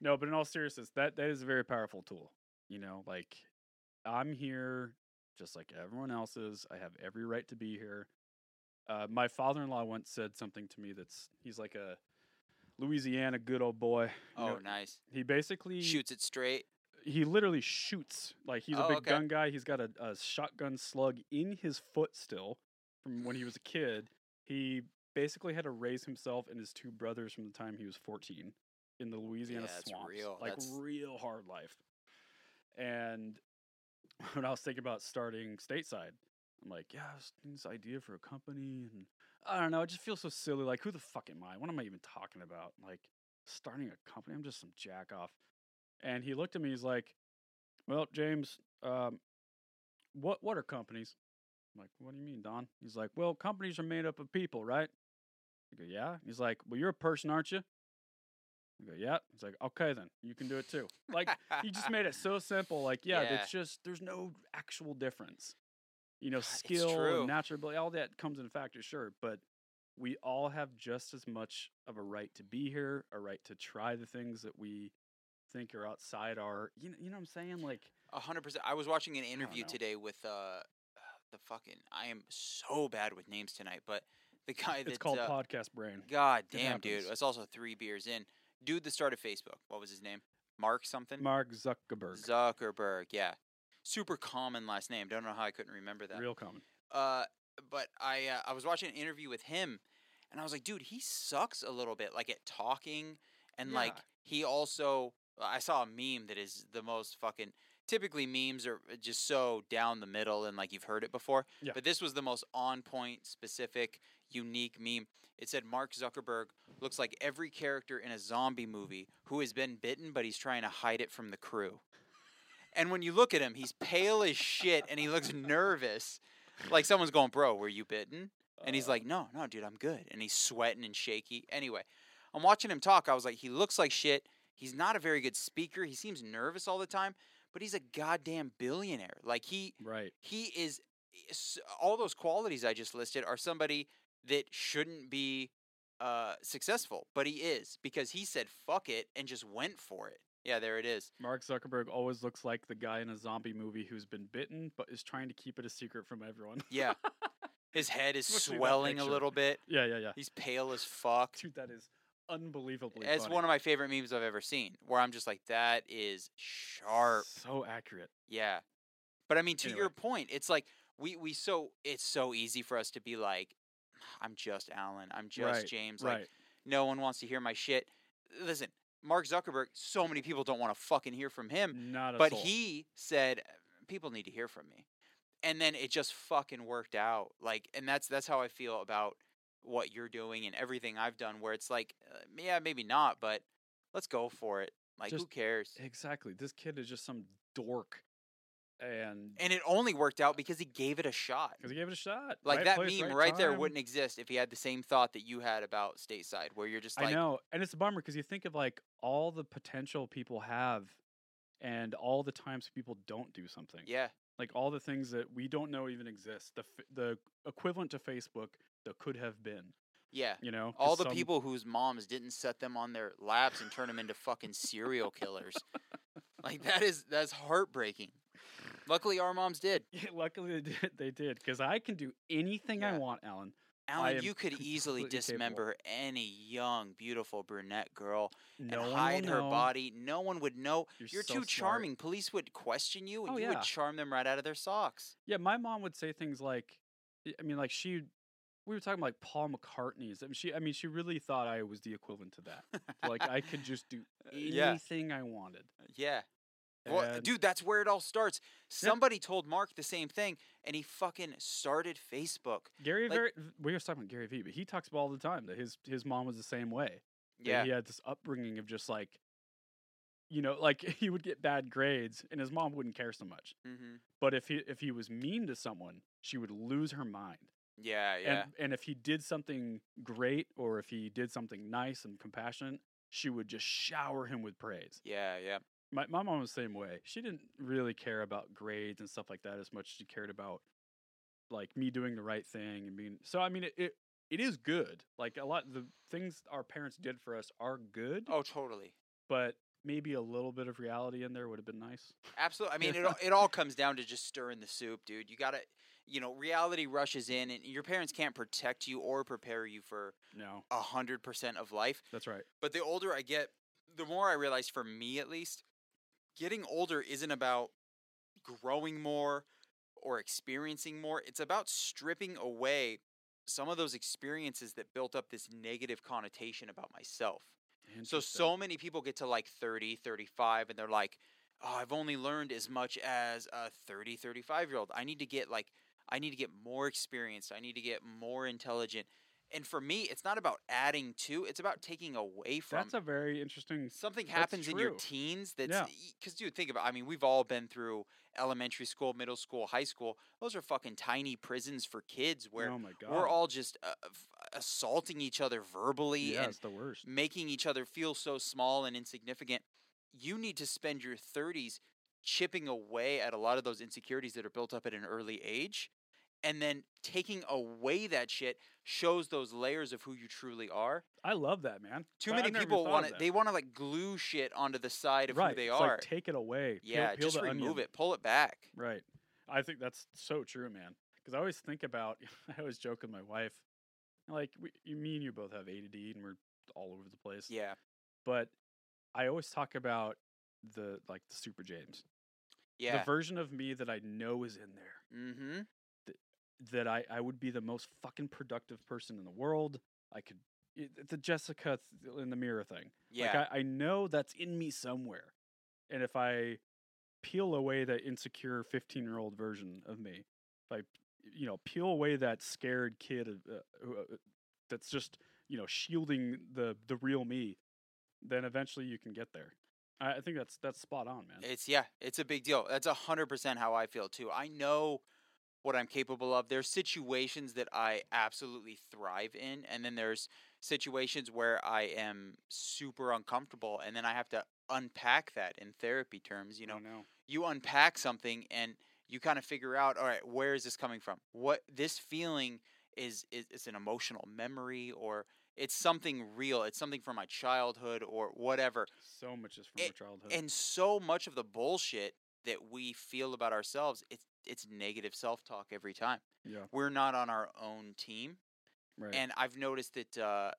No, but in all seriousness, that that is a very powerful tool. You know, like I'm here just like everyone else is. I have every right to be here. Uh, my father-in-law once said something to me that's he's like a Louisiana good old boy. you
Oh,
know,
nice.
He basically
Shoots it straight.
he literally shoots. Like he's a
Oh,
big
okay.
gun guy. He's got a, a shotgun slug in his foot still from when he was a kid. He basically had to raise himself and his two brothers from the time he was 14 in the Louisiana
Yeah, it's
swamps.
real.
Like
That's-
real hard life. And when I was thinking about starting stateside, I'm like, yeah, I was thinking this idea for a company and I don't know, it just feels so silly. Like who the fuck am I? What am I even talking about? Like starting a company? I'm just some jack off. And he looked at me, he's like, Well, James, um, what what are companies? I'm like, what do you mean, Don? He's like, well, companies are made up of people, right? I go, yeah. He's like, well, you're a person, aren't you? I go, yeah. He's like, okay, then you can do it too. Like, he just made it so simple. Like, yeah,
Yeah.
it's just there's no actual difference. You know,
It's
skill,
true.
and natural ability, all that comes in factor, sure, but we all have just as much of a right to be here, a right to try the things that we think are outside our. You know, you know what I'm saying? Like,
A hundred percent. I was watching an interview
know.
today with uh, the fucking. I am so bad with names tonight, but the guy that
it's called
uh,
podcast brain.
God
It
damn, dude.
happens.
That's also three beers in. Dude that started Facebook. What was his name? Mark something.
Mark Zuckerberg.
Zuckerberg. Yeah. Super common last name. Don't know how I couldn't remember that.
Real common.
Uh, but I uh, I was watching an interview with him, and I was like, dude, he sucks a little bit, like at talking, and like
Yeah.
he also. uh, I saw a meme that is the most fucking. Typically, memes are uh, just so down the middle, and like you've heard it before.
Yeah.
But this was the most on point, specific, unique meme. It said Mark Zuckerberg looks like every character in a zombie movie who has been bitten, but he's trying to hide it from the crew. And when you look at him, he's pale as shit and he looks nervous. Like someone's going, Bro, were you bitten?
Uh.
And he's like, No, no, dude, I'm good. And he's sweating and shaky. Anyway, I'm watching him talk. I was like, He looks like shit. He's not a very good speaker. He seems nervous all the time, but he's a goddamn billionaire. Like, he
Right.
he is s- all those qualities I just listed are somebody that shouldn't be uh, successful, but he is because he said fuck it and just went for it. Yeah, there it is.
Mark Zuckerberg always looks like the guy in a zombie movie who's been bitten but is trying to keep it a secret from everyone.
Yeah, his head is
Especially that
swelling a
picture.
little bit.
yeah, yeah, yeah.
He's pale as fuck.
Dude, that is unbelievably.
It's one of my favorite memes I've ever seen. Where I'm just like, that is sharp.
so accurate.
Yeah. But I mean, to your
Anyway.
point, it's like we we so it's so easy for us to be like, I'm just Alan. I'm just
Right,
James. Like
Right.
no one wants to hear my shit. Listen, Mark Zuckerberg, so many people don't want to fucking hear from him,
Not a
"Hmm." but
soul.
he said people need to hear from me. And then it just fucking worked out. Like and that's that's how I feel about what you're doing and everything I've done where it's like uh, yeah, maybe not, but let's go for it. Like who
Just-
cares?
Exactly. This kid is just some dork. And
And it only worked out because he gave it a shot.
because he gave it a shot.
Like
Right
that
place,
meme
right,
right, there
time.
wouldn't exist if he had the same thought that you had about stateside where you're just
I
like
know. And it's a bummer because you think of like all the potential people have and all the times people don't do something.
yeah,
like all the things that we don't know even exist the f- the equivalent to facebook that could have been
yeah.
you know 'cause
All the
some-
people whose moms didn't set them on their laps and turn them into fucking serial killers. Like that is that's heartbreaking. Luckily, our moms did.
Yeah, luckily they did they did because i can do anything i
Yeah.
want alan
Alan,
am
you could
completely
easily
capable.
dismember any young, beautiful brunette girl
no
and
one
hide
will
her
know.
body. No one would know.
You're
You're,
so
too
smart.
charming. Police would question you, and
Oh,
you
yeah.
would charm them right out of their socks.
yeah my mom would say things like i I mean like she we were talking like paul mccartney's I mean, she i mean she really thought i was the equivalent to that like i could just do
yeah.
anything i wanted
Yeah. Well, uh,
And-
dude, that's where it all starts. Somebody told Mark the same thing, and he fucking started Facebook.
gary
like-
Ver- we were talking about gary vee but he talks about all the time that his his mom was the same way that
Yeah.
he had this upbringing of just like you know like he would get bad grades and his mom wouldn't care so much
Mm-hmm.
but if he if he was mean to someone she would lose her mind
Yeah. Yeah.
and and if he did something great or if he did something nice and compassionate she would just shower him with praise
Yeah. Yeah.
my, my mom was the same way she didn't really care about grades and stuff like that as much as she cared about like me doing the right thing and being so i mean it, it it is good like a lot the things our parents did for us are good
Oh, totally.
but maybe a little bit of reality in there would have been nice.
Absolutely. I mean, it all, it all comes down to just stirring the soup, dude. You gotta, you know, reality rushes in, and your parents can't protect you or prepare you for
No,
a hundred percent of life.
that's right.
But the older I get, the more I realize, for me at least, getting older isn't about growing more or experiencing more. It's about stripping away some of those experiences that built up this negative connotation about myself. So
Interesting.
so many people get to like 30, 35 and they're like, "Oh, I've only learned as much as a 30, 35-year-old. I need to get like I need to get more experienced. I need to get more intelligent." And for me, it's not about adding to, it's about taking away from
That's a very interesting.
something
That's
happens in your
true.
teens that's
Yeah.
because dude think about i mean we've all been through elementary school middle school high school those are fucking tiny prisons for kids where
oh my god.
we're all just uh, f- assaulting each other verbally
Yeah,
and
it's the worst.
making each other feel so small and insignificant you need to spend your 30s chipping away at a lot of those insecurities that are built up at an early age and then taking away that shit shows those layers of who you truly are
I love that, man.
too
I-
many
I've never even
people
thought
want
of
to.
that.
They want to like glue shit onto the side of
right.
who they
it's
are.
Like, take it away. Peel-
yeah,
peel
just
the
remove
onion.
it. Pull it back.
Right. I think that's so true, man. Because I always think about, I always joke with my wife, like, we, you, me and you both have A to D and we're all over the place.
Yeah,
But I always talk about the, like, the Super James.
yeah.
The version of me that I know is in there.
mm-hmm.
that I, I would be the most fucking productive person in the world. I could it, it's the Jessica th- in the mirror thing.
Yeah.
Like I, I know that's in me somewhere. And if I peel away that insecure 15 year old version of me, if I, you know, peel away that scared kid of, uh, who, uh, that's just, you know, shielding the, the real me, then eventually you can get there. I, I think that's, that's spot on, man.
It's yeah, it's a big deal. That's hundred percent how I feel too. I know what I'm capable of. There's situations that I absolutely thrive in, and then there's situations where I am super uncomfortable, and then I have to unpack that in therapy terms. You know,
I know.
you unpack something and you kind of figure out all right where is this coming from what this feeling is is it's an emotional memory or it's something real it's something from my childhood or whatever
So much is from our childhood.
and so much of the bullshit that we feel about ourselves it's it's negative self-talk every time
yeah.
we're not on our own team
Right.
and I've noticed that uh,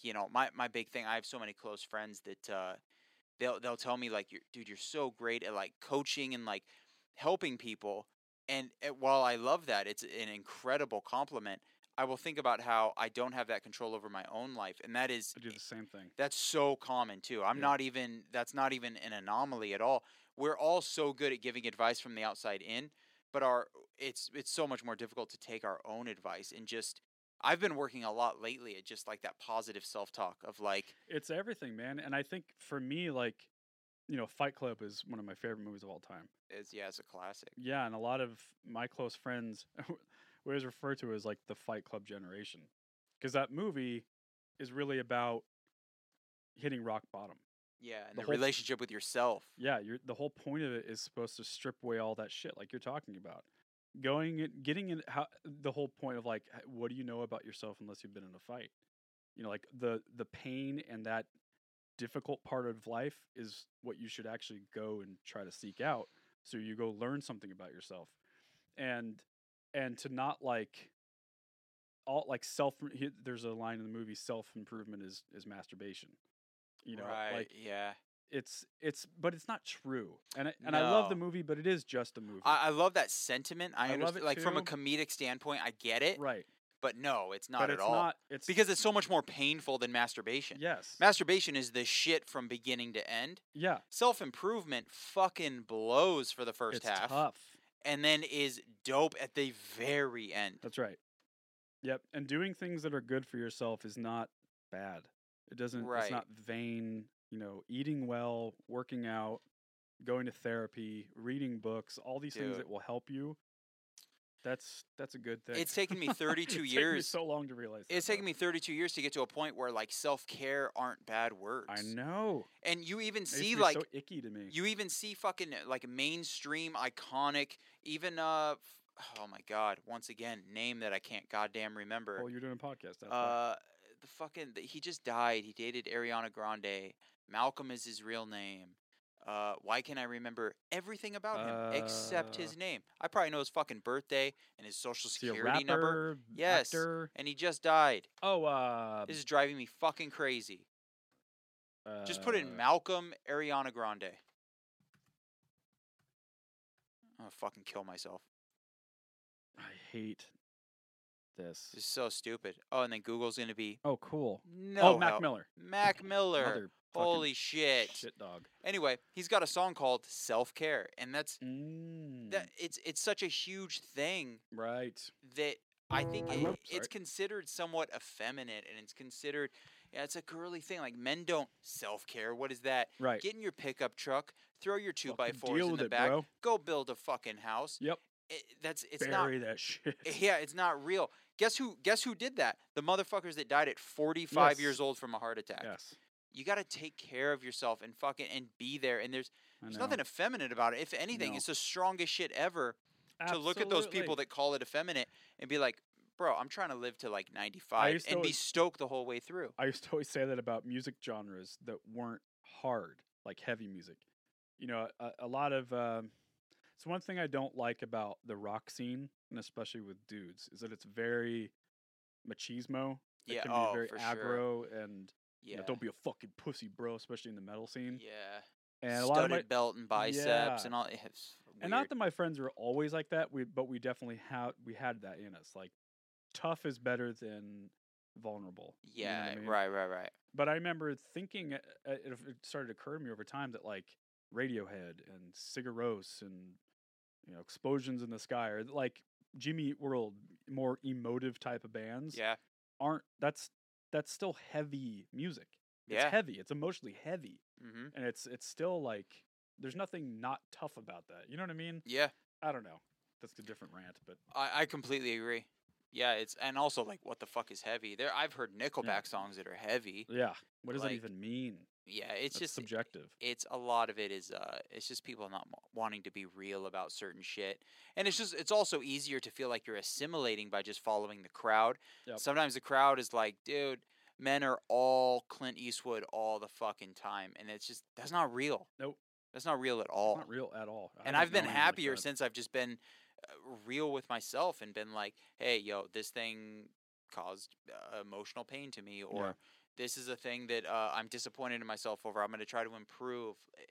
you know my my big thing. I have so many close friends that uh, they'll they'll tell me like, you're, "Dude, you're so great at like coaching and like helping people." And uh, while I love that, it's an incredible compliment. I will think about how I don't have that control over my own life, and that is
I do the same thing.
that's so common too. I'm
Yeah.
not even that's not even an anomaly at all. We're all so good at giving advice from the outside in, but our it's it's so much more difficult to take our own advice and just I've been working a lot lately at just like that positive self-talk of like
it's everything, man. And I think for me, like, you know, Fight Club is one of my favorite movies of all time.
it's yeah, it's a classic.
Yeah, and a lot of my close friends we always refer to as like the Fight Club generation, because that movie is really about hitting rock bottom.
Yeah, and
The
the,
whole-
relationship with yourself.
Yeah, you're, the whole point of it is supposed to strip away all that shit, like you're talking about. Going, in, getting in, how, the whole point of like, h- what do you know about yourself unless you've been in a fight? You know, like the the pain and that difficult part of life is what you should actually go and try to seek out. So you go learn something about yourself, and and to not like all like self. he- There's a line in the movie: self improvement is is masturbation. You know,
right,
like Mhm.
yeah. it's
it's it's but it's not true and I, and i love the
No.
movie but it is just a movie
I, I love that sentiment. I,
I love
underst-
it
like from a
too.
comedic standpoint, I get it,
right
but no, it's not
but
at
it's
all.
not it's
because it's so much more painful than masturbation.
yes
Masturbation is the shit from beginning to end.
yeah
self improvement fucking blows for the first
it's
half,
tough
and then is dope at the very end.
that's right yep and doing things that are good for yourself is not bad it doesn't
Right.
it's not vain you know eating well working out going to therapy reading books all these things
Dude.
that will help you that's that's a good thing
It's taken me 32
It's taken me
years.
so long to realize that,
It's taken
though.
me 32 years to get to a point where like self care aren't bad words.
i know
And you even
It used to
see
be
like
so icky to me
you even see fucking uh, like mainstream iconic even uh f- oh my god once again name that I can't goddamn remember.
well Oh, you're doing a podcast that's why.
Uh, the fucking th- he just died. He dated Ariana Grande. Malcolm is his real name. Uh, why can I remember everything about him except
Uh,
his name? I probably know his fucking birthday and his social
Is he a
security number.
rapper,
Yes.
actor?
And he just died.
Oh, uh,
This is driving me fucking crazy. Just put in
uh,
Malcolm Ariana Grande. I'm gonna fucking kill myself.
I hate this.
This is so stupid. Oh, and then Google's gonna be
Oh, cool.
no.
oh, Mac
help.
Miller.
Mac Miller.
Mother fucking
Holy shit.
Shit dog.
Anyway, he's got a song called Self Care, and that's
Mm,
that. It's it's such a huge thing
right.
that I think
I
it,
love- sorry.
it's considered somewhat effeminate, and it's considered yeah, it's a girly thing. Like men don't self care. What is that?
Right.
Get in your pickup truck, throw your two by
Fucking
fours
deal
in
with
the
it,
back,
bro.
go build a fucking house.
Yep.
It, that's it's not
Bury
eh,
that shit.
yeah, it's not real. Guess who? Guess who did that? The motherfuckers that died at 45
Yes.
years old from a heart attack.
Yes.
You got to take care of yourself and fucking and be there. And there's
I
there's
know.
nothing effeminate about it. If anything,
No.
it's the strongest shit ever to look at those people
Absolutely.
that call it effeminate and be like, bro, I'm trying to live to like
I
95
used to
and be
always-
stoked the whole way through.
I used to always say that about music genres that weren't hard, like heavy music. You know, a, a lot of um, it's one thing I don't like about the rock scene, and especially with dudes, is that it's very machismo. It
Yeah,
can
oh,
be very
for sure.
aggro and you
Yeah.
know, don't be a fucking pussy, bro, especially in the metal scene.
yeah.
And a lot
Studded
of my,
belt and biceps
Yeah.
and all. It's
and not
weird.
that my friends were always like that, we but we definitely had we had that in us. Like tough is better than vulnerable. you know what
yeah,
I mean?
right, right, right.
but I remember thinking uh, uh, it it started to occur to me over time that like Radiohead and Sigur Rós and you know Explosions in the Sky or like Jimmy Eat World, more emotive type of bands
Yeah.
aren't that's that's still heavy music. It's
Yeah.
heavy. It's emotionally heavy,
Mm-hmm.
and it's it's still like there's nothing not tough about that. You know what I mean?
Yeah.
I don't know. That's a different rant, but
I, I completely agree. Yeah, it's and also like what the fuck is heavy? There I've heard Nickelback songs that are heavy.
yeah, what does
Like,
that even mean?
Yeah, it's
That's
just
subjective.
it's a lot of it is uh it's just people not wa- wanting to be real about certain shit. And it's just it's also easier to feel like you're assimilating by just following the crowd.
Yep.
Sometimes the crowd is like, dude, men are all Clint Eastwood all the fucking time and it's just that's not real.
Nope.
That's not real at
It's
all
not real at all. I
and
don't
I've been
know anyone like
happier
that.
since I've just been uh, real with myself and been like, hey, yo, this thing caused uh, emotional pain to me, or this is a thing that uh, I'm disappointed in myself over. I'm going to try to improve. Eh,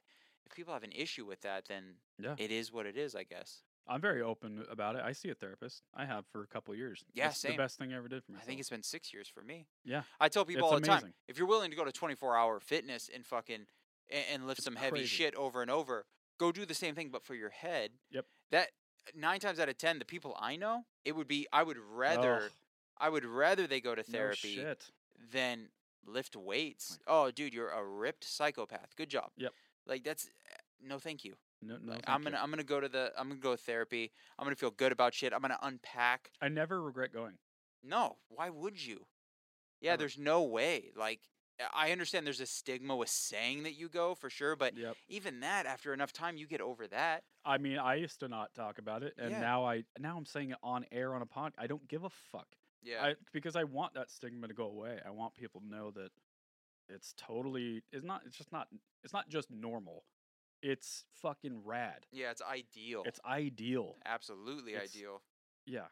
If people have an issue with that, then
Yeah.
it is what it is, I guess.
I'm very open about it. I see a therapist. I have for a couple of years.
Yeah,
It's
same.
the best thing I ever did for
I
myself.
think it's been six years for me.
yeah,
I tell people
It's
all the time
amazing.
if you're willing to go to 24 hour fitness and fucking and, and lift
It's
some heavy
crazy.
shit over and over, go do the same thing but for your head.
Yep.
That nine times out of 10, the people I know, it would be, I would rather,
Ugh,
I would rather they go to
no
therapy
Oh, shit.
than lift weights. Oh, dude, you're a ripped psychopath. Good job.
Yep.
Like that's, eh, no, thank you.
No, no.
Like,
thank
I'm
you.
gonna, I'm gonna go to the, I'm gonna go to therapy. I'm gonna feel good about shit. I'm gonna unpack.
I never regret going.
No, why would you? Yeah,
Never.
there's no way. Like, I- I understand there's a stigma with saying that you go for sure, but
Yep.
even that, after enough time, you get over that.
I mean, I used to not talk about it, and
Yeah.
now I now I'm saying it on air on a pod. I don't give a fuck.
Yeah.
I, because I want that stigma to go away. I want people to know that it's totally. It's not. It's just not. It's not just normal. It's fucking rad.
yeah, it's ideal.
It's ideal.
absolutely
it's-
ideal.
Yeah.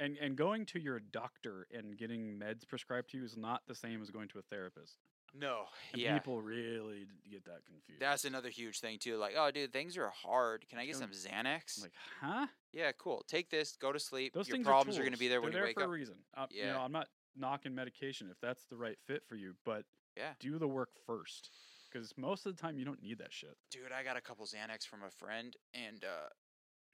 And and going to your doctor and getting meds prescribed to you is not the same as going to a therapist.
No,
And
yeah.
people really d- get that confused.
That's another huge thing, too. Like, oh, dude, things are hard. Can I get
Sure.
some Xanax?
I'm like, huh?
yeah, cool. Take this, go to sleep.
Those
Your
things
problems
are,
going to be there when
They're
you
there
wake
for
up.
a reason. Uh, You
Yeah.
know, I'm not knocking medication if that's the right fit for you, but
Yeah.
do the work first because most of the time you don't need that shit.
Dude, I got a couple Xanax from a friend, and, uh,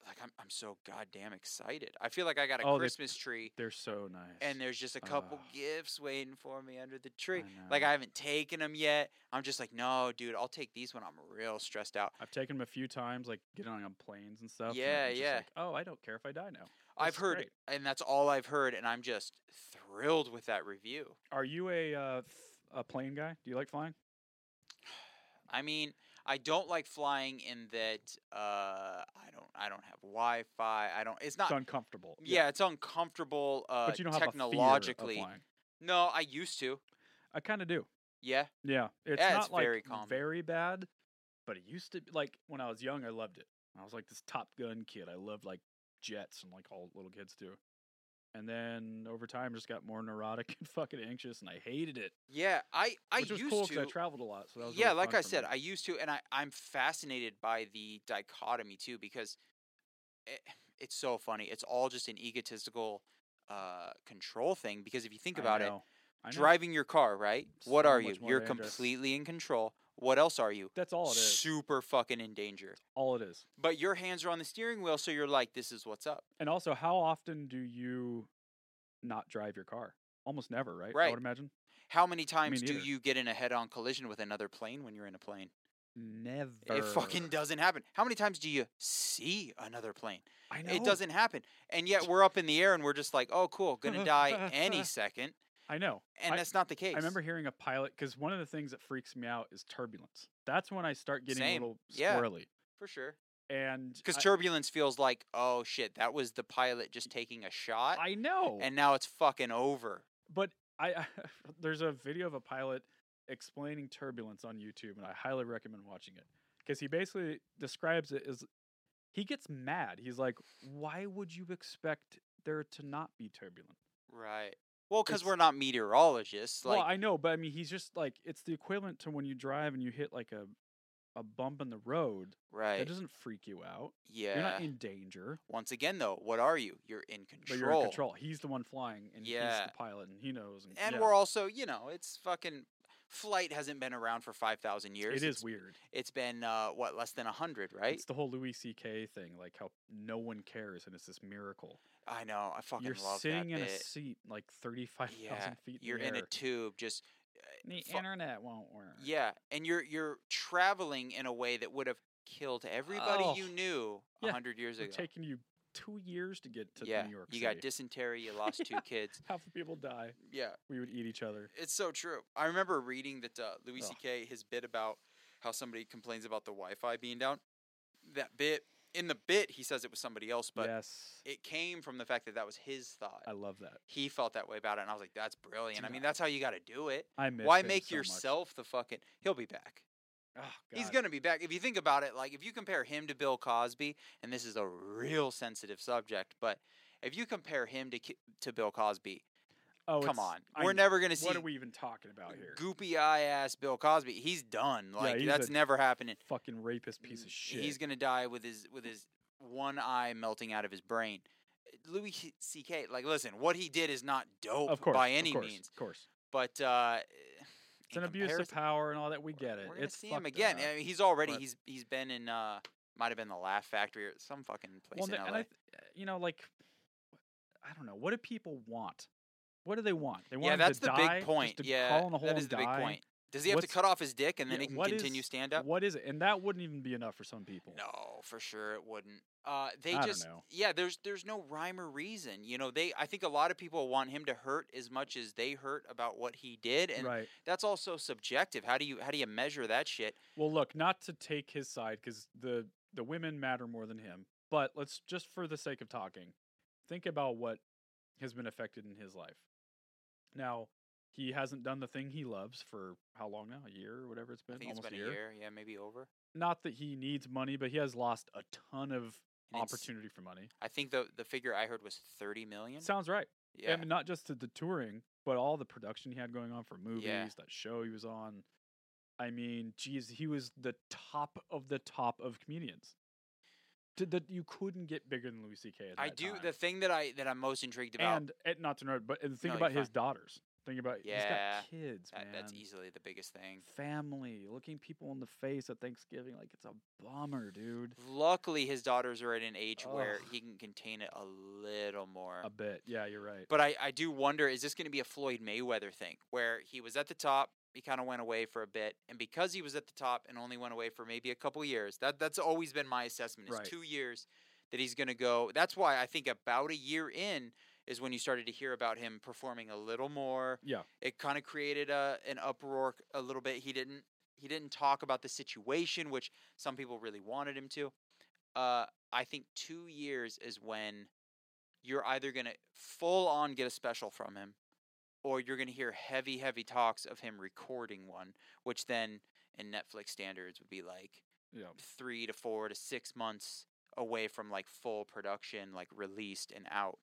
like, I'm, I'm so goddamn excited. I feel like I got a
Oh, they-
Christmas tree.
They're so nice.
and there's just a couple
Ah.
gifts waiting for me under the tree.
I
like I
know.
haven't taken them yet. I'm just like, no, dude, I'll take these when I'm real stressed out.
I've taken them a few times, like getting on planes and stuff. and
Yeah,
it's just
yeah.
like, oh, I don't care if I die now.
I've
This is
heard,
great.
and that's all I've heard, and I'm just thrilled with that review.
Are you a uh, f- a plane guy? Do you like flying?
I mean, I don't like flying in that uh, I don't, I don't have Wi-Fi. I don't. It's not.
it's uncomfortable.
yeah, it's uncomfortable. Uh,
but you don't have
technologically.
A fear of flying.
no, I used to.
I kind of do.
Yeah,
Yeah, it's
Yeah,
not
it's
like
very common.
very bad, but it used to like when I was young, I loved it. I was like this Top Gun kid. I loved like jets and like all little kids do. And then over time, just got more neurotic and fucking anxious, and I hated it.
yeah. I, I
which was
used
cool
to.
I traveled a lot, so that was
yeah,
really
like
fun
I
for
said,
me.
I used to, and I I'm fascinated by the dichotomy too because it, it's so funny. It's all just an egotistical uh, control thing because if you think
I
about it,
know. I know.
driving your car, right? What
So
are you?
much more
You're
dangerous.
completely in control. What else are you?
That's all it is.
Super fucking in danger.
All it is.
But your hands are on the steering wheel, so you're like, this is what's up.
And also, how often do you not drive your car? Almost never, right? I
Right.
would imagine.
How many times do
neither.
you get in a head on collision with another plane when you're in a plane?
Never.
It fucking doesn't happen. How many times do you see another plane?
I know.
It doesn't happen. And yet we're up in the air and we're just like, oh, cool, gonna die any second.
I know.
And
I-
that's not the case.
I remember hearing a pilot because one of the things that freaks me out is turbulence. That's when I start getting
Same.
a little
Yeah.
squirrely.
for sure.
And
Because
I-
turbulence feels like, oh shit, that was the pilot just taking a shot,
I know.
and now it's fucking over.
but I, I there's a video of a pilot explaining turbulence on YouTube, and I highly recommend watching it because he basically describes it as he gets mad. He's like, "Why would you expect there to not be turbulence?"
Right. Well, because
It's-
we're not meteorologists. Like,
well, I know, but I mean, he's just like it's the equivalent to when you drive and you hit like a a bump in the road.
right.
That doesn't freak you out.
yeah.
You're not in danger,
Once again, though, what are you? You're in control.
but you're in control. He's the one flying, and he's
Yeah.
the pilot, and he knows. And,
And
yeah,
we're also, you know, it's fucking flight hasn't been around for five thousand years.
It is
It's-
weird.
It's been uh, what less than hundred, right?
It's the whole Louis C.K. thing, like how no one cares, and it's this miracle.
I know. I fucking
you're
love
sitting
that
in
bit.
a seat like 35,000
yeah,
feet.
you're
in, the
in a
air.
tube, just uh,
The
fu-
internet won't work.
Yeah, and you're you're traveling in a way that would have killed everybody
Oh.
you knew a
Yeah,
hundred years
It's
ago.
taking you two years to get to
yeah,
New York
you
City.
got dysentery, you lost two
Yeah.
kids.
Half the people die.
Yeah,
We would eat each other.
it's so true. I remember reading that uh, Louis
Ugh.
C.K. his bit about how somebody complains about the Wi-Fi being down. That bit in the bit he says it was somebody else, but
yes.
it came from the fact that that was his thought.
I love that.
he felt that way about it, and I was like, "That's brilliant." I
Dude,
mean,
I-
that's how you got to do it.
I miss
Why
him
make
so much.
yourself the fucking? He'll be back.
Oh,
He's
God.
going to be back. If you think about it, like if you compare him to Bill Cosby, and this is a real sensitive subject, but if you compare him to Ki- to Bill Cosby,
Oh,
come
it's-
on,
I
we're
know.
never going to see
What are we even talking about here?
goopy eye ass Bill Cosby. He's done. Like
he's
that's
a
never happening.
Fucking rapist piece of shit.
He's going to die with his with his one eye melting out of his brain. Louis C- C.K. Like, listen, what he did is not dope
of course,
by
of
any
course,
means,
Of course.
but uh,
It's an abuse of power and all that. We get it.
We're gonna
it's
see him
fucked
again.
up.
I mean, he's already
but-
he's he's been in uh might have been the Laugh Factory or some fucking place
Well,
in
th-
LA.
and I, th- you know, like, I don't know. What do people want? What do they want? They want
yeah,
him
that's
to
the
die,
big point.
Just to
yeah,
crawl in the hole
that is
and
the big
die?
point. Does he have
What's-
to cut off his dick and then
Yeah,
he can
what
continue
is-
stand up?
What is it? And that wouldn't even be enough for some people.
No, for sure it wouldn't. Uh, they
I don't
just
know.
yeah, there's there's no rhyme or reason. You know, they I think a lot of people want him to hurt as much as they hurt about what he did, and
right.
that's also subjective. How do you how do you measure that shit?
Well, look, not to take his side because the the women matter more than him. But let's just for the sake of talking, think about what has been affected in his life. Now, he hasn't done the thing he loves for how long now? A year or whatever it's been.
I think it's
Almost
been a
a
year, yeah, maybe over.
Not that he needs money, but he has lost a ton of
And it's-
opportunity for money.
I think the the figure I heard was thirty million.
Sounds right.
yeah,
I mean, not just to the touring, but all the production he had going on for movies, that show he was on. I mean, geez, he was the top of the top of comedians. To the, you couldn't get bigger than Louis C.K. at
I
that
do.
time.
The thing that I that I'm most intrigued about.
and, and not to know, but and think
No, you're
about his
fine.
daughters. Think about
Yeah,
he's got kids,
that-
man.
that's easily the biggest thing.
Family, looking people in the face at Thanksgiving, like it's a bummer, dude.
Luckily, his daughters are at an age where
Ugh.
he can contain it a little more.
A bit, yeah, you're right.
But I, I do wonder is this going to be a Floyd Mayweather thing where he was at the top, he kind of went away for a bit, and because he was at the top and only went away for maybe a couple years, that that's always been my assessment is
Right.
two years that he's going to go. That's why I think about a year in is when you started to hear about him performing a little more.
Yeah.
it kind of created a an uproar c- a little bit. He didn't he didn't talk about the situation, which some people really wanted him to. Uh, I think two years is when you're either gonna full on get a special from him, or you're gonna hear heavy heavy talks of him recording one, which then in Netflix standards would be like
yeah,
three to four to six months away from like full production, like released and out.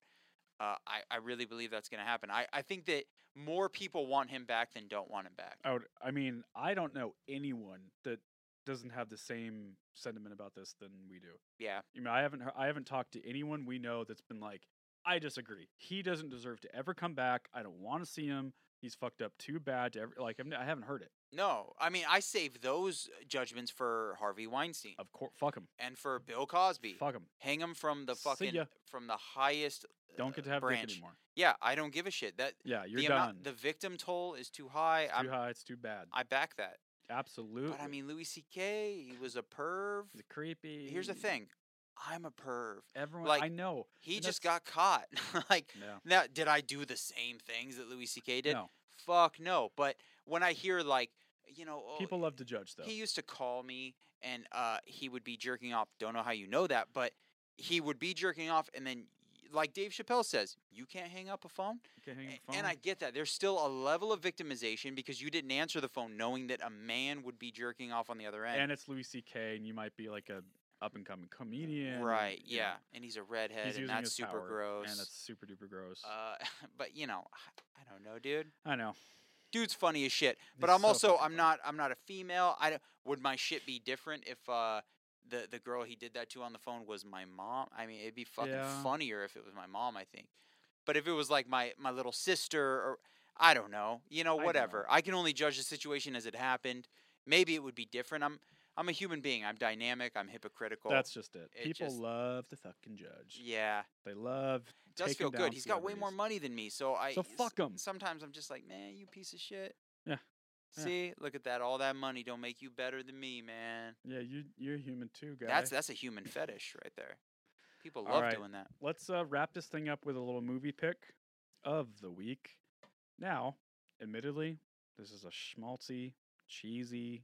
Uh, I, I really believe that's going to happen. I, I think that more people want him back than don't want him back.
I would, I mean, I don't know anyone that doesn't have the same sentiment about this than we do.
Yeah.
You mean, I haven't heard, I haven't talked to anyone we know that's been like, I disagree. He doesn't deserve to ever come back. I don't want to see him. He's fucked up too bad to ever like. I'm, I haven't heard it.
No, I mean I save those judgments for Harvey Weinstein
Of course, fuck him.
and for Bill Cosby.
Fuck him.
Hang him from the
See
fucking
ya.
from the highest.
Don't get to have dick
uh, branch.
anymore.
Yeah, I don't give a shit. That
Yeah, you're
the
done.
amount the victim toll is too high.
It's
I'm,
too high. It's too bad.
I back that.
Absolutely.
But I mean, Louis C.K. He was a perv.
the creepy.
Here's the thing. I'm a perv.
Everyone, I
like,
know.
He
and
just
that's-
got caught. like
No.
now, did I do the same things that Louis C.K. did?
No.
Fuck no. But when I hear like, you know, oh,
People love to judge though.
he used to call me and uh, he would be jerking off. Don't know how you know that, but he would be jerking off, and then, like Dave Chappelle says, you can't hang up a phone.
Okay, hang up
A-
the
And I
phone.
get that. There's still a level of victimization because you didn't answer the phone knowing that a man would be jerking off on the other end.
and it's Louis C.K. and you might be like a up and coming comedian. and,
right,
you know,
yeah. And he's a redhead,
He's
and
using
that's
his
super
power,
gross.
And that's super duper gross.
uh, but you know, I- I don't know, dude.
I know.
Dude's funny as shit. But
He's
I'm
so
also
fucking
I'm
funny.
not I'm not a female. I don't, would my shit be different if uh the the girl he did that to on the phone was my mom? I mean, it'd be fucking
Yeah.
funnier if it was my mom, I think. But if it was like my my little sister or I don't know, you know,
I know.
whatever. I, can only judge the situation as it happened. Maybe it would be different. I'm I'm a human being. I'm dynamic. I'm hypocritical.
That's just it.
It
People
just-
love to fucking judge.
yeah.
They love.
It does
taking
feel
down
good. He's got way more
celebrities.
money than me, so I
So
s-
fuck 'em.
Sometimes I'm just like, man, you piece of shit.
Yeah, yeah.
See, look at that. All that money don't make you better than me, man.
Yeah, you you're human too, guys.
That's that's a human fetish right there. People
All
love
right.
doing that.
Let's uh, wrap this thing up with a little movie pick of the week. Now, admittedly, this is a schmaltzy, cheesy,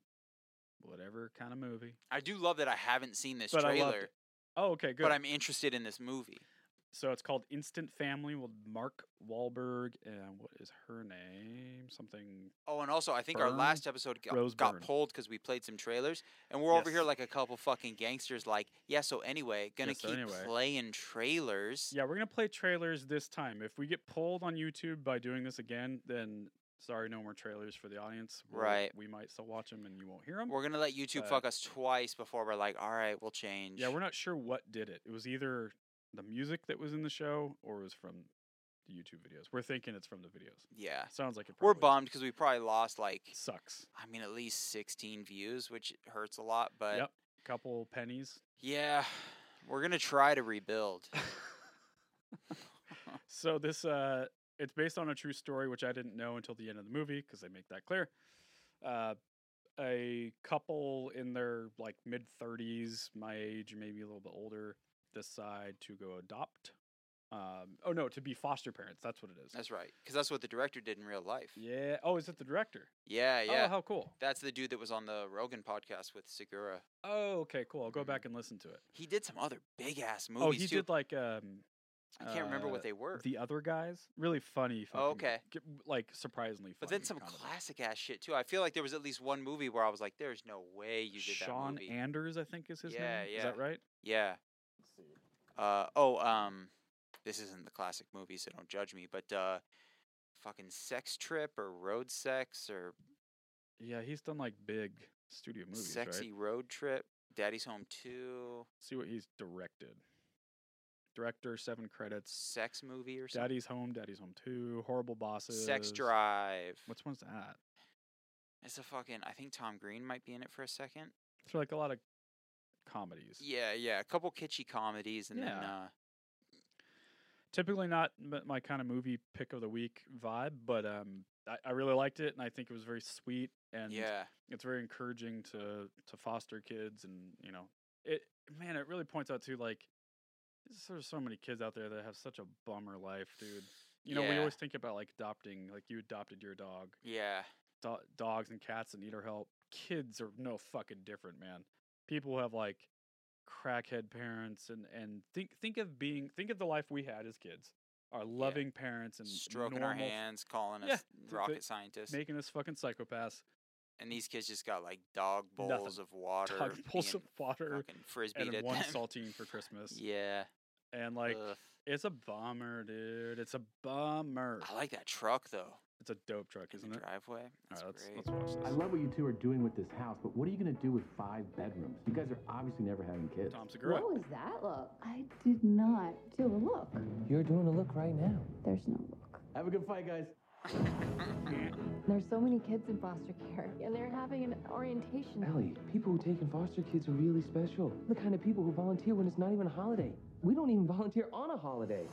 whatever kind of movie.
I do love that I haven't seen this
But I loved
trailer,
it. Oh, okay, good.
but I'm interested in this movie.
So it's called Instant Family with Mark Wahlberg and what is her name? Something.
Oh, and also I think our
Byrne?
last episode
Rose
got, got
Byrne.
pulled because we played some trailers, and we're over here
Yes.
like a couple fucking gangsters. Like, yeah. So anyway, gonna
Yeah, so
keep
anyway.
playing trailers.
Yeah, we're gonna play trailers this time. If we get pulled on YouTube by doing this again, then sorry, no more trailers for the audience. We'll-
Right.
We might still watch them, and you won't hear them.
We're gonna let YouTube
Uh,
fuck us twice before we're like, all right, we'll change.
Yeah, we're not sure what did it. It was either the music that was in the show or it was from the YouTube videos. We're thinking it's from the videos.
Yeah.
Sounds like it.
We're
probably is.
bummed because we probably lost like
Sucks.
I mean at least 16 views, which hurts a lot. But
yep. Couple pennies.
yeah, we're gonna try to rebuild.
So this uh it's based on a true story which I didn't know until the end of the movie because they make that clear. Uh a couple in their like mid 30s, my age, maybe a little bit older, decide to go adopt. Um oh no, to be foster parents. That's what it is.
that's right, because that's what the director did in real life. Yeah,
Yeah. Oh, is it the director?
Uh, yeah.
Oh, how cool.
That's the dude that was on the Rogan podcast with Segura.
Oh, okay, cool. I'll go
Mhm.
back and listen to it.
He did some other big ass movies
oh, he
too.
did like um
I can't remember
uh,
what they were.
the other guys. Really funny. Fucking,
Oh, okay.
g- like surprisingly funny.
but then some
comedy.
classic ass shit too. I feel like there was at least one movie where I was like, "There's no way you did that
Sean
movie."
Anders, I think is his
Yeah,
name. Is that
yeah.
right?
Yeah. Uh oh, um this isn't the classic movie, so don't judge me, but uh fucking Sex Trip or Road Sex or
Yeah, he's done like big studio movies,
Sexy
right?
Road Trip, Daddy's Home 2,
See what he's directed. Director, seven credits.
Sex Movie or something.
Daddy's Home, Daddy's Home Two, Horrible Bosses,
Sex Drive.
Which one's that?
It's a fucking I think Tom Green might be in it for a second.
It's like a lot of comedies.
Yeah, yeah, a couple kitschy comedies and then
Yeah.
uh
typically not m- my kind of movie pick of the week vibe, but um, I, I really liked it, and I think it was very sweet, and
yeah.
it's very encouraging to to foster kids, and you know, it man, it really points out to like there's sort of so many kids out there that have such a bummer life, dude. You know, we
Yeah.
always think about like adopting, like you adopted your dog.
Yeah.
Do- dogs and cats and need our help. Kids are no fucking different, man. People have like crackhead parents and and think think of being think of the life we had as kids. Our loving parents and
Stroking our
normal f-
hands, calling
Yeah,
us
th- th-
rocket scientists.
making us fucking psychopaths.
and these kids just got like dog bowls
Nothing.
of water.
Dog pulls
being
some water
fucking frisbee
and
to
then one
them.
saltine for Christmas.
Yeah.
And like
ugh.
it's a bummer, dude. It's a bummer.
I like that truck though.
It's a dope truck, isn't it?
driveway. That's
All right, let's,
great.
let's watch this.
I love what you two are doing with this house, but what are you going to do with five bedrooms? You guys are obviously never having kids.
Tom Segura.
was that look? I did not do a look.
You're doing a look right now.
There's no look.
Have a good fight, guys.
There's so many kids in foster care, and they're having an orientation.
Ellie, people who take in foster kids are really special. The kind of people who volunteer when it's not even a holiday. We don't even volunteer on a holiday.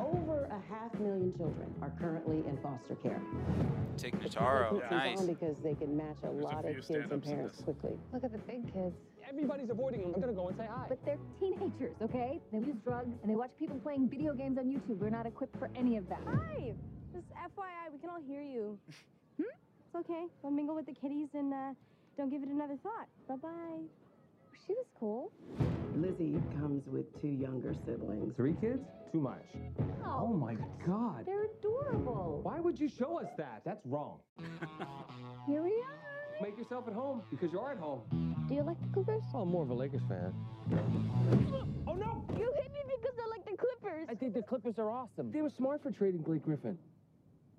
Over a half million children are currently in foster care.
Take Nataro.
Puts these
Nice.
on because they can match a
There's a
lot
few
of kids and
stand-ups in
parents
this.
quickly.
Look at the big kids.
Everybody's avoiding them. I'm going to go and say hi.
But they're teenagers, okay? They use drugs and they watch people playing video games on YouTube. We're not equipped for any of that.
Hi. Just FYI, we can all hear you. hmm? It's okay. Go mingle with the kitties and uh, don't give it another thought. Bye bye.
She was cool.
Lizzie comes with two younger siblings.
Three kids? Too much.
Oh,
my God.
They're adorable.
Why would you show us that? That's wrong.
Here we are.
Make yourself at home because you're at home.
Do you like the Cougars?
Oh, more of a Lakers fan. Oh, no!
You hit me because I like the Clippers.
I think the Clippers are awesome. They were smart for trading Blake Griffin,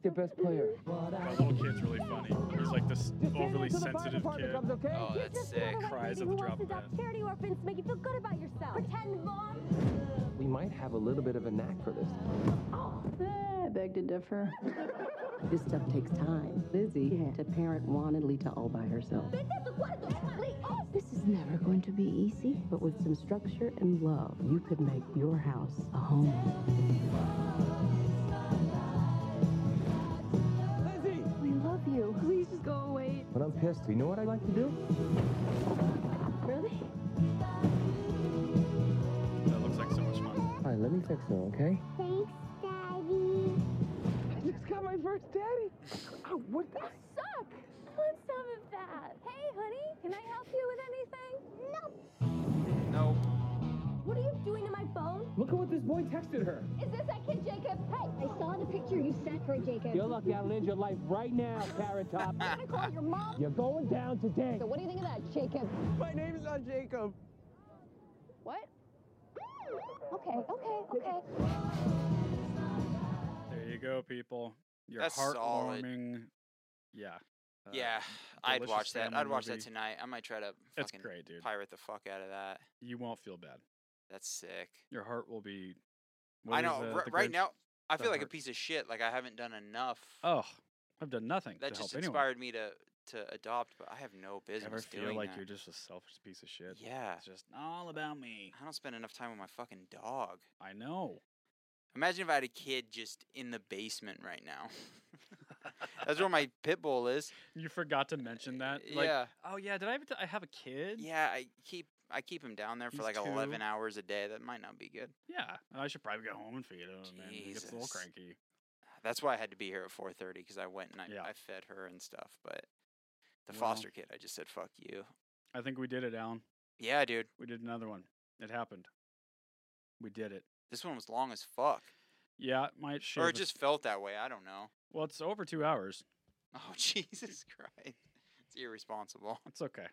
their best player.
That little kid's really funny. He's like this overly sensitive kid.
Oh, that's sick.
Cries at the drop of a hat.
Charity orphans make you feel good about yourself. Pretend mom.
We might have a little bit of a knack for this.
I beg to differ. this stuff takes time. Lizzie had to parent Juan and Lita all by herself.
This is never going to be easy.
But with some structure and love, you could make your house a home.
Lizzie!
We love you. Please just go away.
When I'm pissed, you know what I like to do?
Really?
That looks like so much fun.
All right, let me fix her, okay?
Thanks, Daddy.
I just got my first daddy. Oh, what? The?
Suck. Want some of that? Hey, honey, can I help you with anything? No.
No.
What are you doing to my phone?
Look at what this boy texted her.
Is this that kid Jacob? Hey, I saw the picture
You sent her, Jacob.
You're lucky I lived your life right now, Carrot Top.
I'm gonna call your mom.
You're going down today.
So what do you think of that, Jacob?
My name's not Jacob.
What? Okay, okay, okay.
There you go, people. Your
That's solid.
heartwarming. Yeah. uh,
yeah, I'd
delicious
watch that. I'd
family
watch
movie.
that tonight. I might try to
It's
fucking
great, dude.
pirate the fuck out of that.
You won't feel bad.
That's sick.
Your heart will be.
I
what is
know.
the-
ri-
the
right
Grinch?
now, I
The
feel like a
heart.
piece of shit. Like I haven't done enough.
Oh, I've done nothing
that
to
just
help anyone.
inspired me to to adopt, but I have no business
Ever
doing
feel like
that.
you're just a selfish piece of shit?
yeah,
It's just all about me.
I don't spend enough time with my fucking dog.
I know.
Imagine if I had a kid just in the basement right now. That's where my pit bull is. Eh,
You forgot to mention that. Like,
yeah.
Oh yeah, did I ever t- I have a kid?
Yeah, I keep I keep him down there for
He's
like eleven
two.
hours a day. That might not be good.
Yeah, I should probably go home and feed him. And he gets a little
Jesus.
cranky.
That's why I had to be here at four thirty because I went and I,
Yeah.
I fed her and stuff. But the
Well.
foster kid, I just said fuck you.
I think we did it, Alan.
Yeah, dude,
We did another one. It happened. We did it.
this one was long as fuck,
Yeah, it might shave.
or
a-
it just felt that way. I don't know.
well, it's over two hours.
Oh Jesus Christ, it's irresponsible.
It's okay.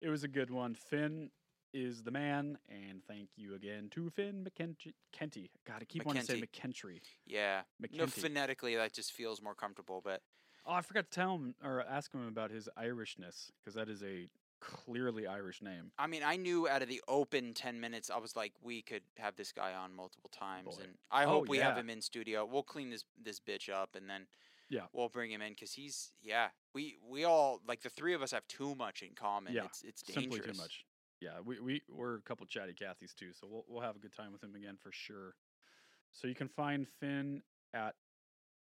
It was a good one. Finn is the man, and thank you again to Finn McKenty. Kenty. God, I keep wanting to say McKentry.
Yeah, no,
McKenty.
phonetically that just feels more comfortable, but
Oh, I forgot to tell him or ask him about his Irishness because that is a clearly Irish name.
I mean, I knew out of the open 10 minutes, I was like, we could have this guy on multiple times.
Boy.
And I
Oh,
hope we have
yeah.
him in studio. We'll clean this, this bitch up and then
Yeah.
we'll bring him in because he's, yeah, we, we all, like the three of us have too much in common.
Yeah,
It's, it's dangerous.
Simply too much. Yeah, we, we we're a couple chatty Cathys too, so we'll we'll have a good time with him again for sure. So you can find Finn at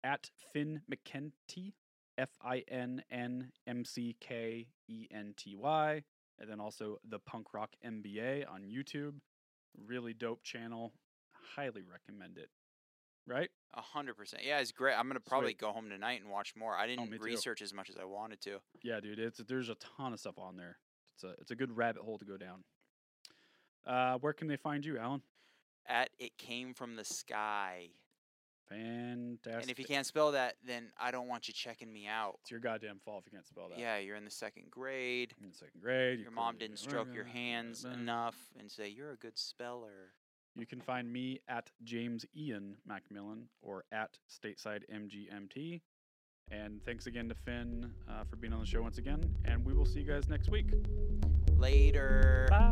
at Finn McKenty, F I N N M C K E N T Y, and then also the Punk Rock MBA on YouTube. Really dope channel. Highly recommend it. Right?
A hundred percent. Yeah, it's great. I'm going to probably
Sweet. Oh,
go home tonight and watch more. I didn't
me too.
research as much as I wanted to.
Yeah, dude, it's there's a ton of stuff on there. It's a it's a good rabbit hole to go down. Uh, where can they find you, Alan?
At It Came From The Sky.
Fantastic.
And if you can't spell that, then I don't want you checking me out.
It's your goddamn fault if you can't spell that.
Yeah, you're in the second grade.
In second grade, you
your mom
clearly
didn't
didn't
stroke
work
your
on it,
hands
blah, blah, blah.
enough and say you're a good speller
You can find me at James Ian Macmillan or at Stateside MGMT. And thanks again to Finn uh, for being on the show once again. And we will see you guys next week.
Later.
Bye.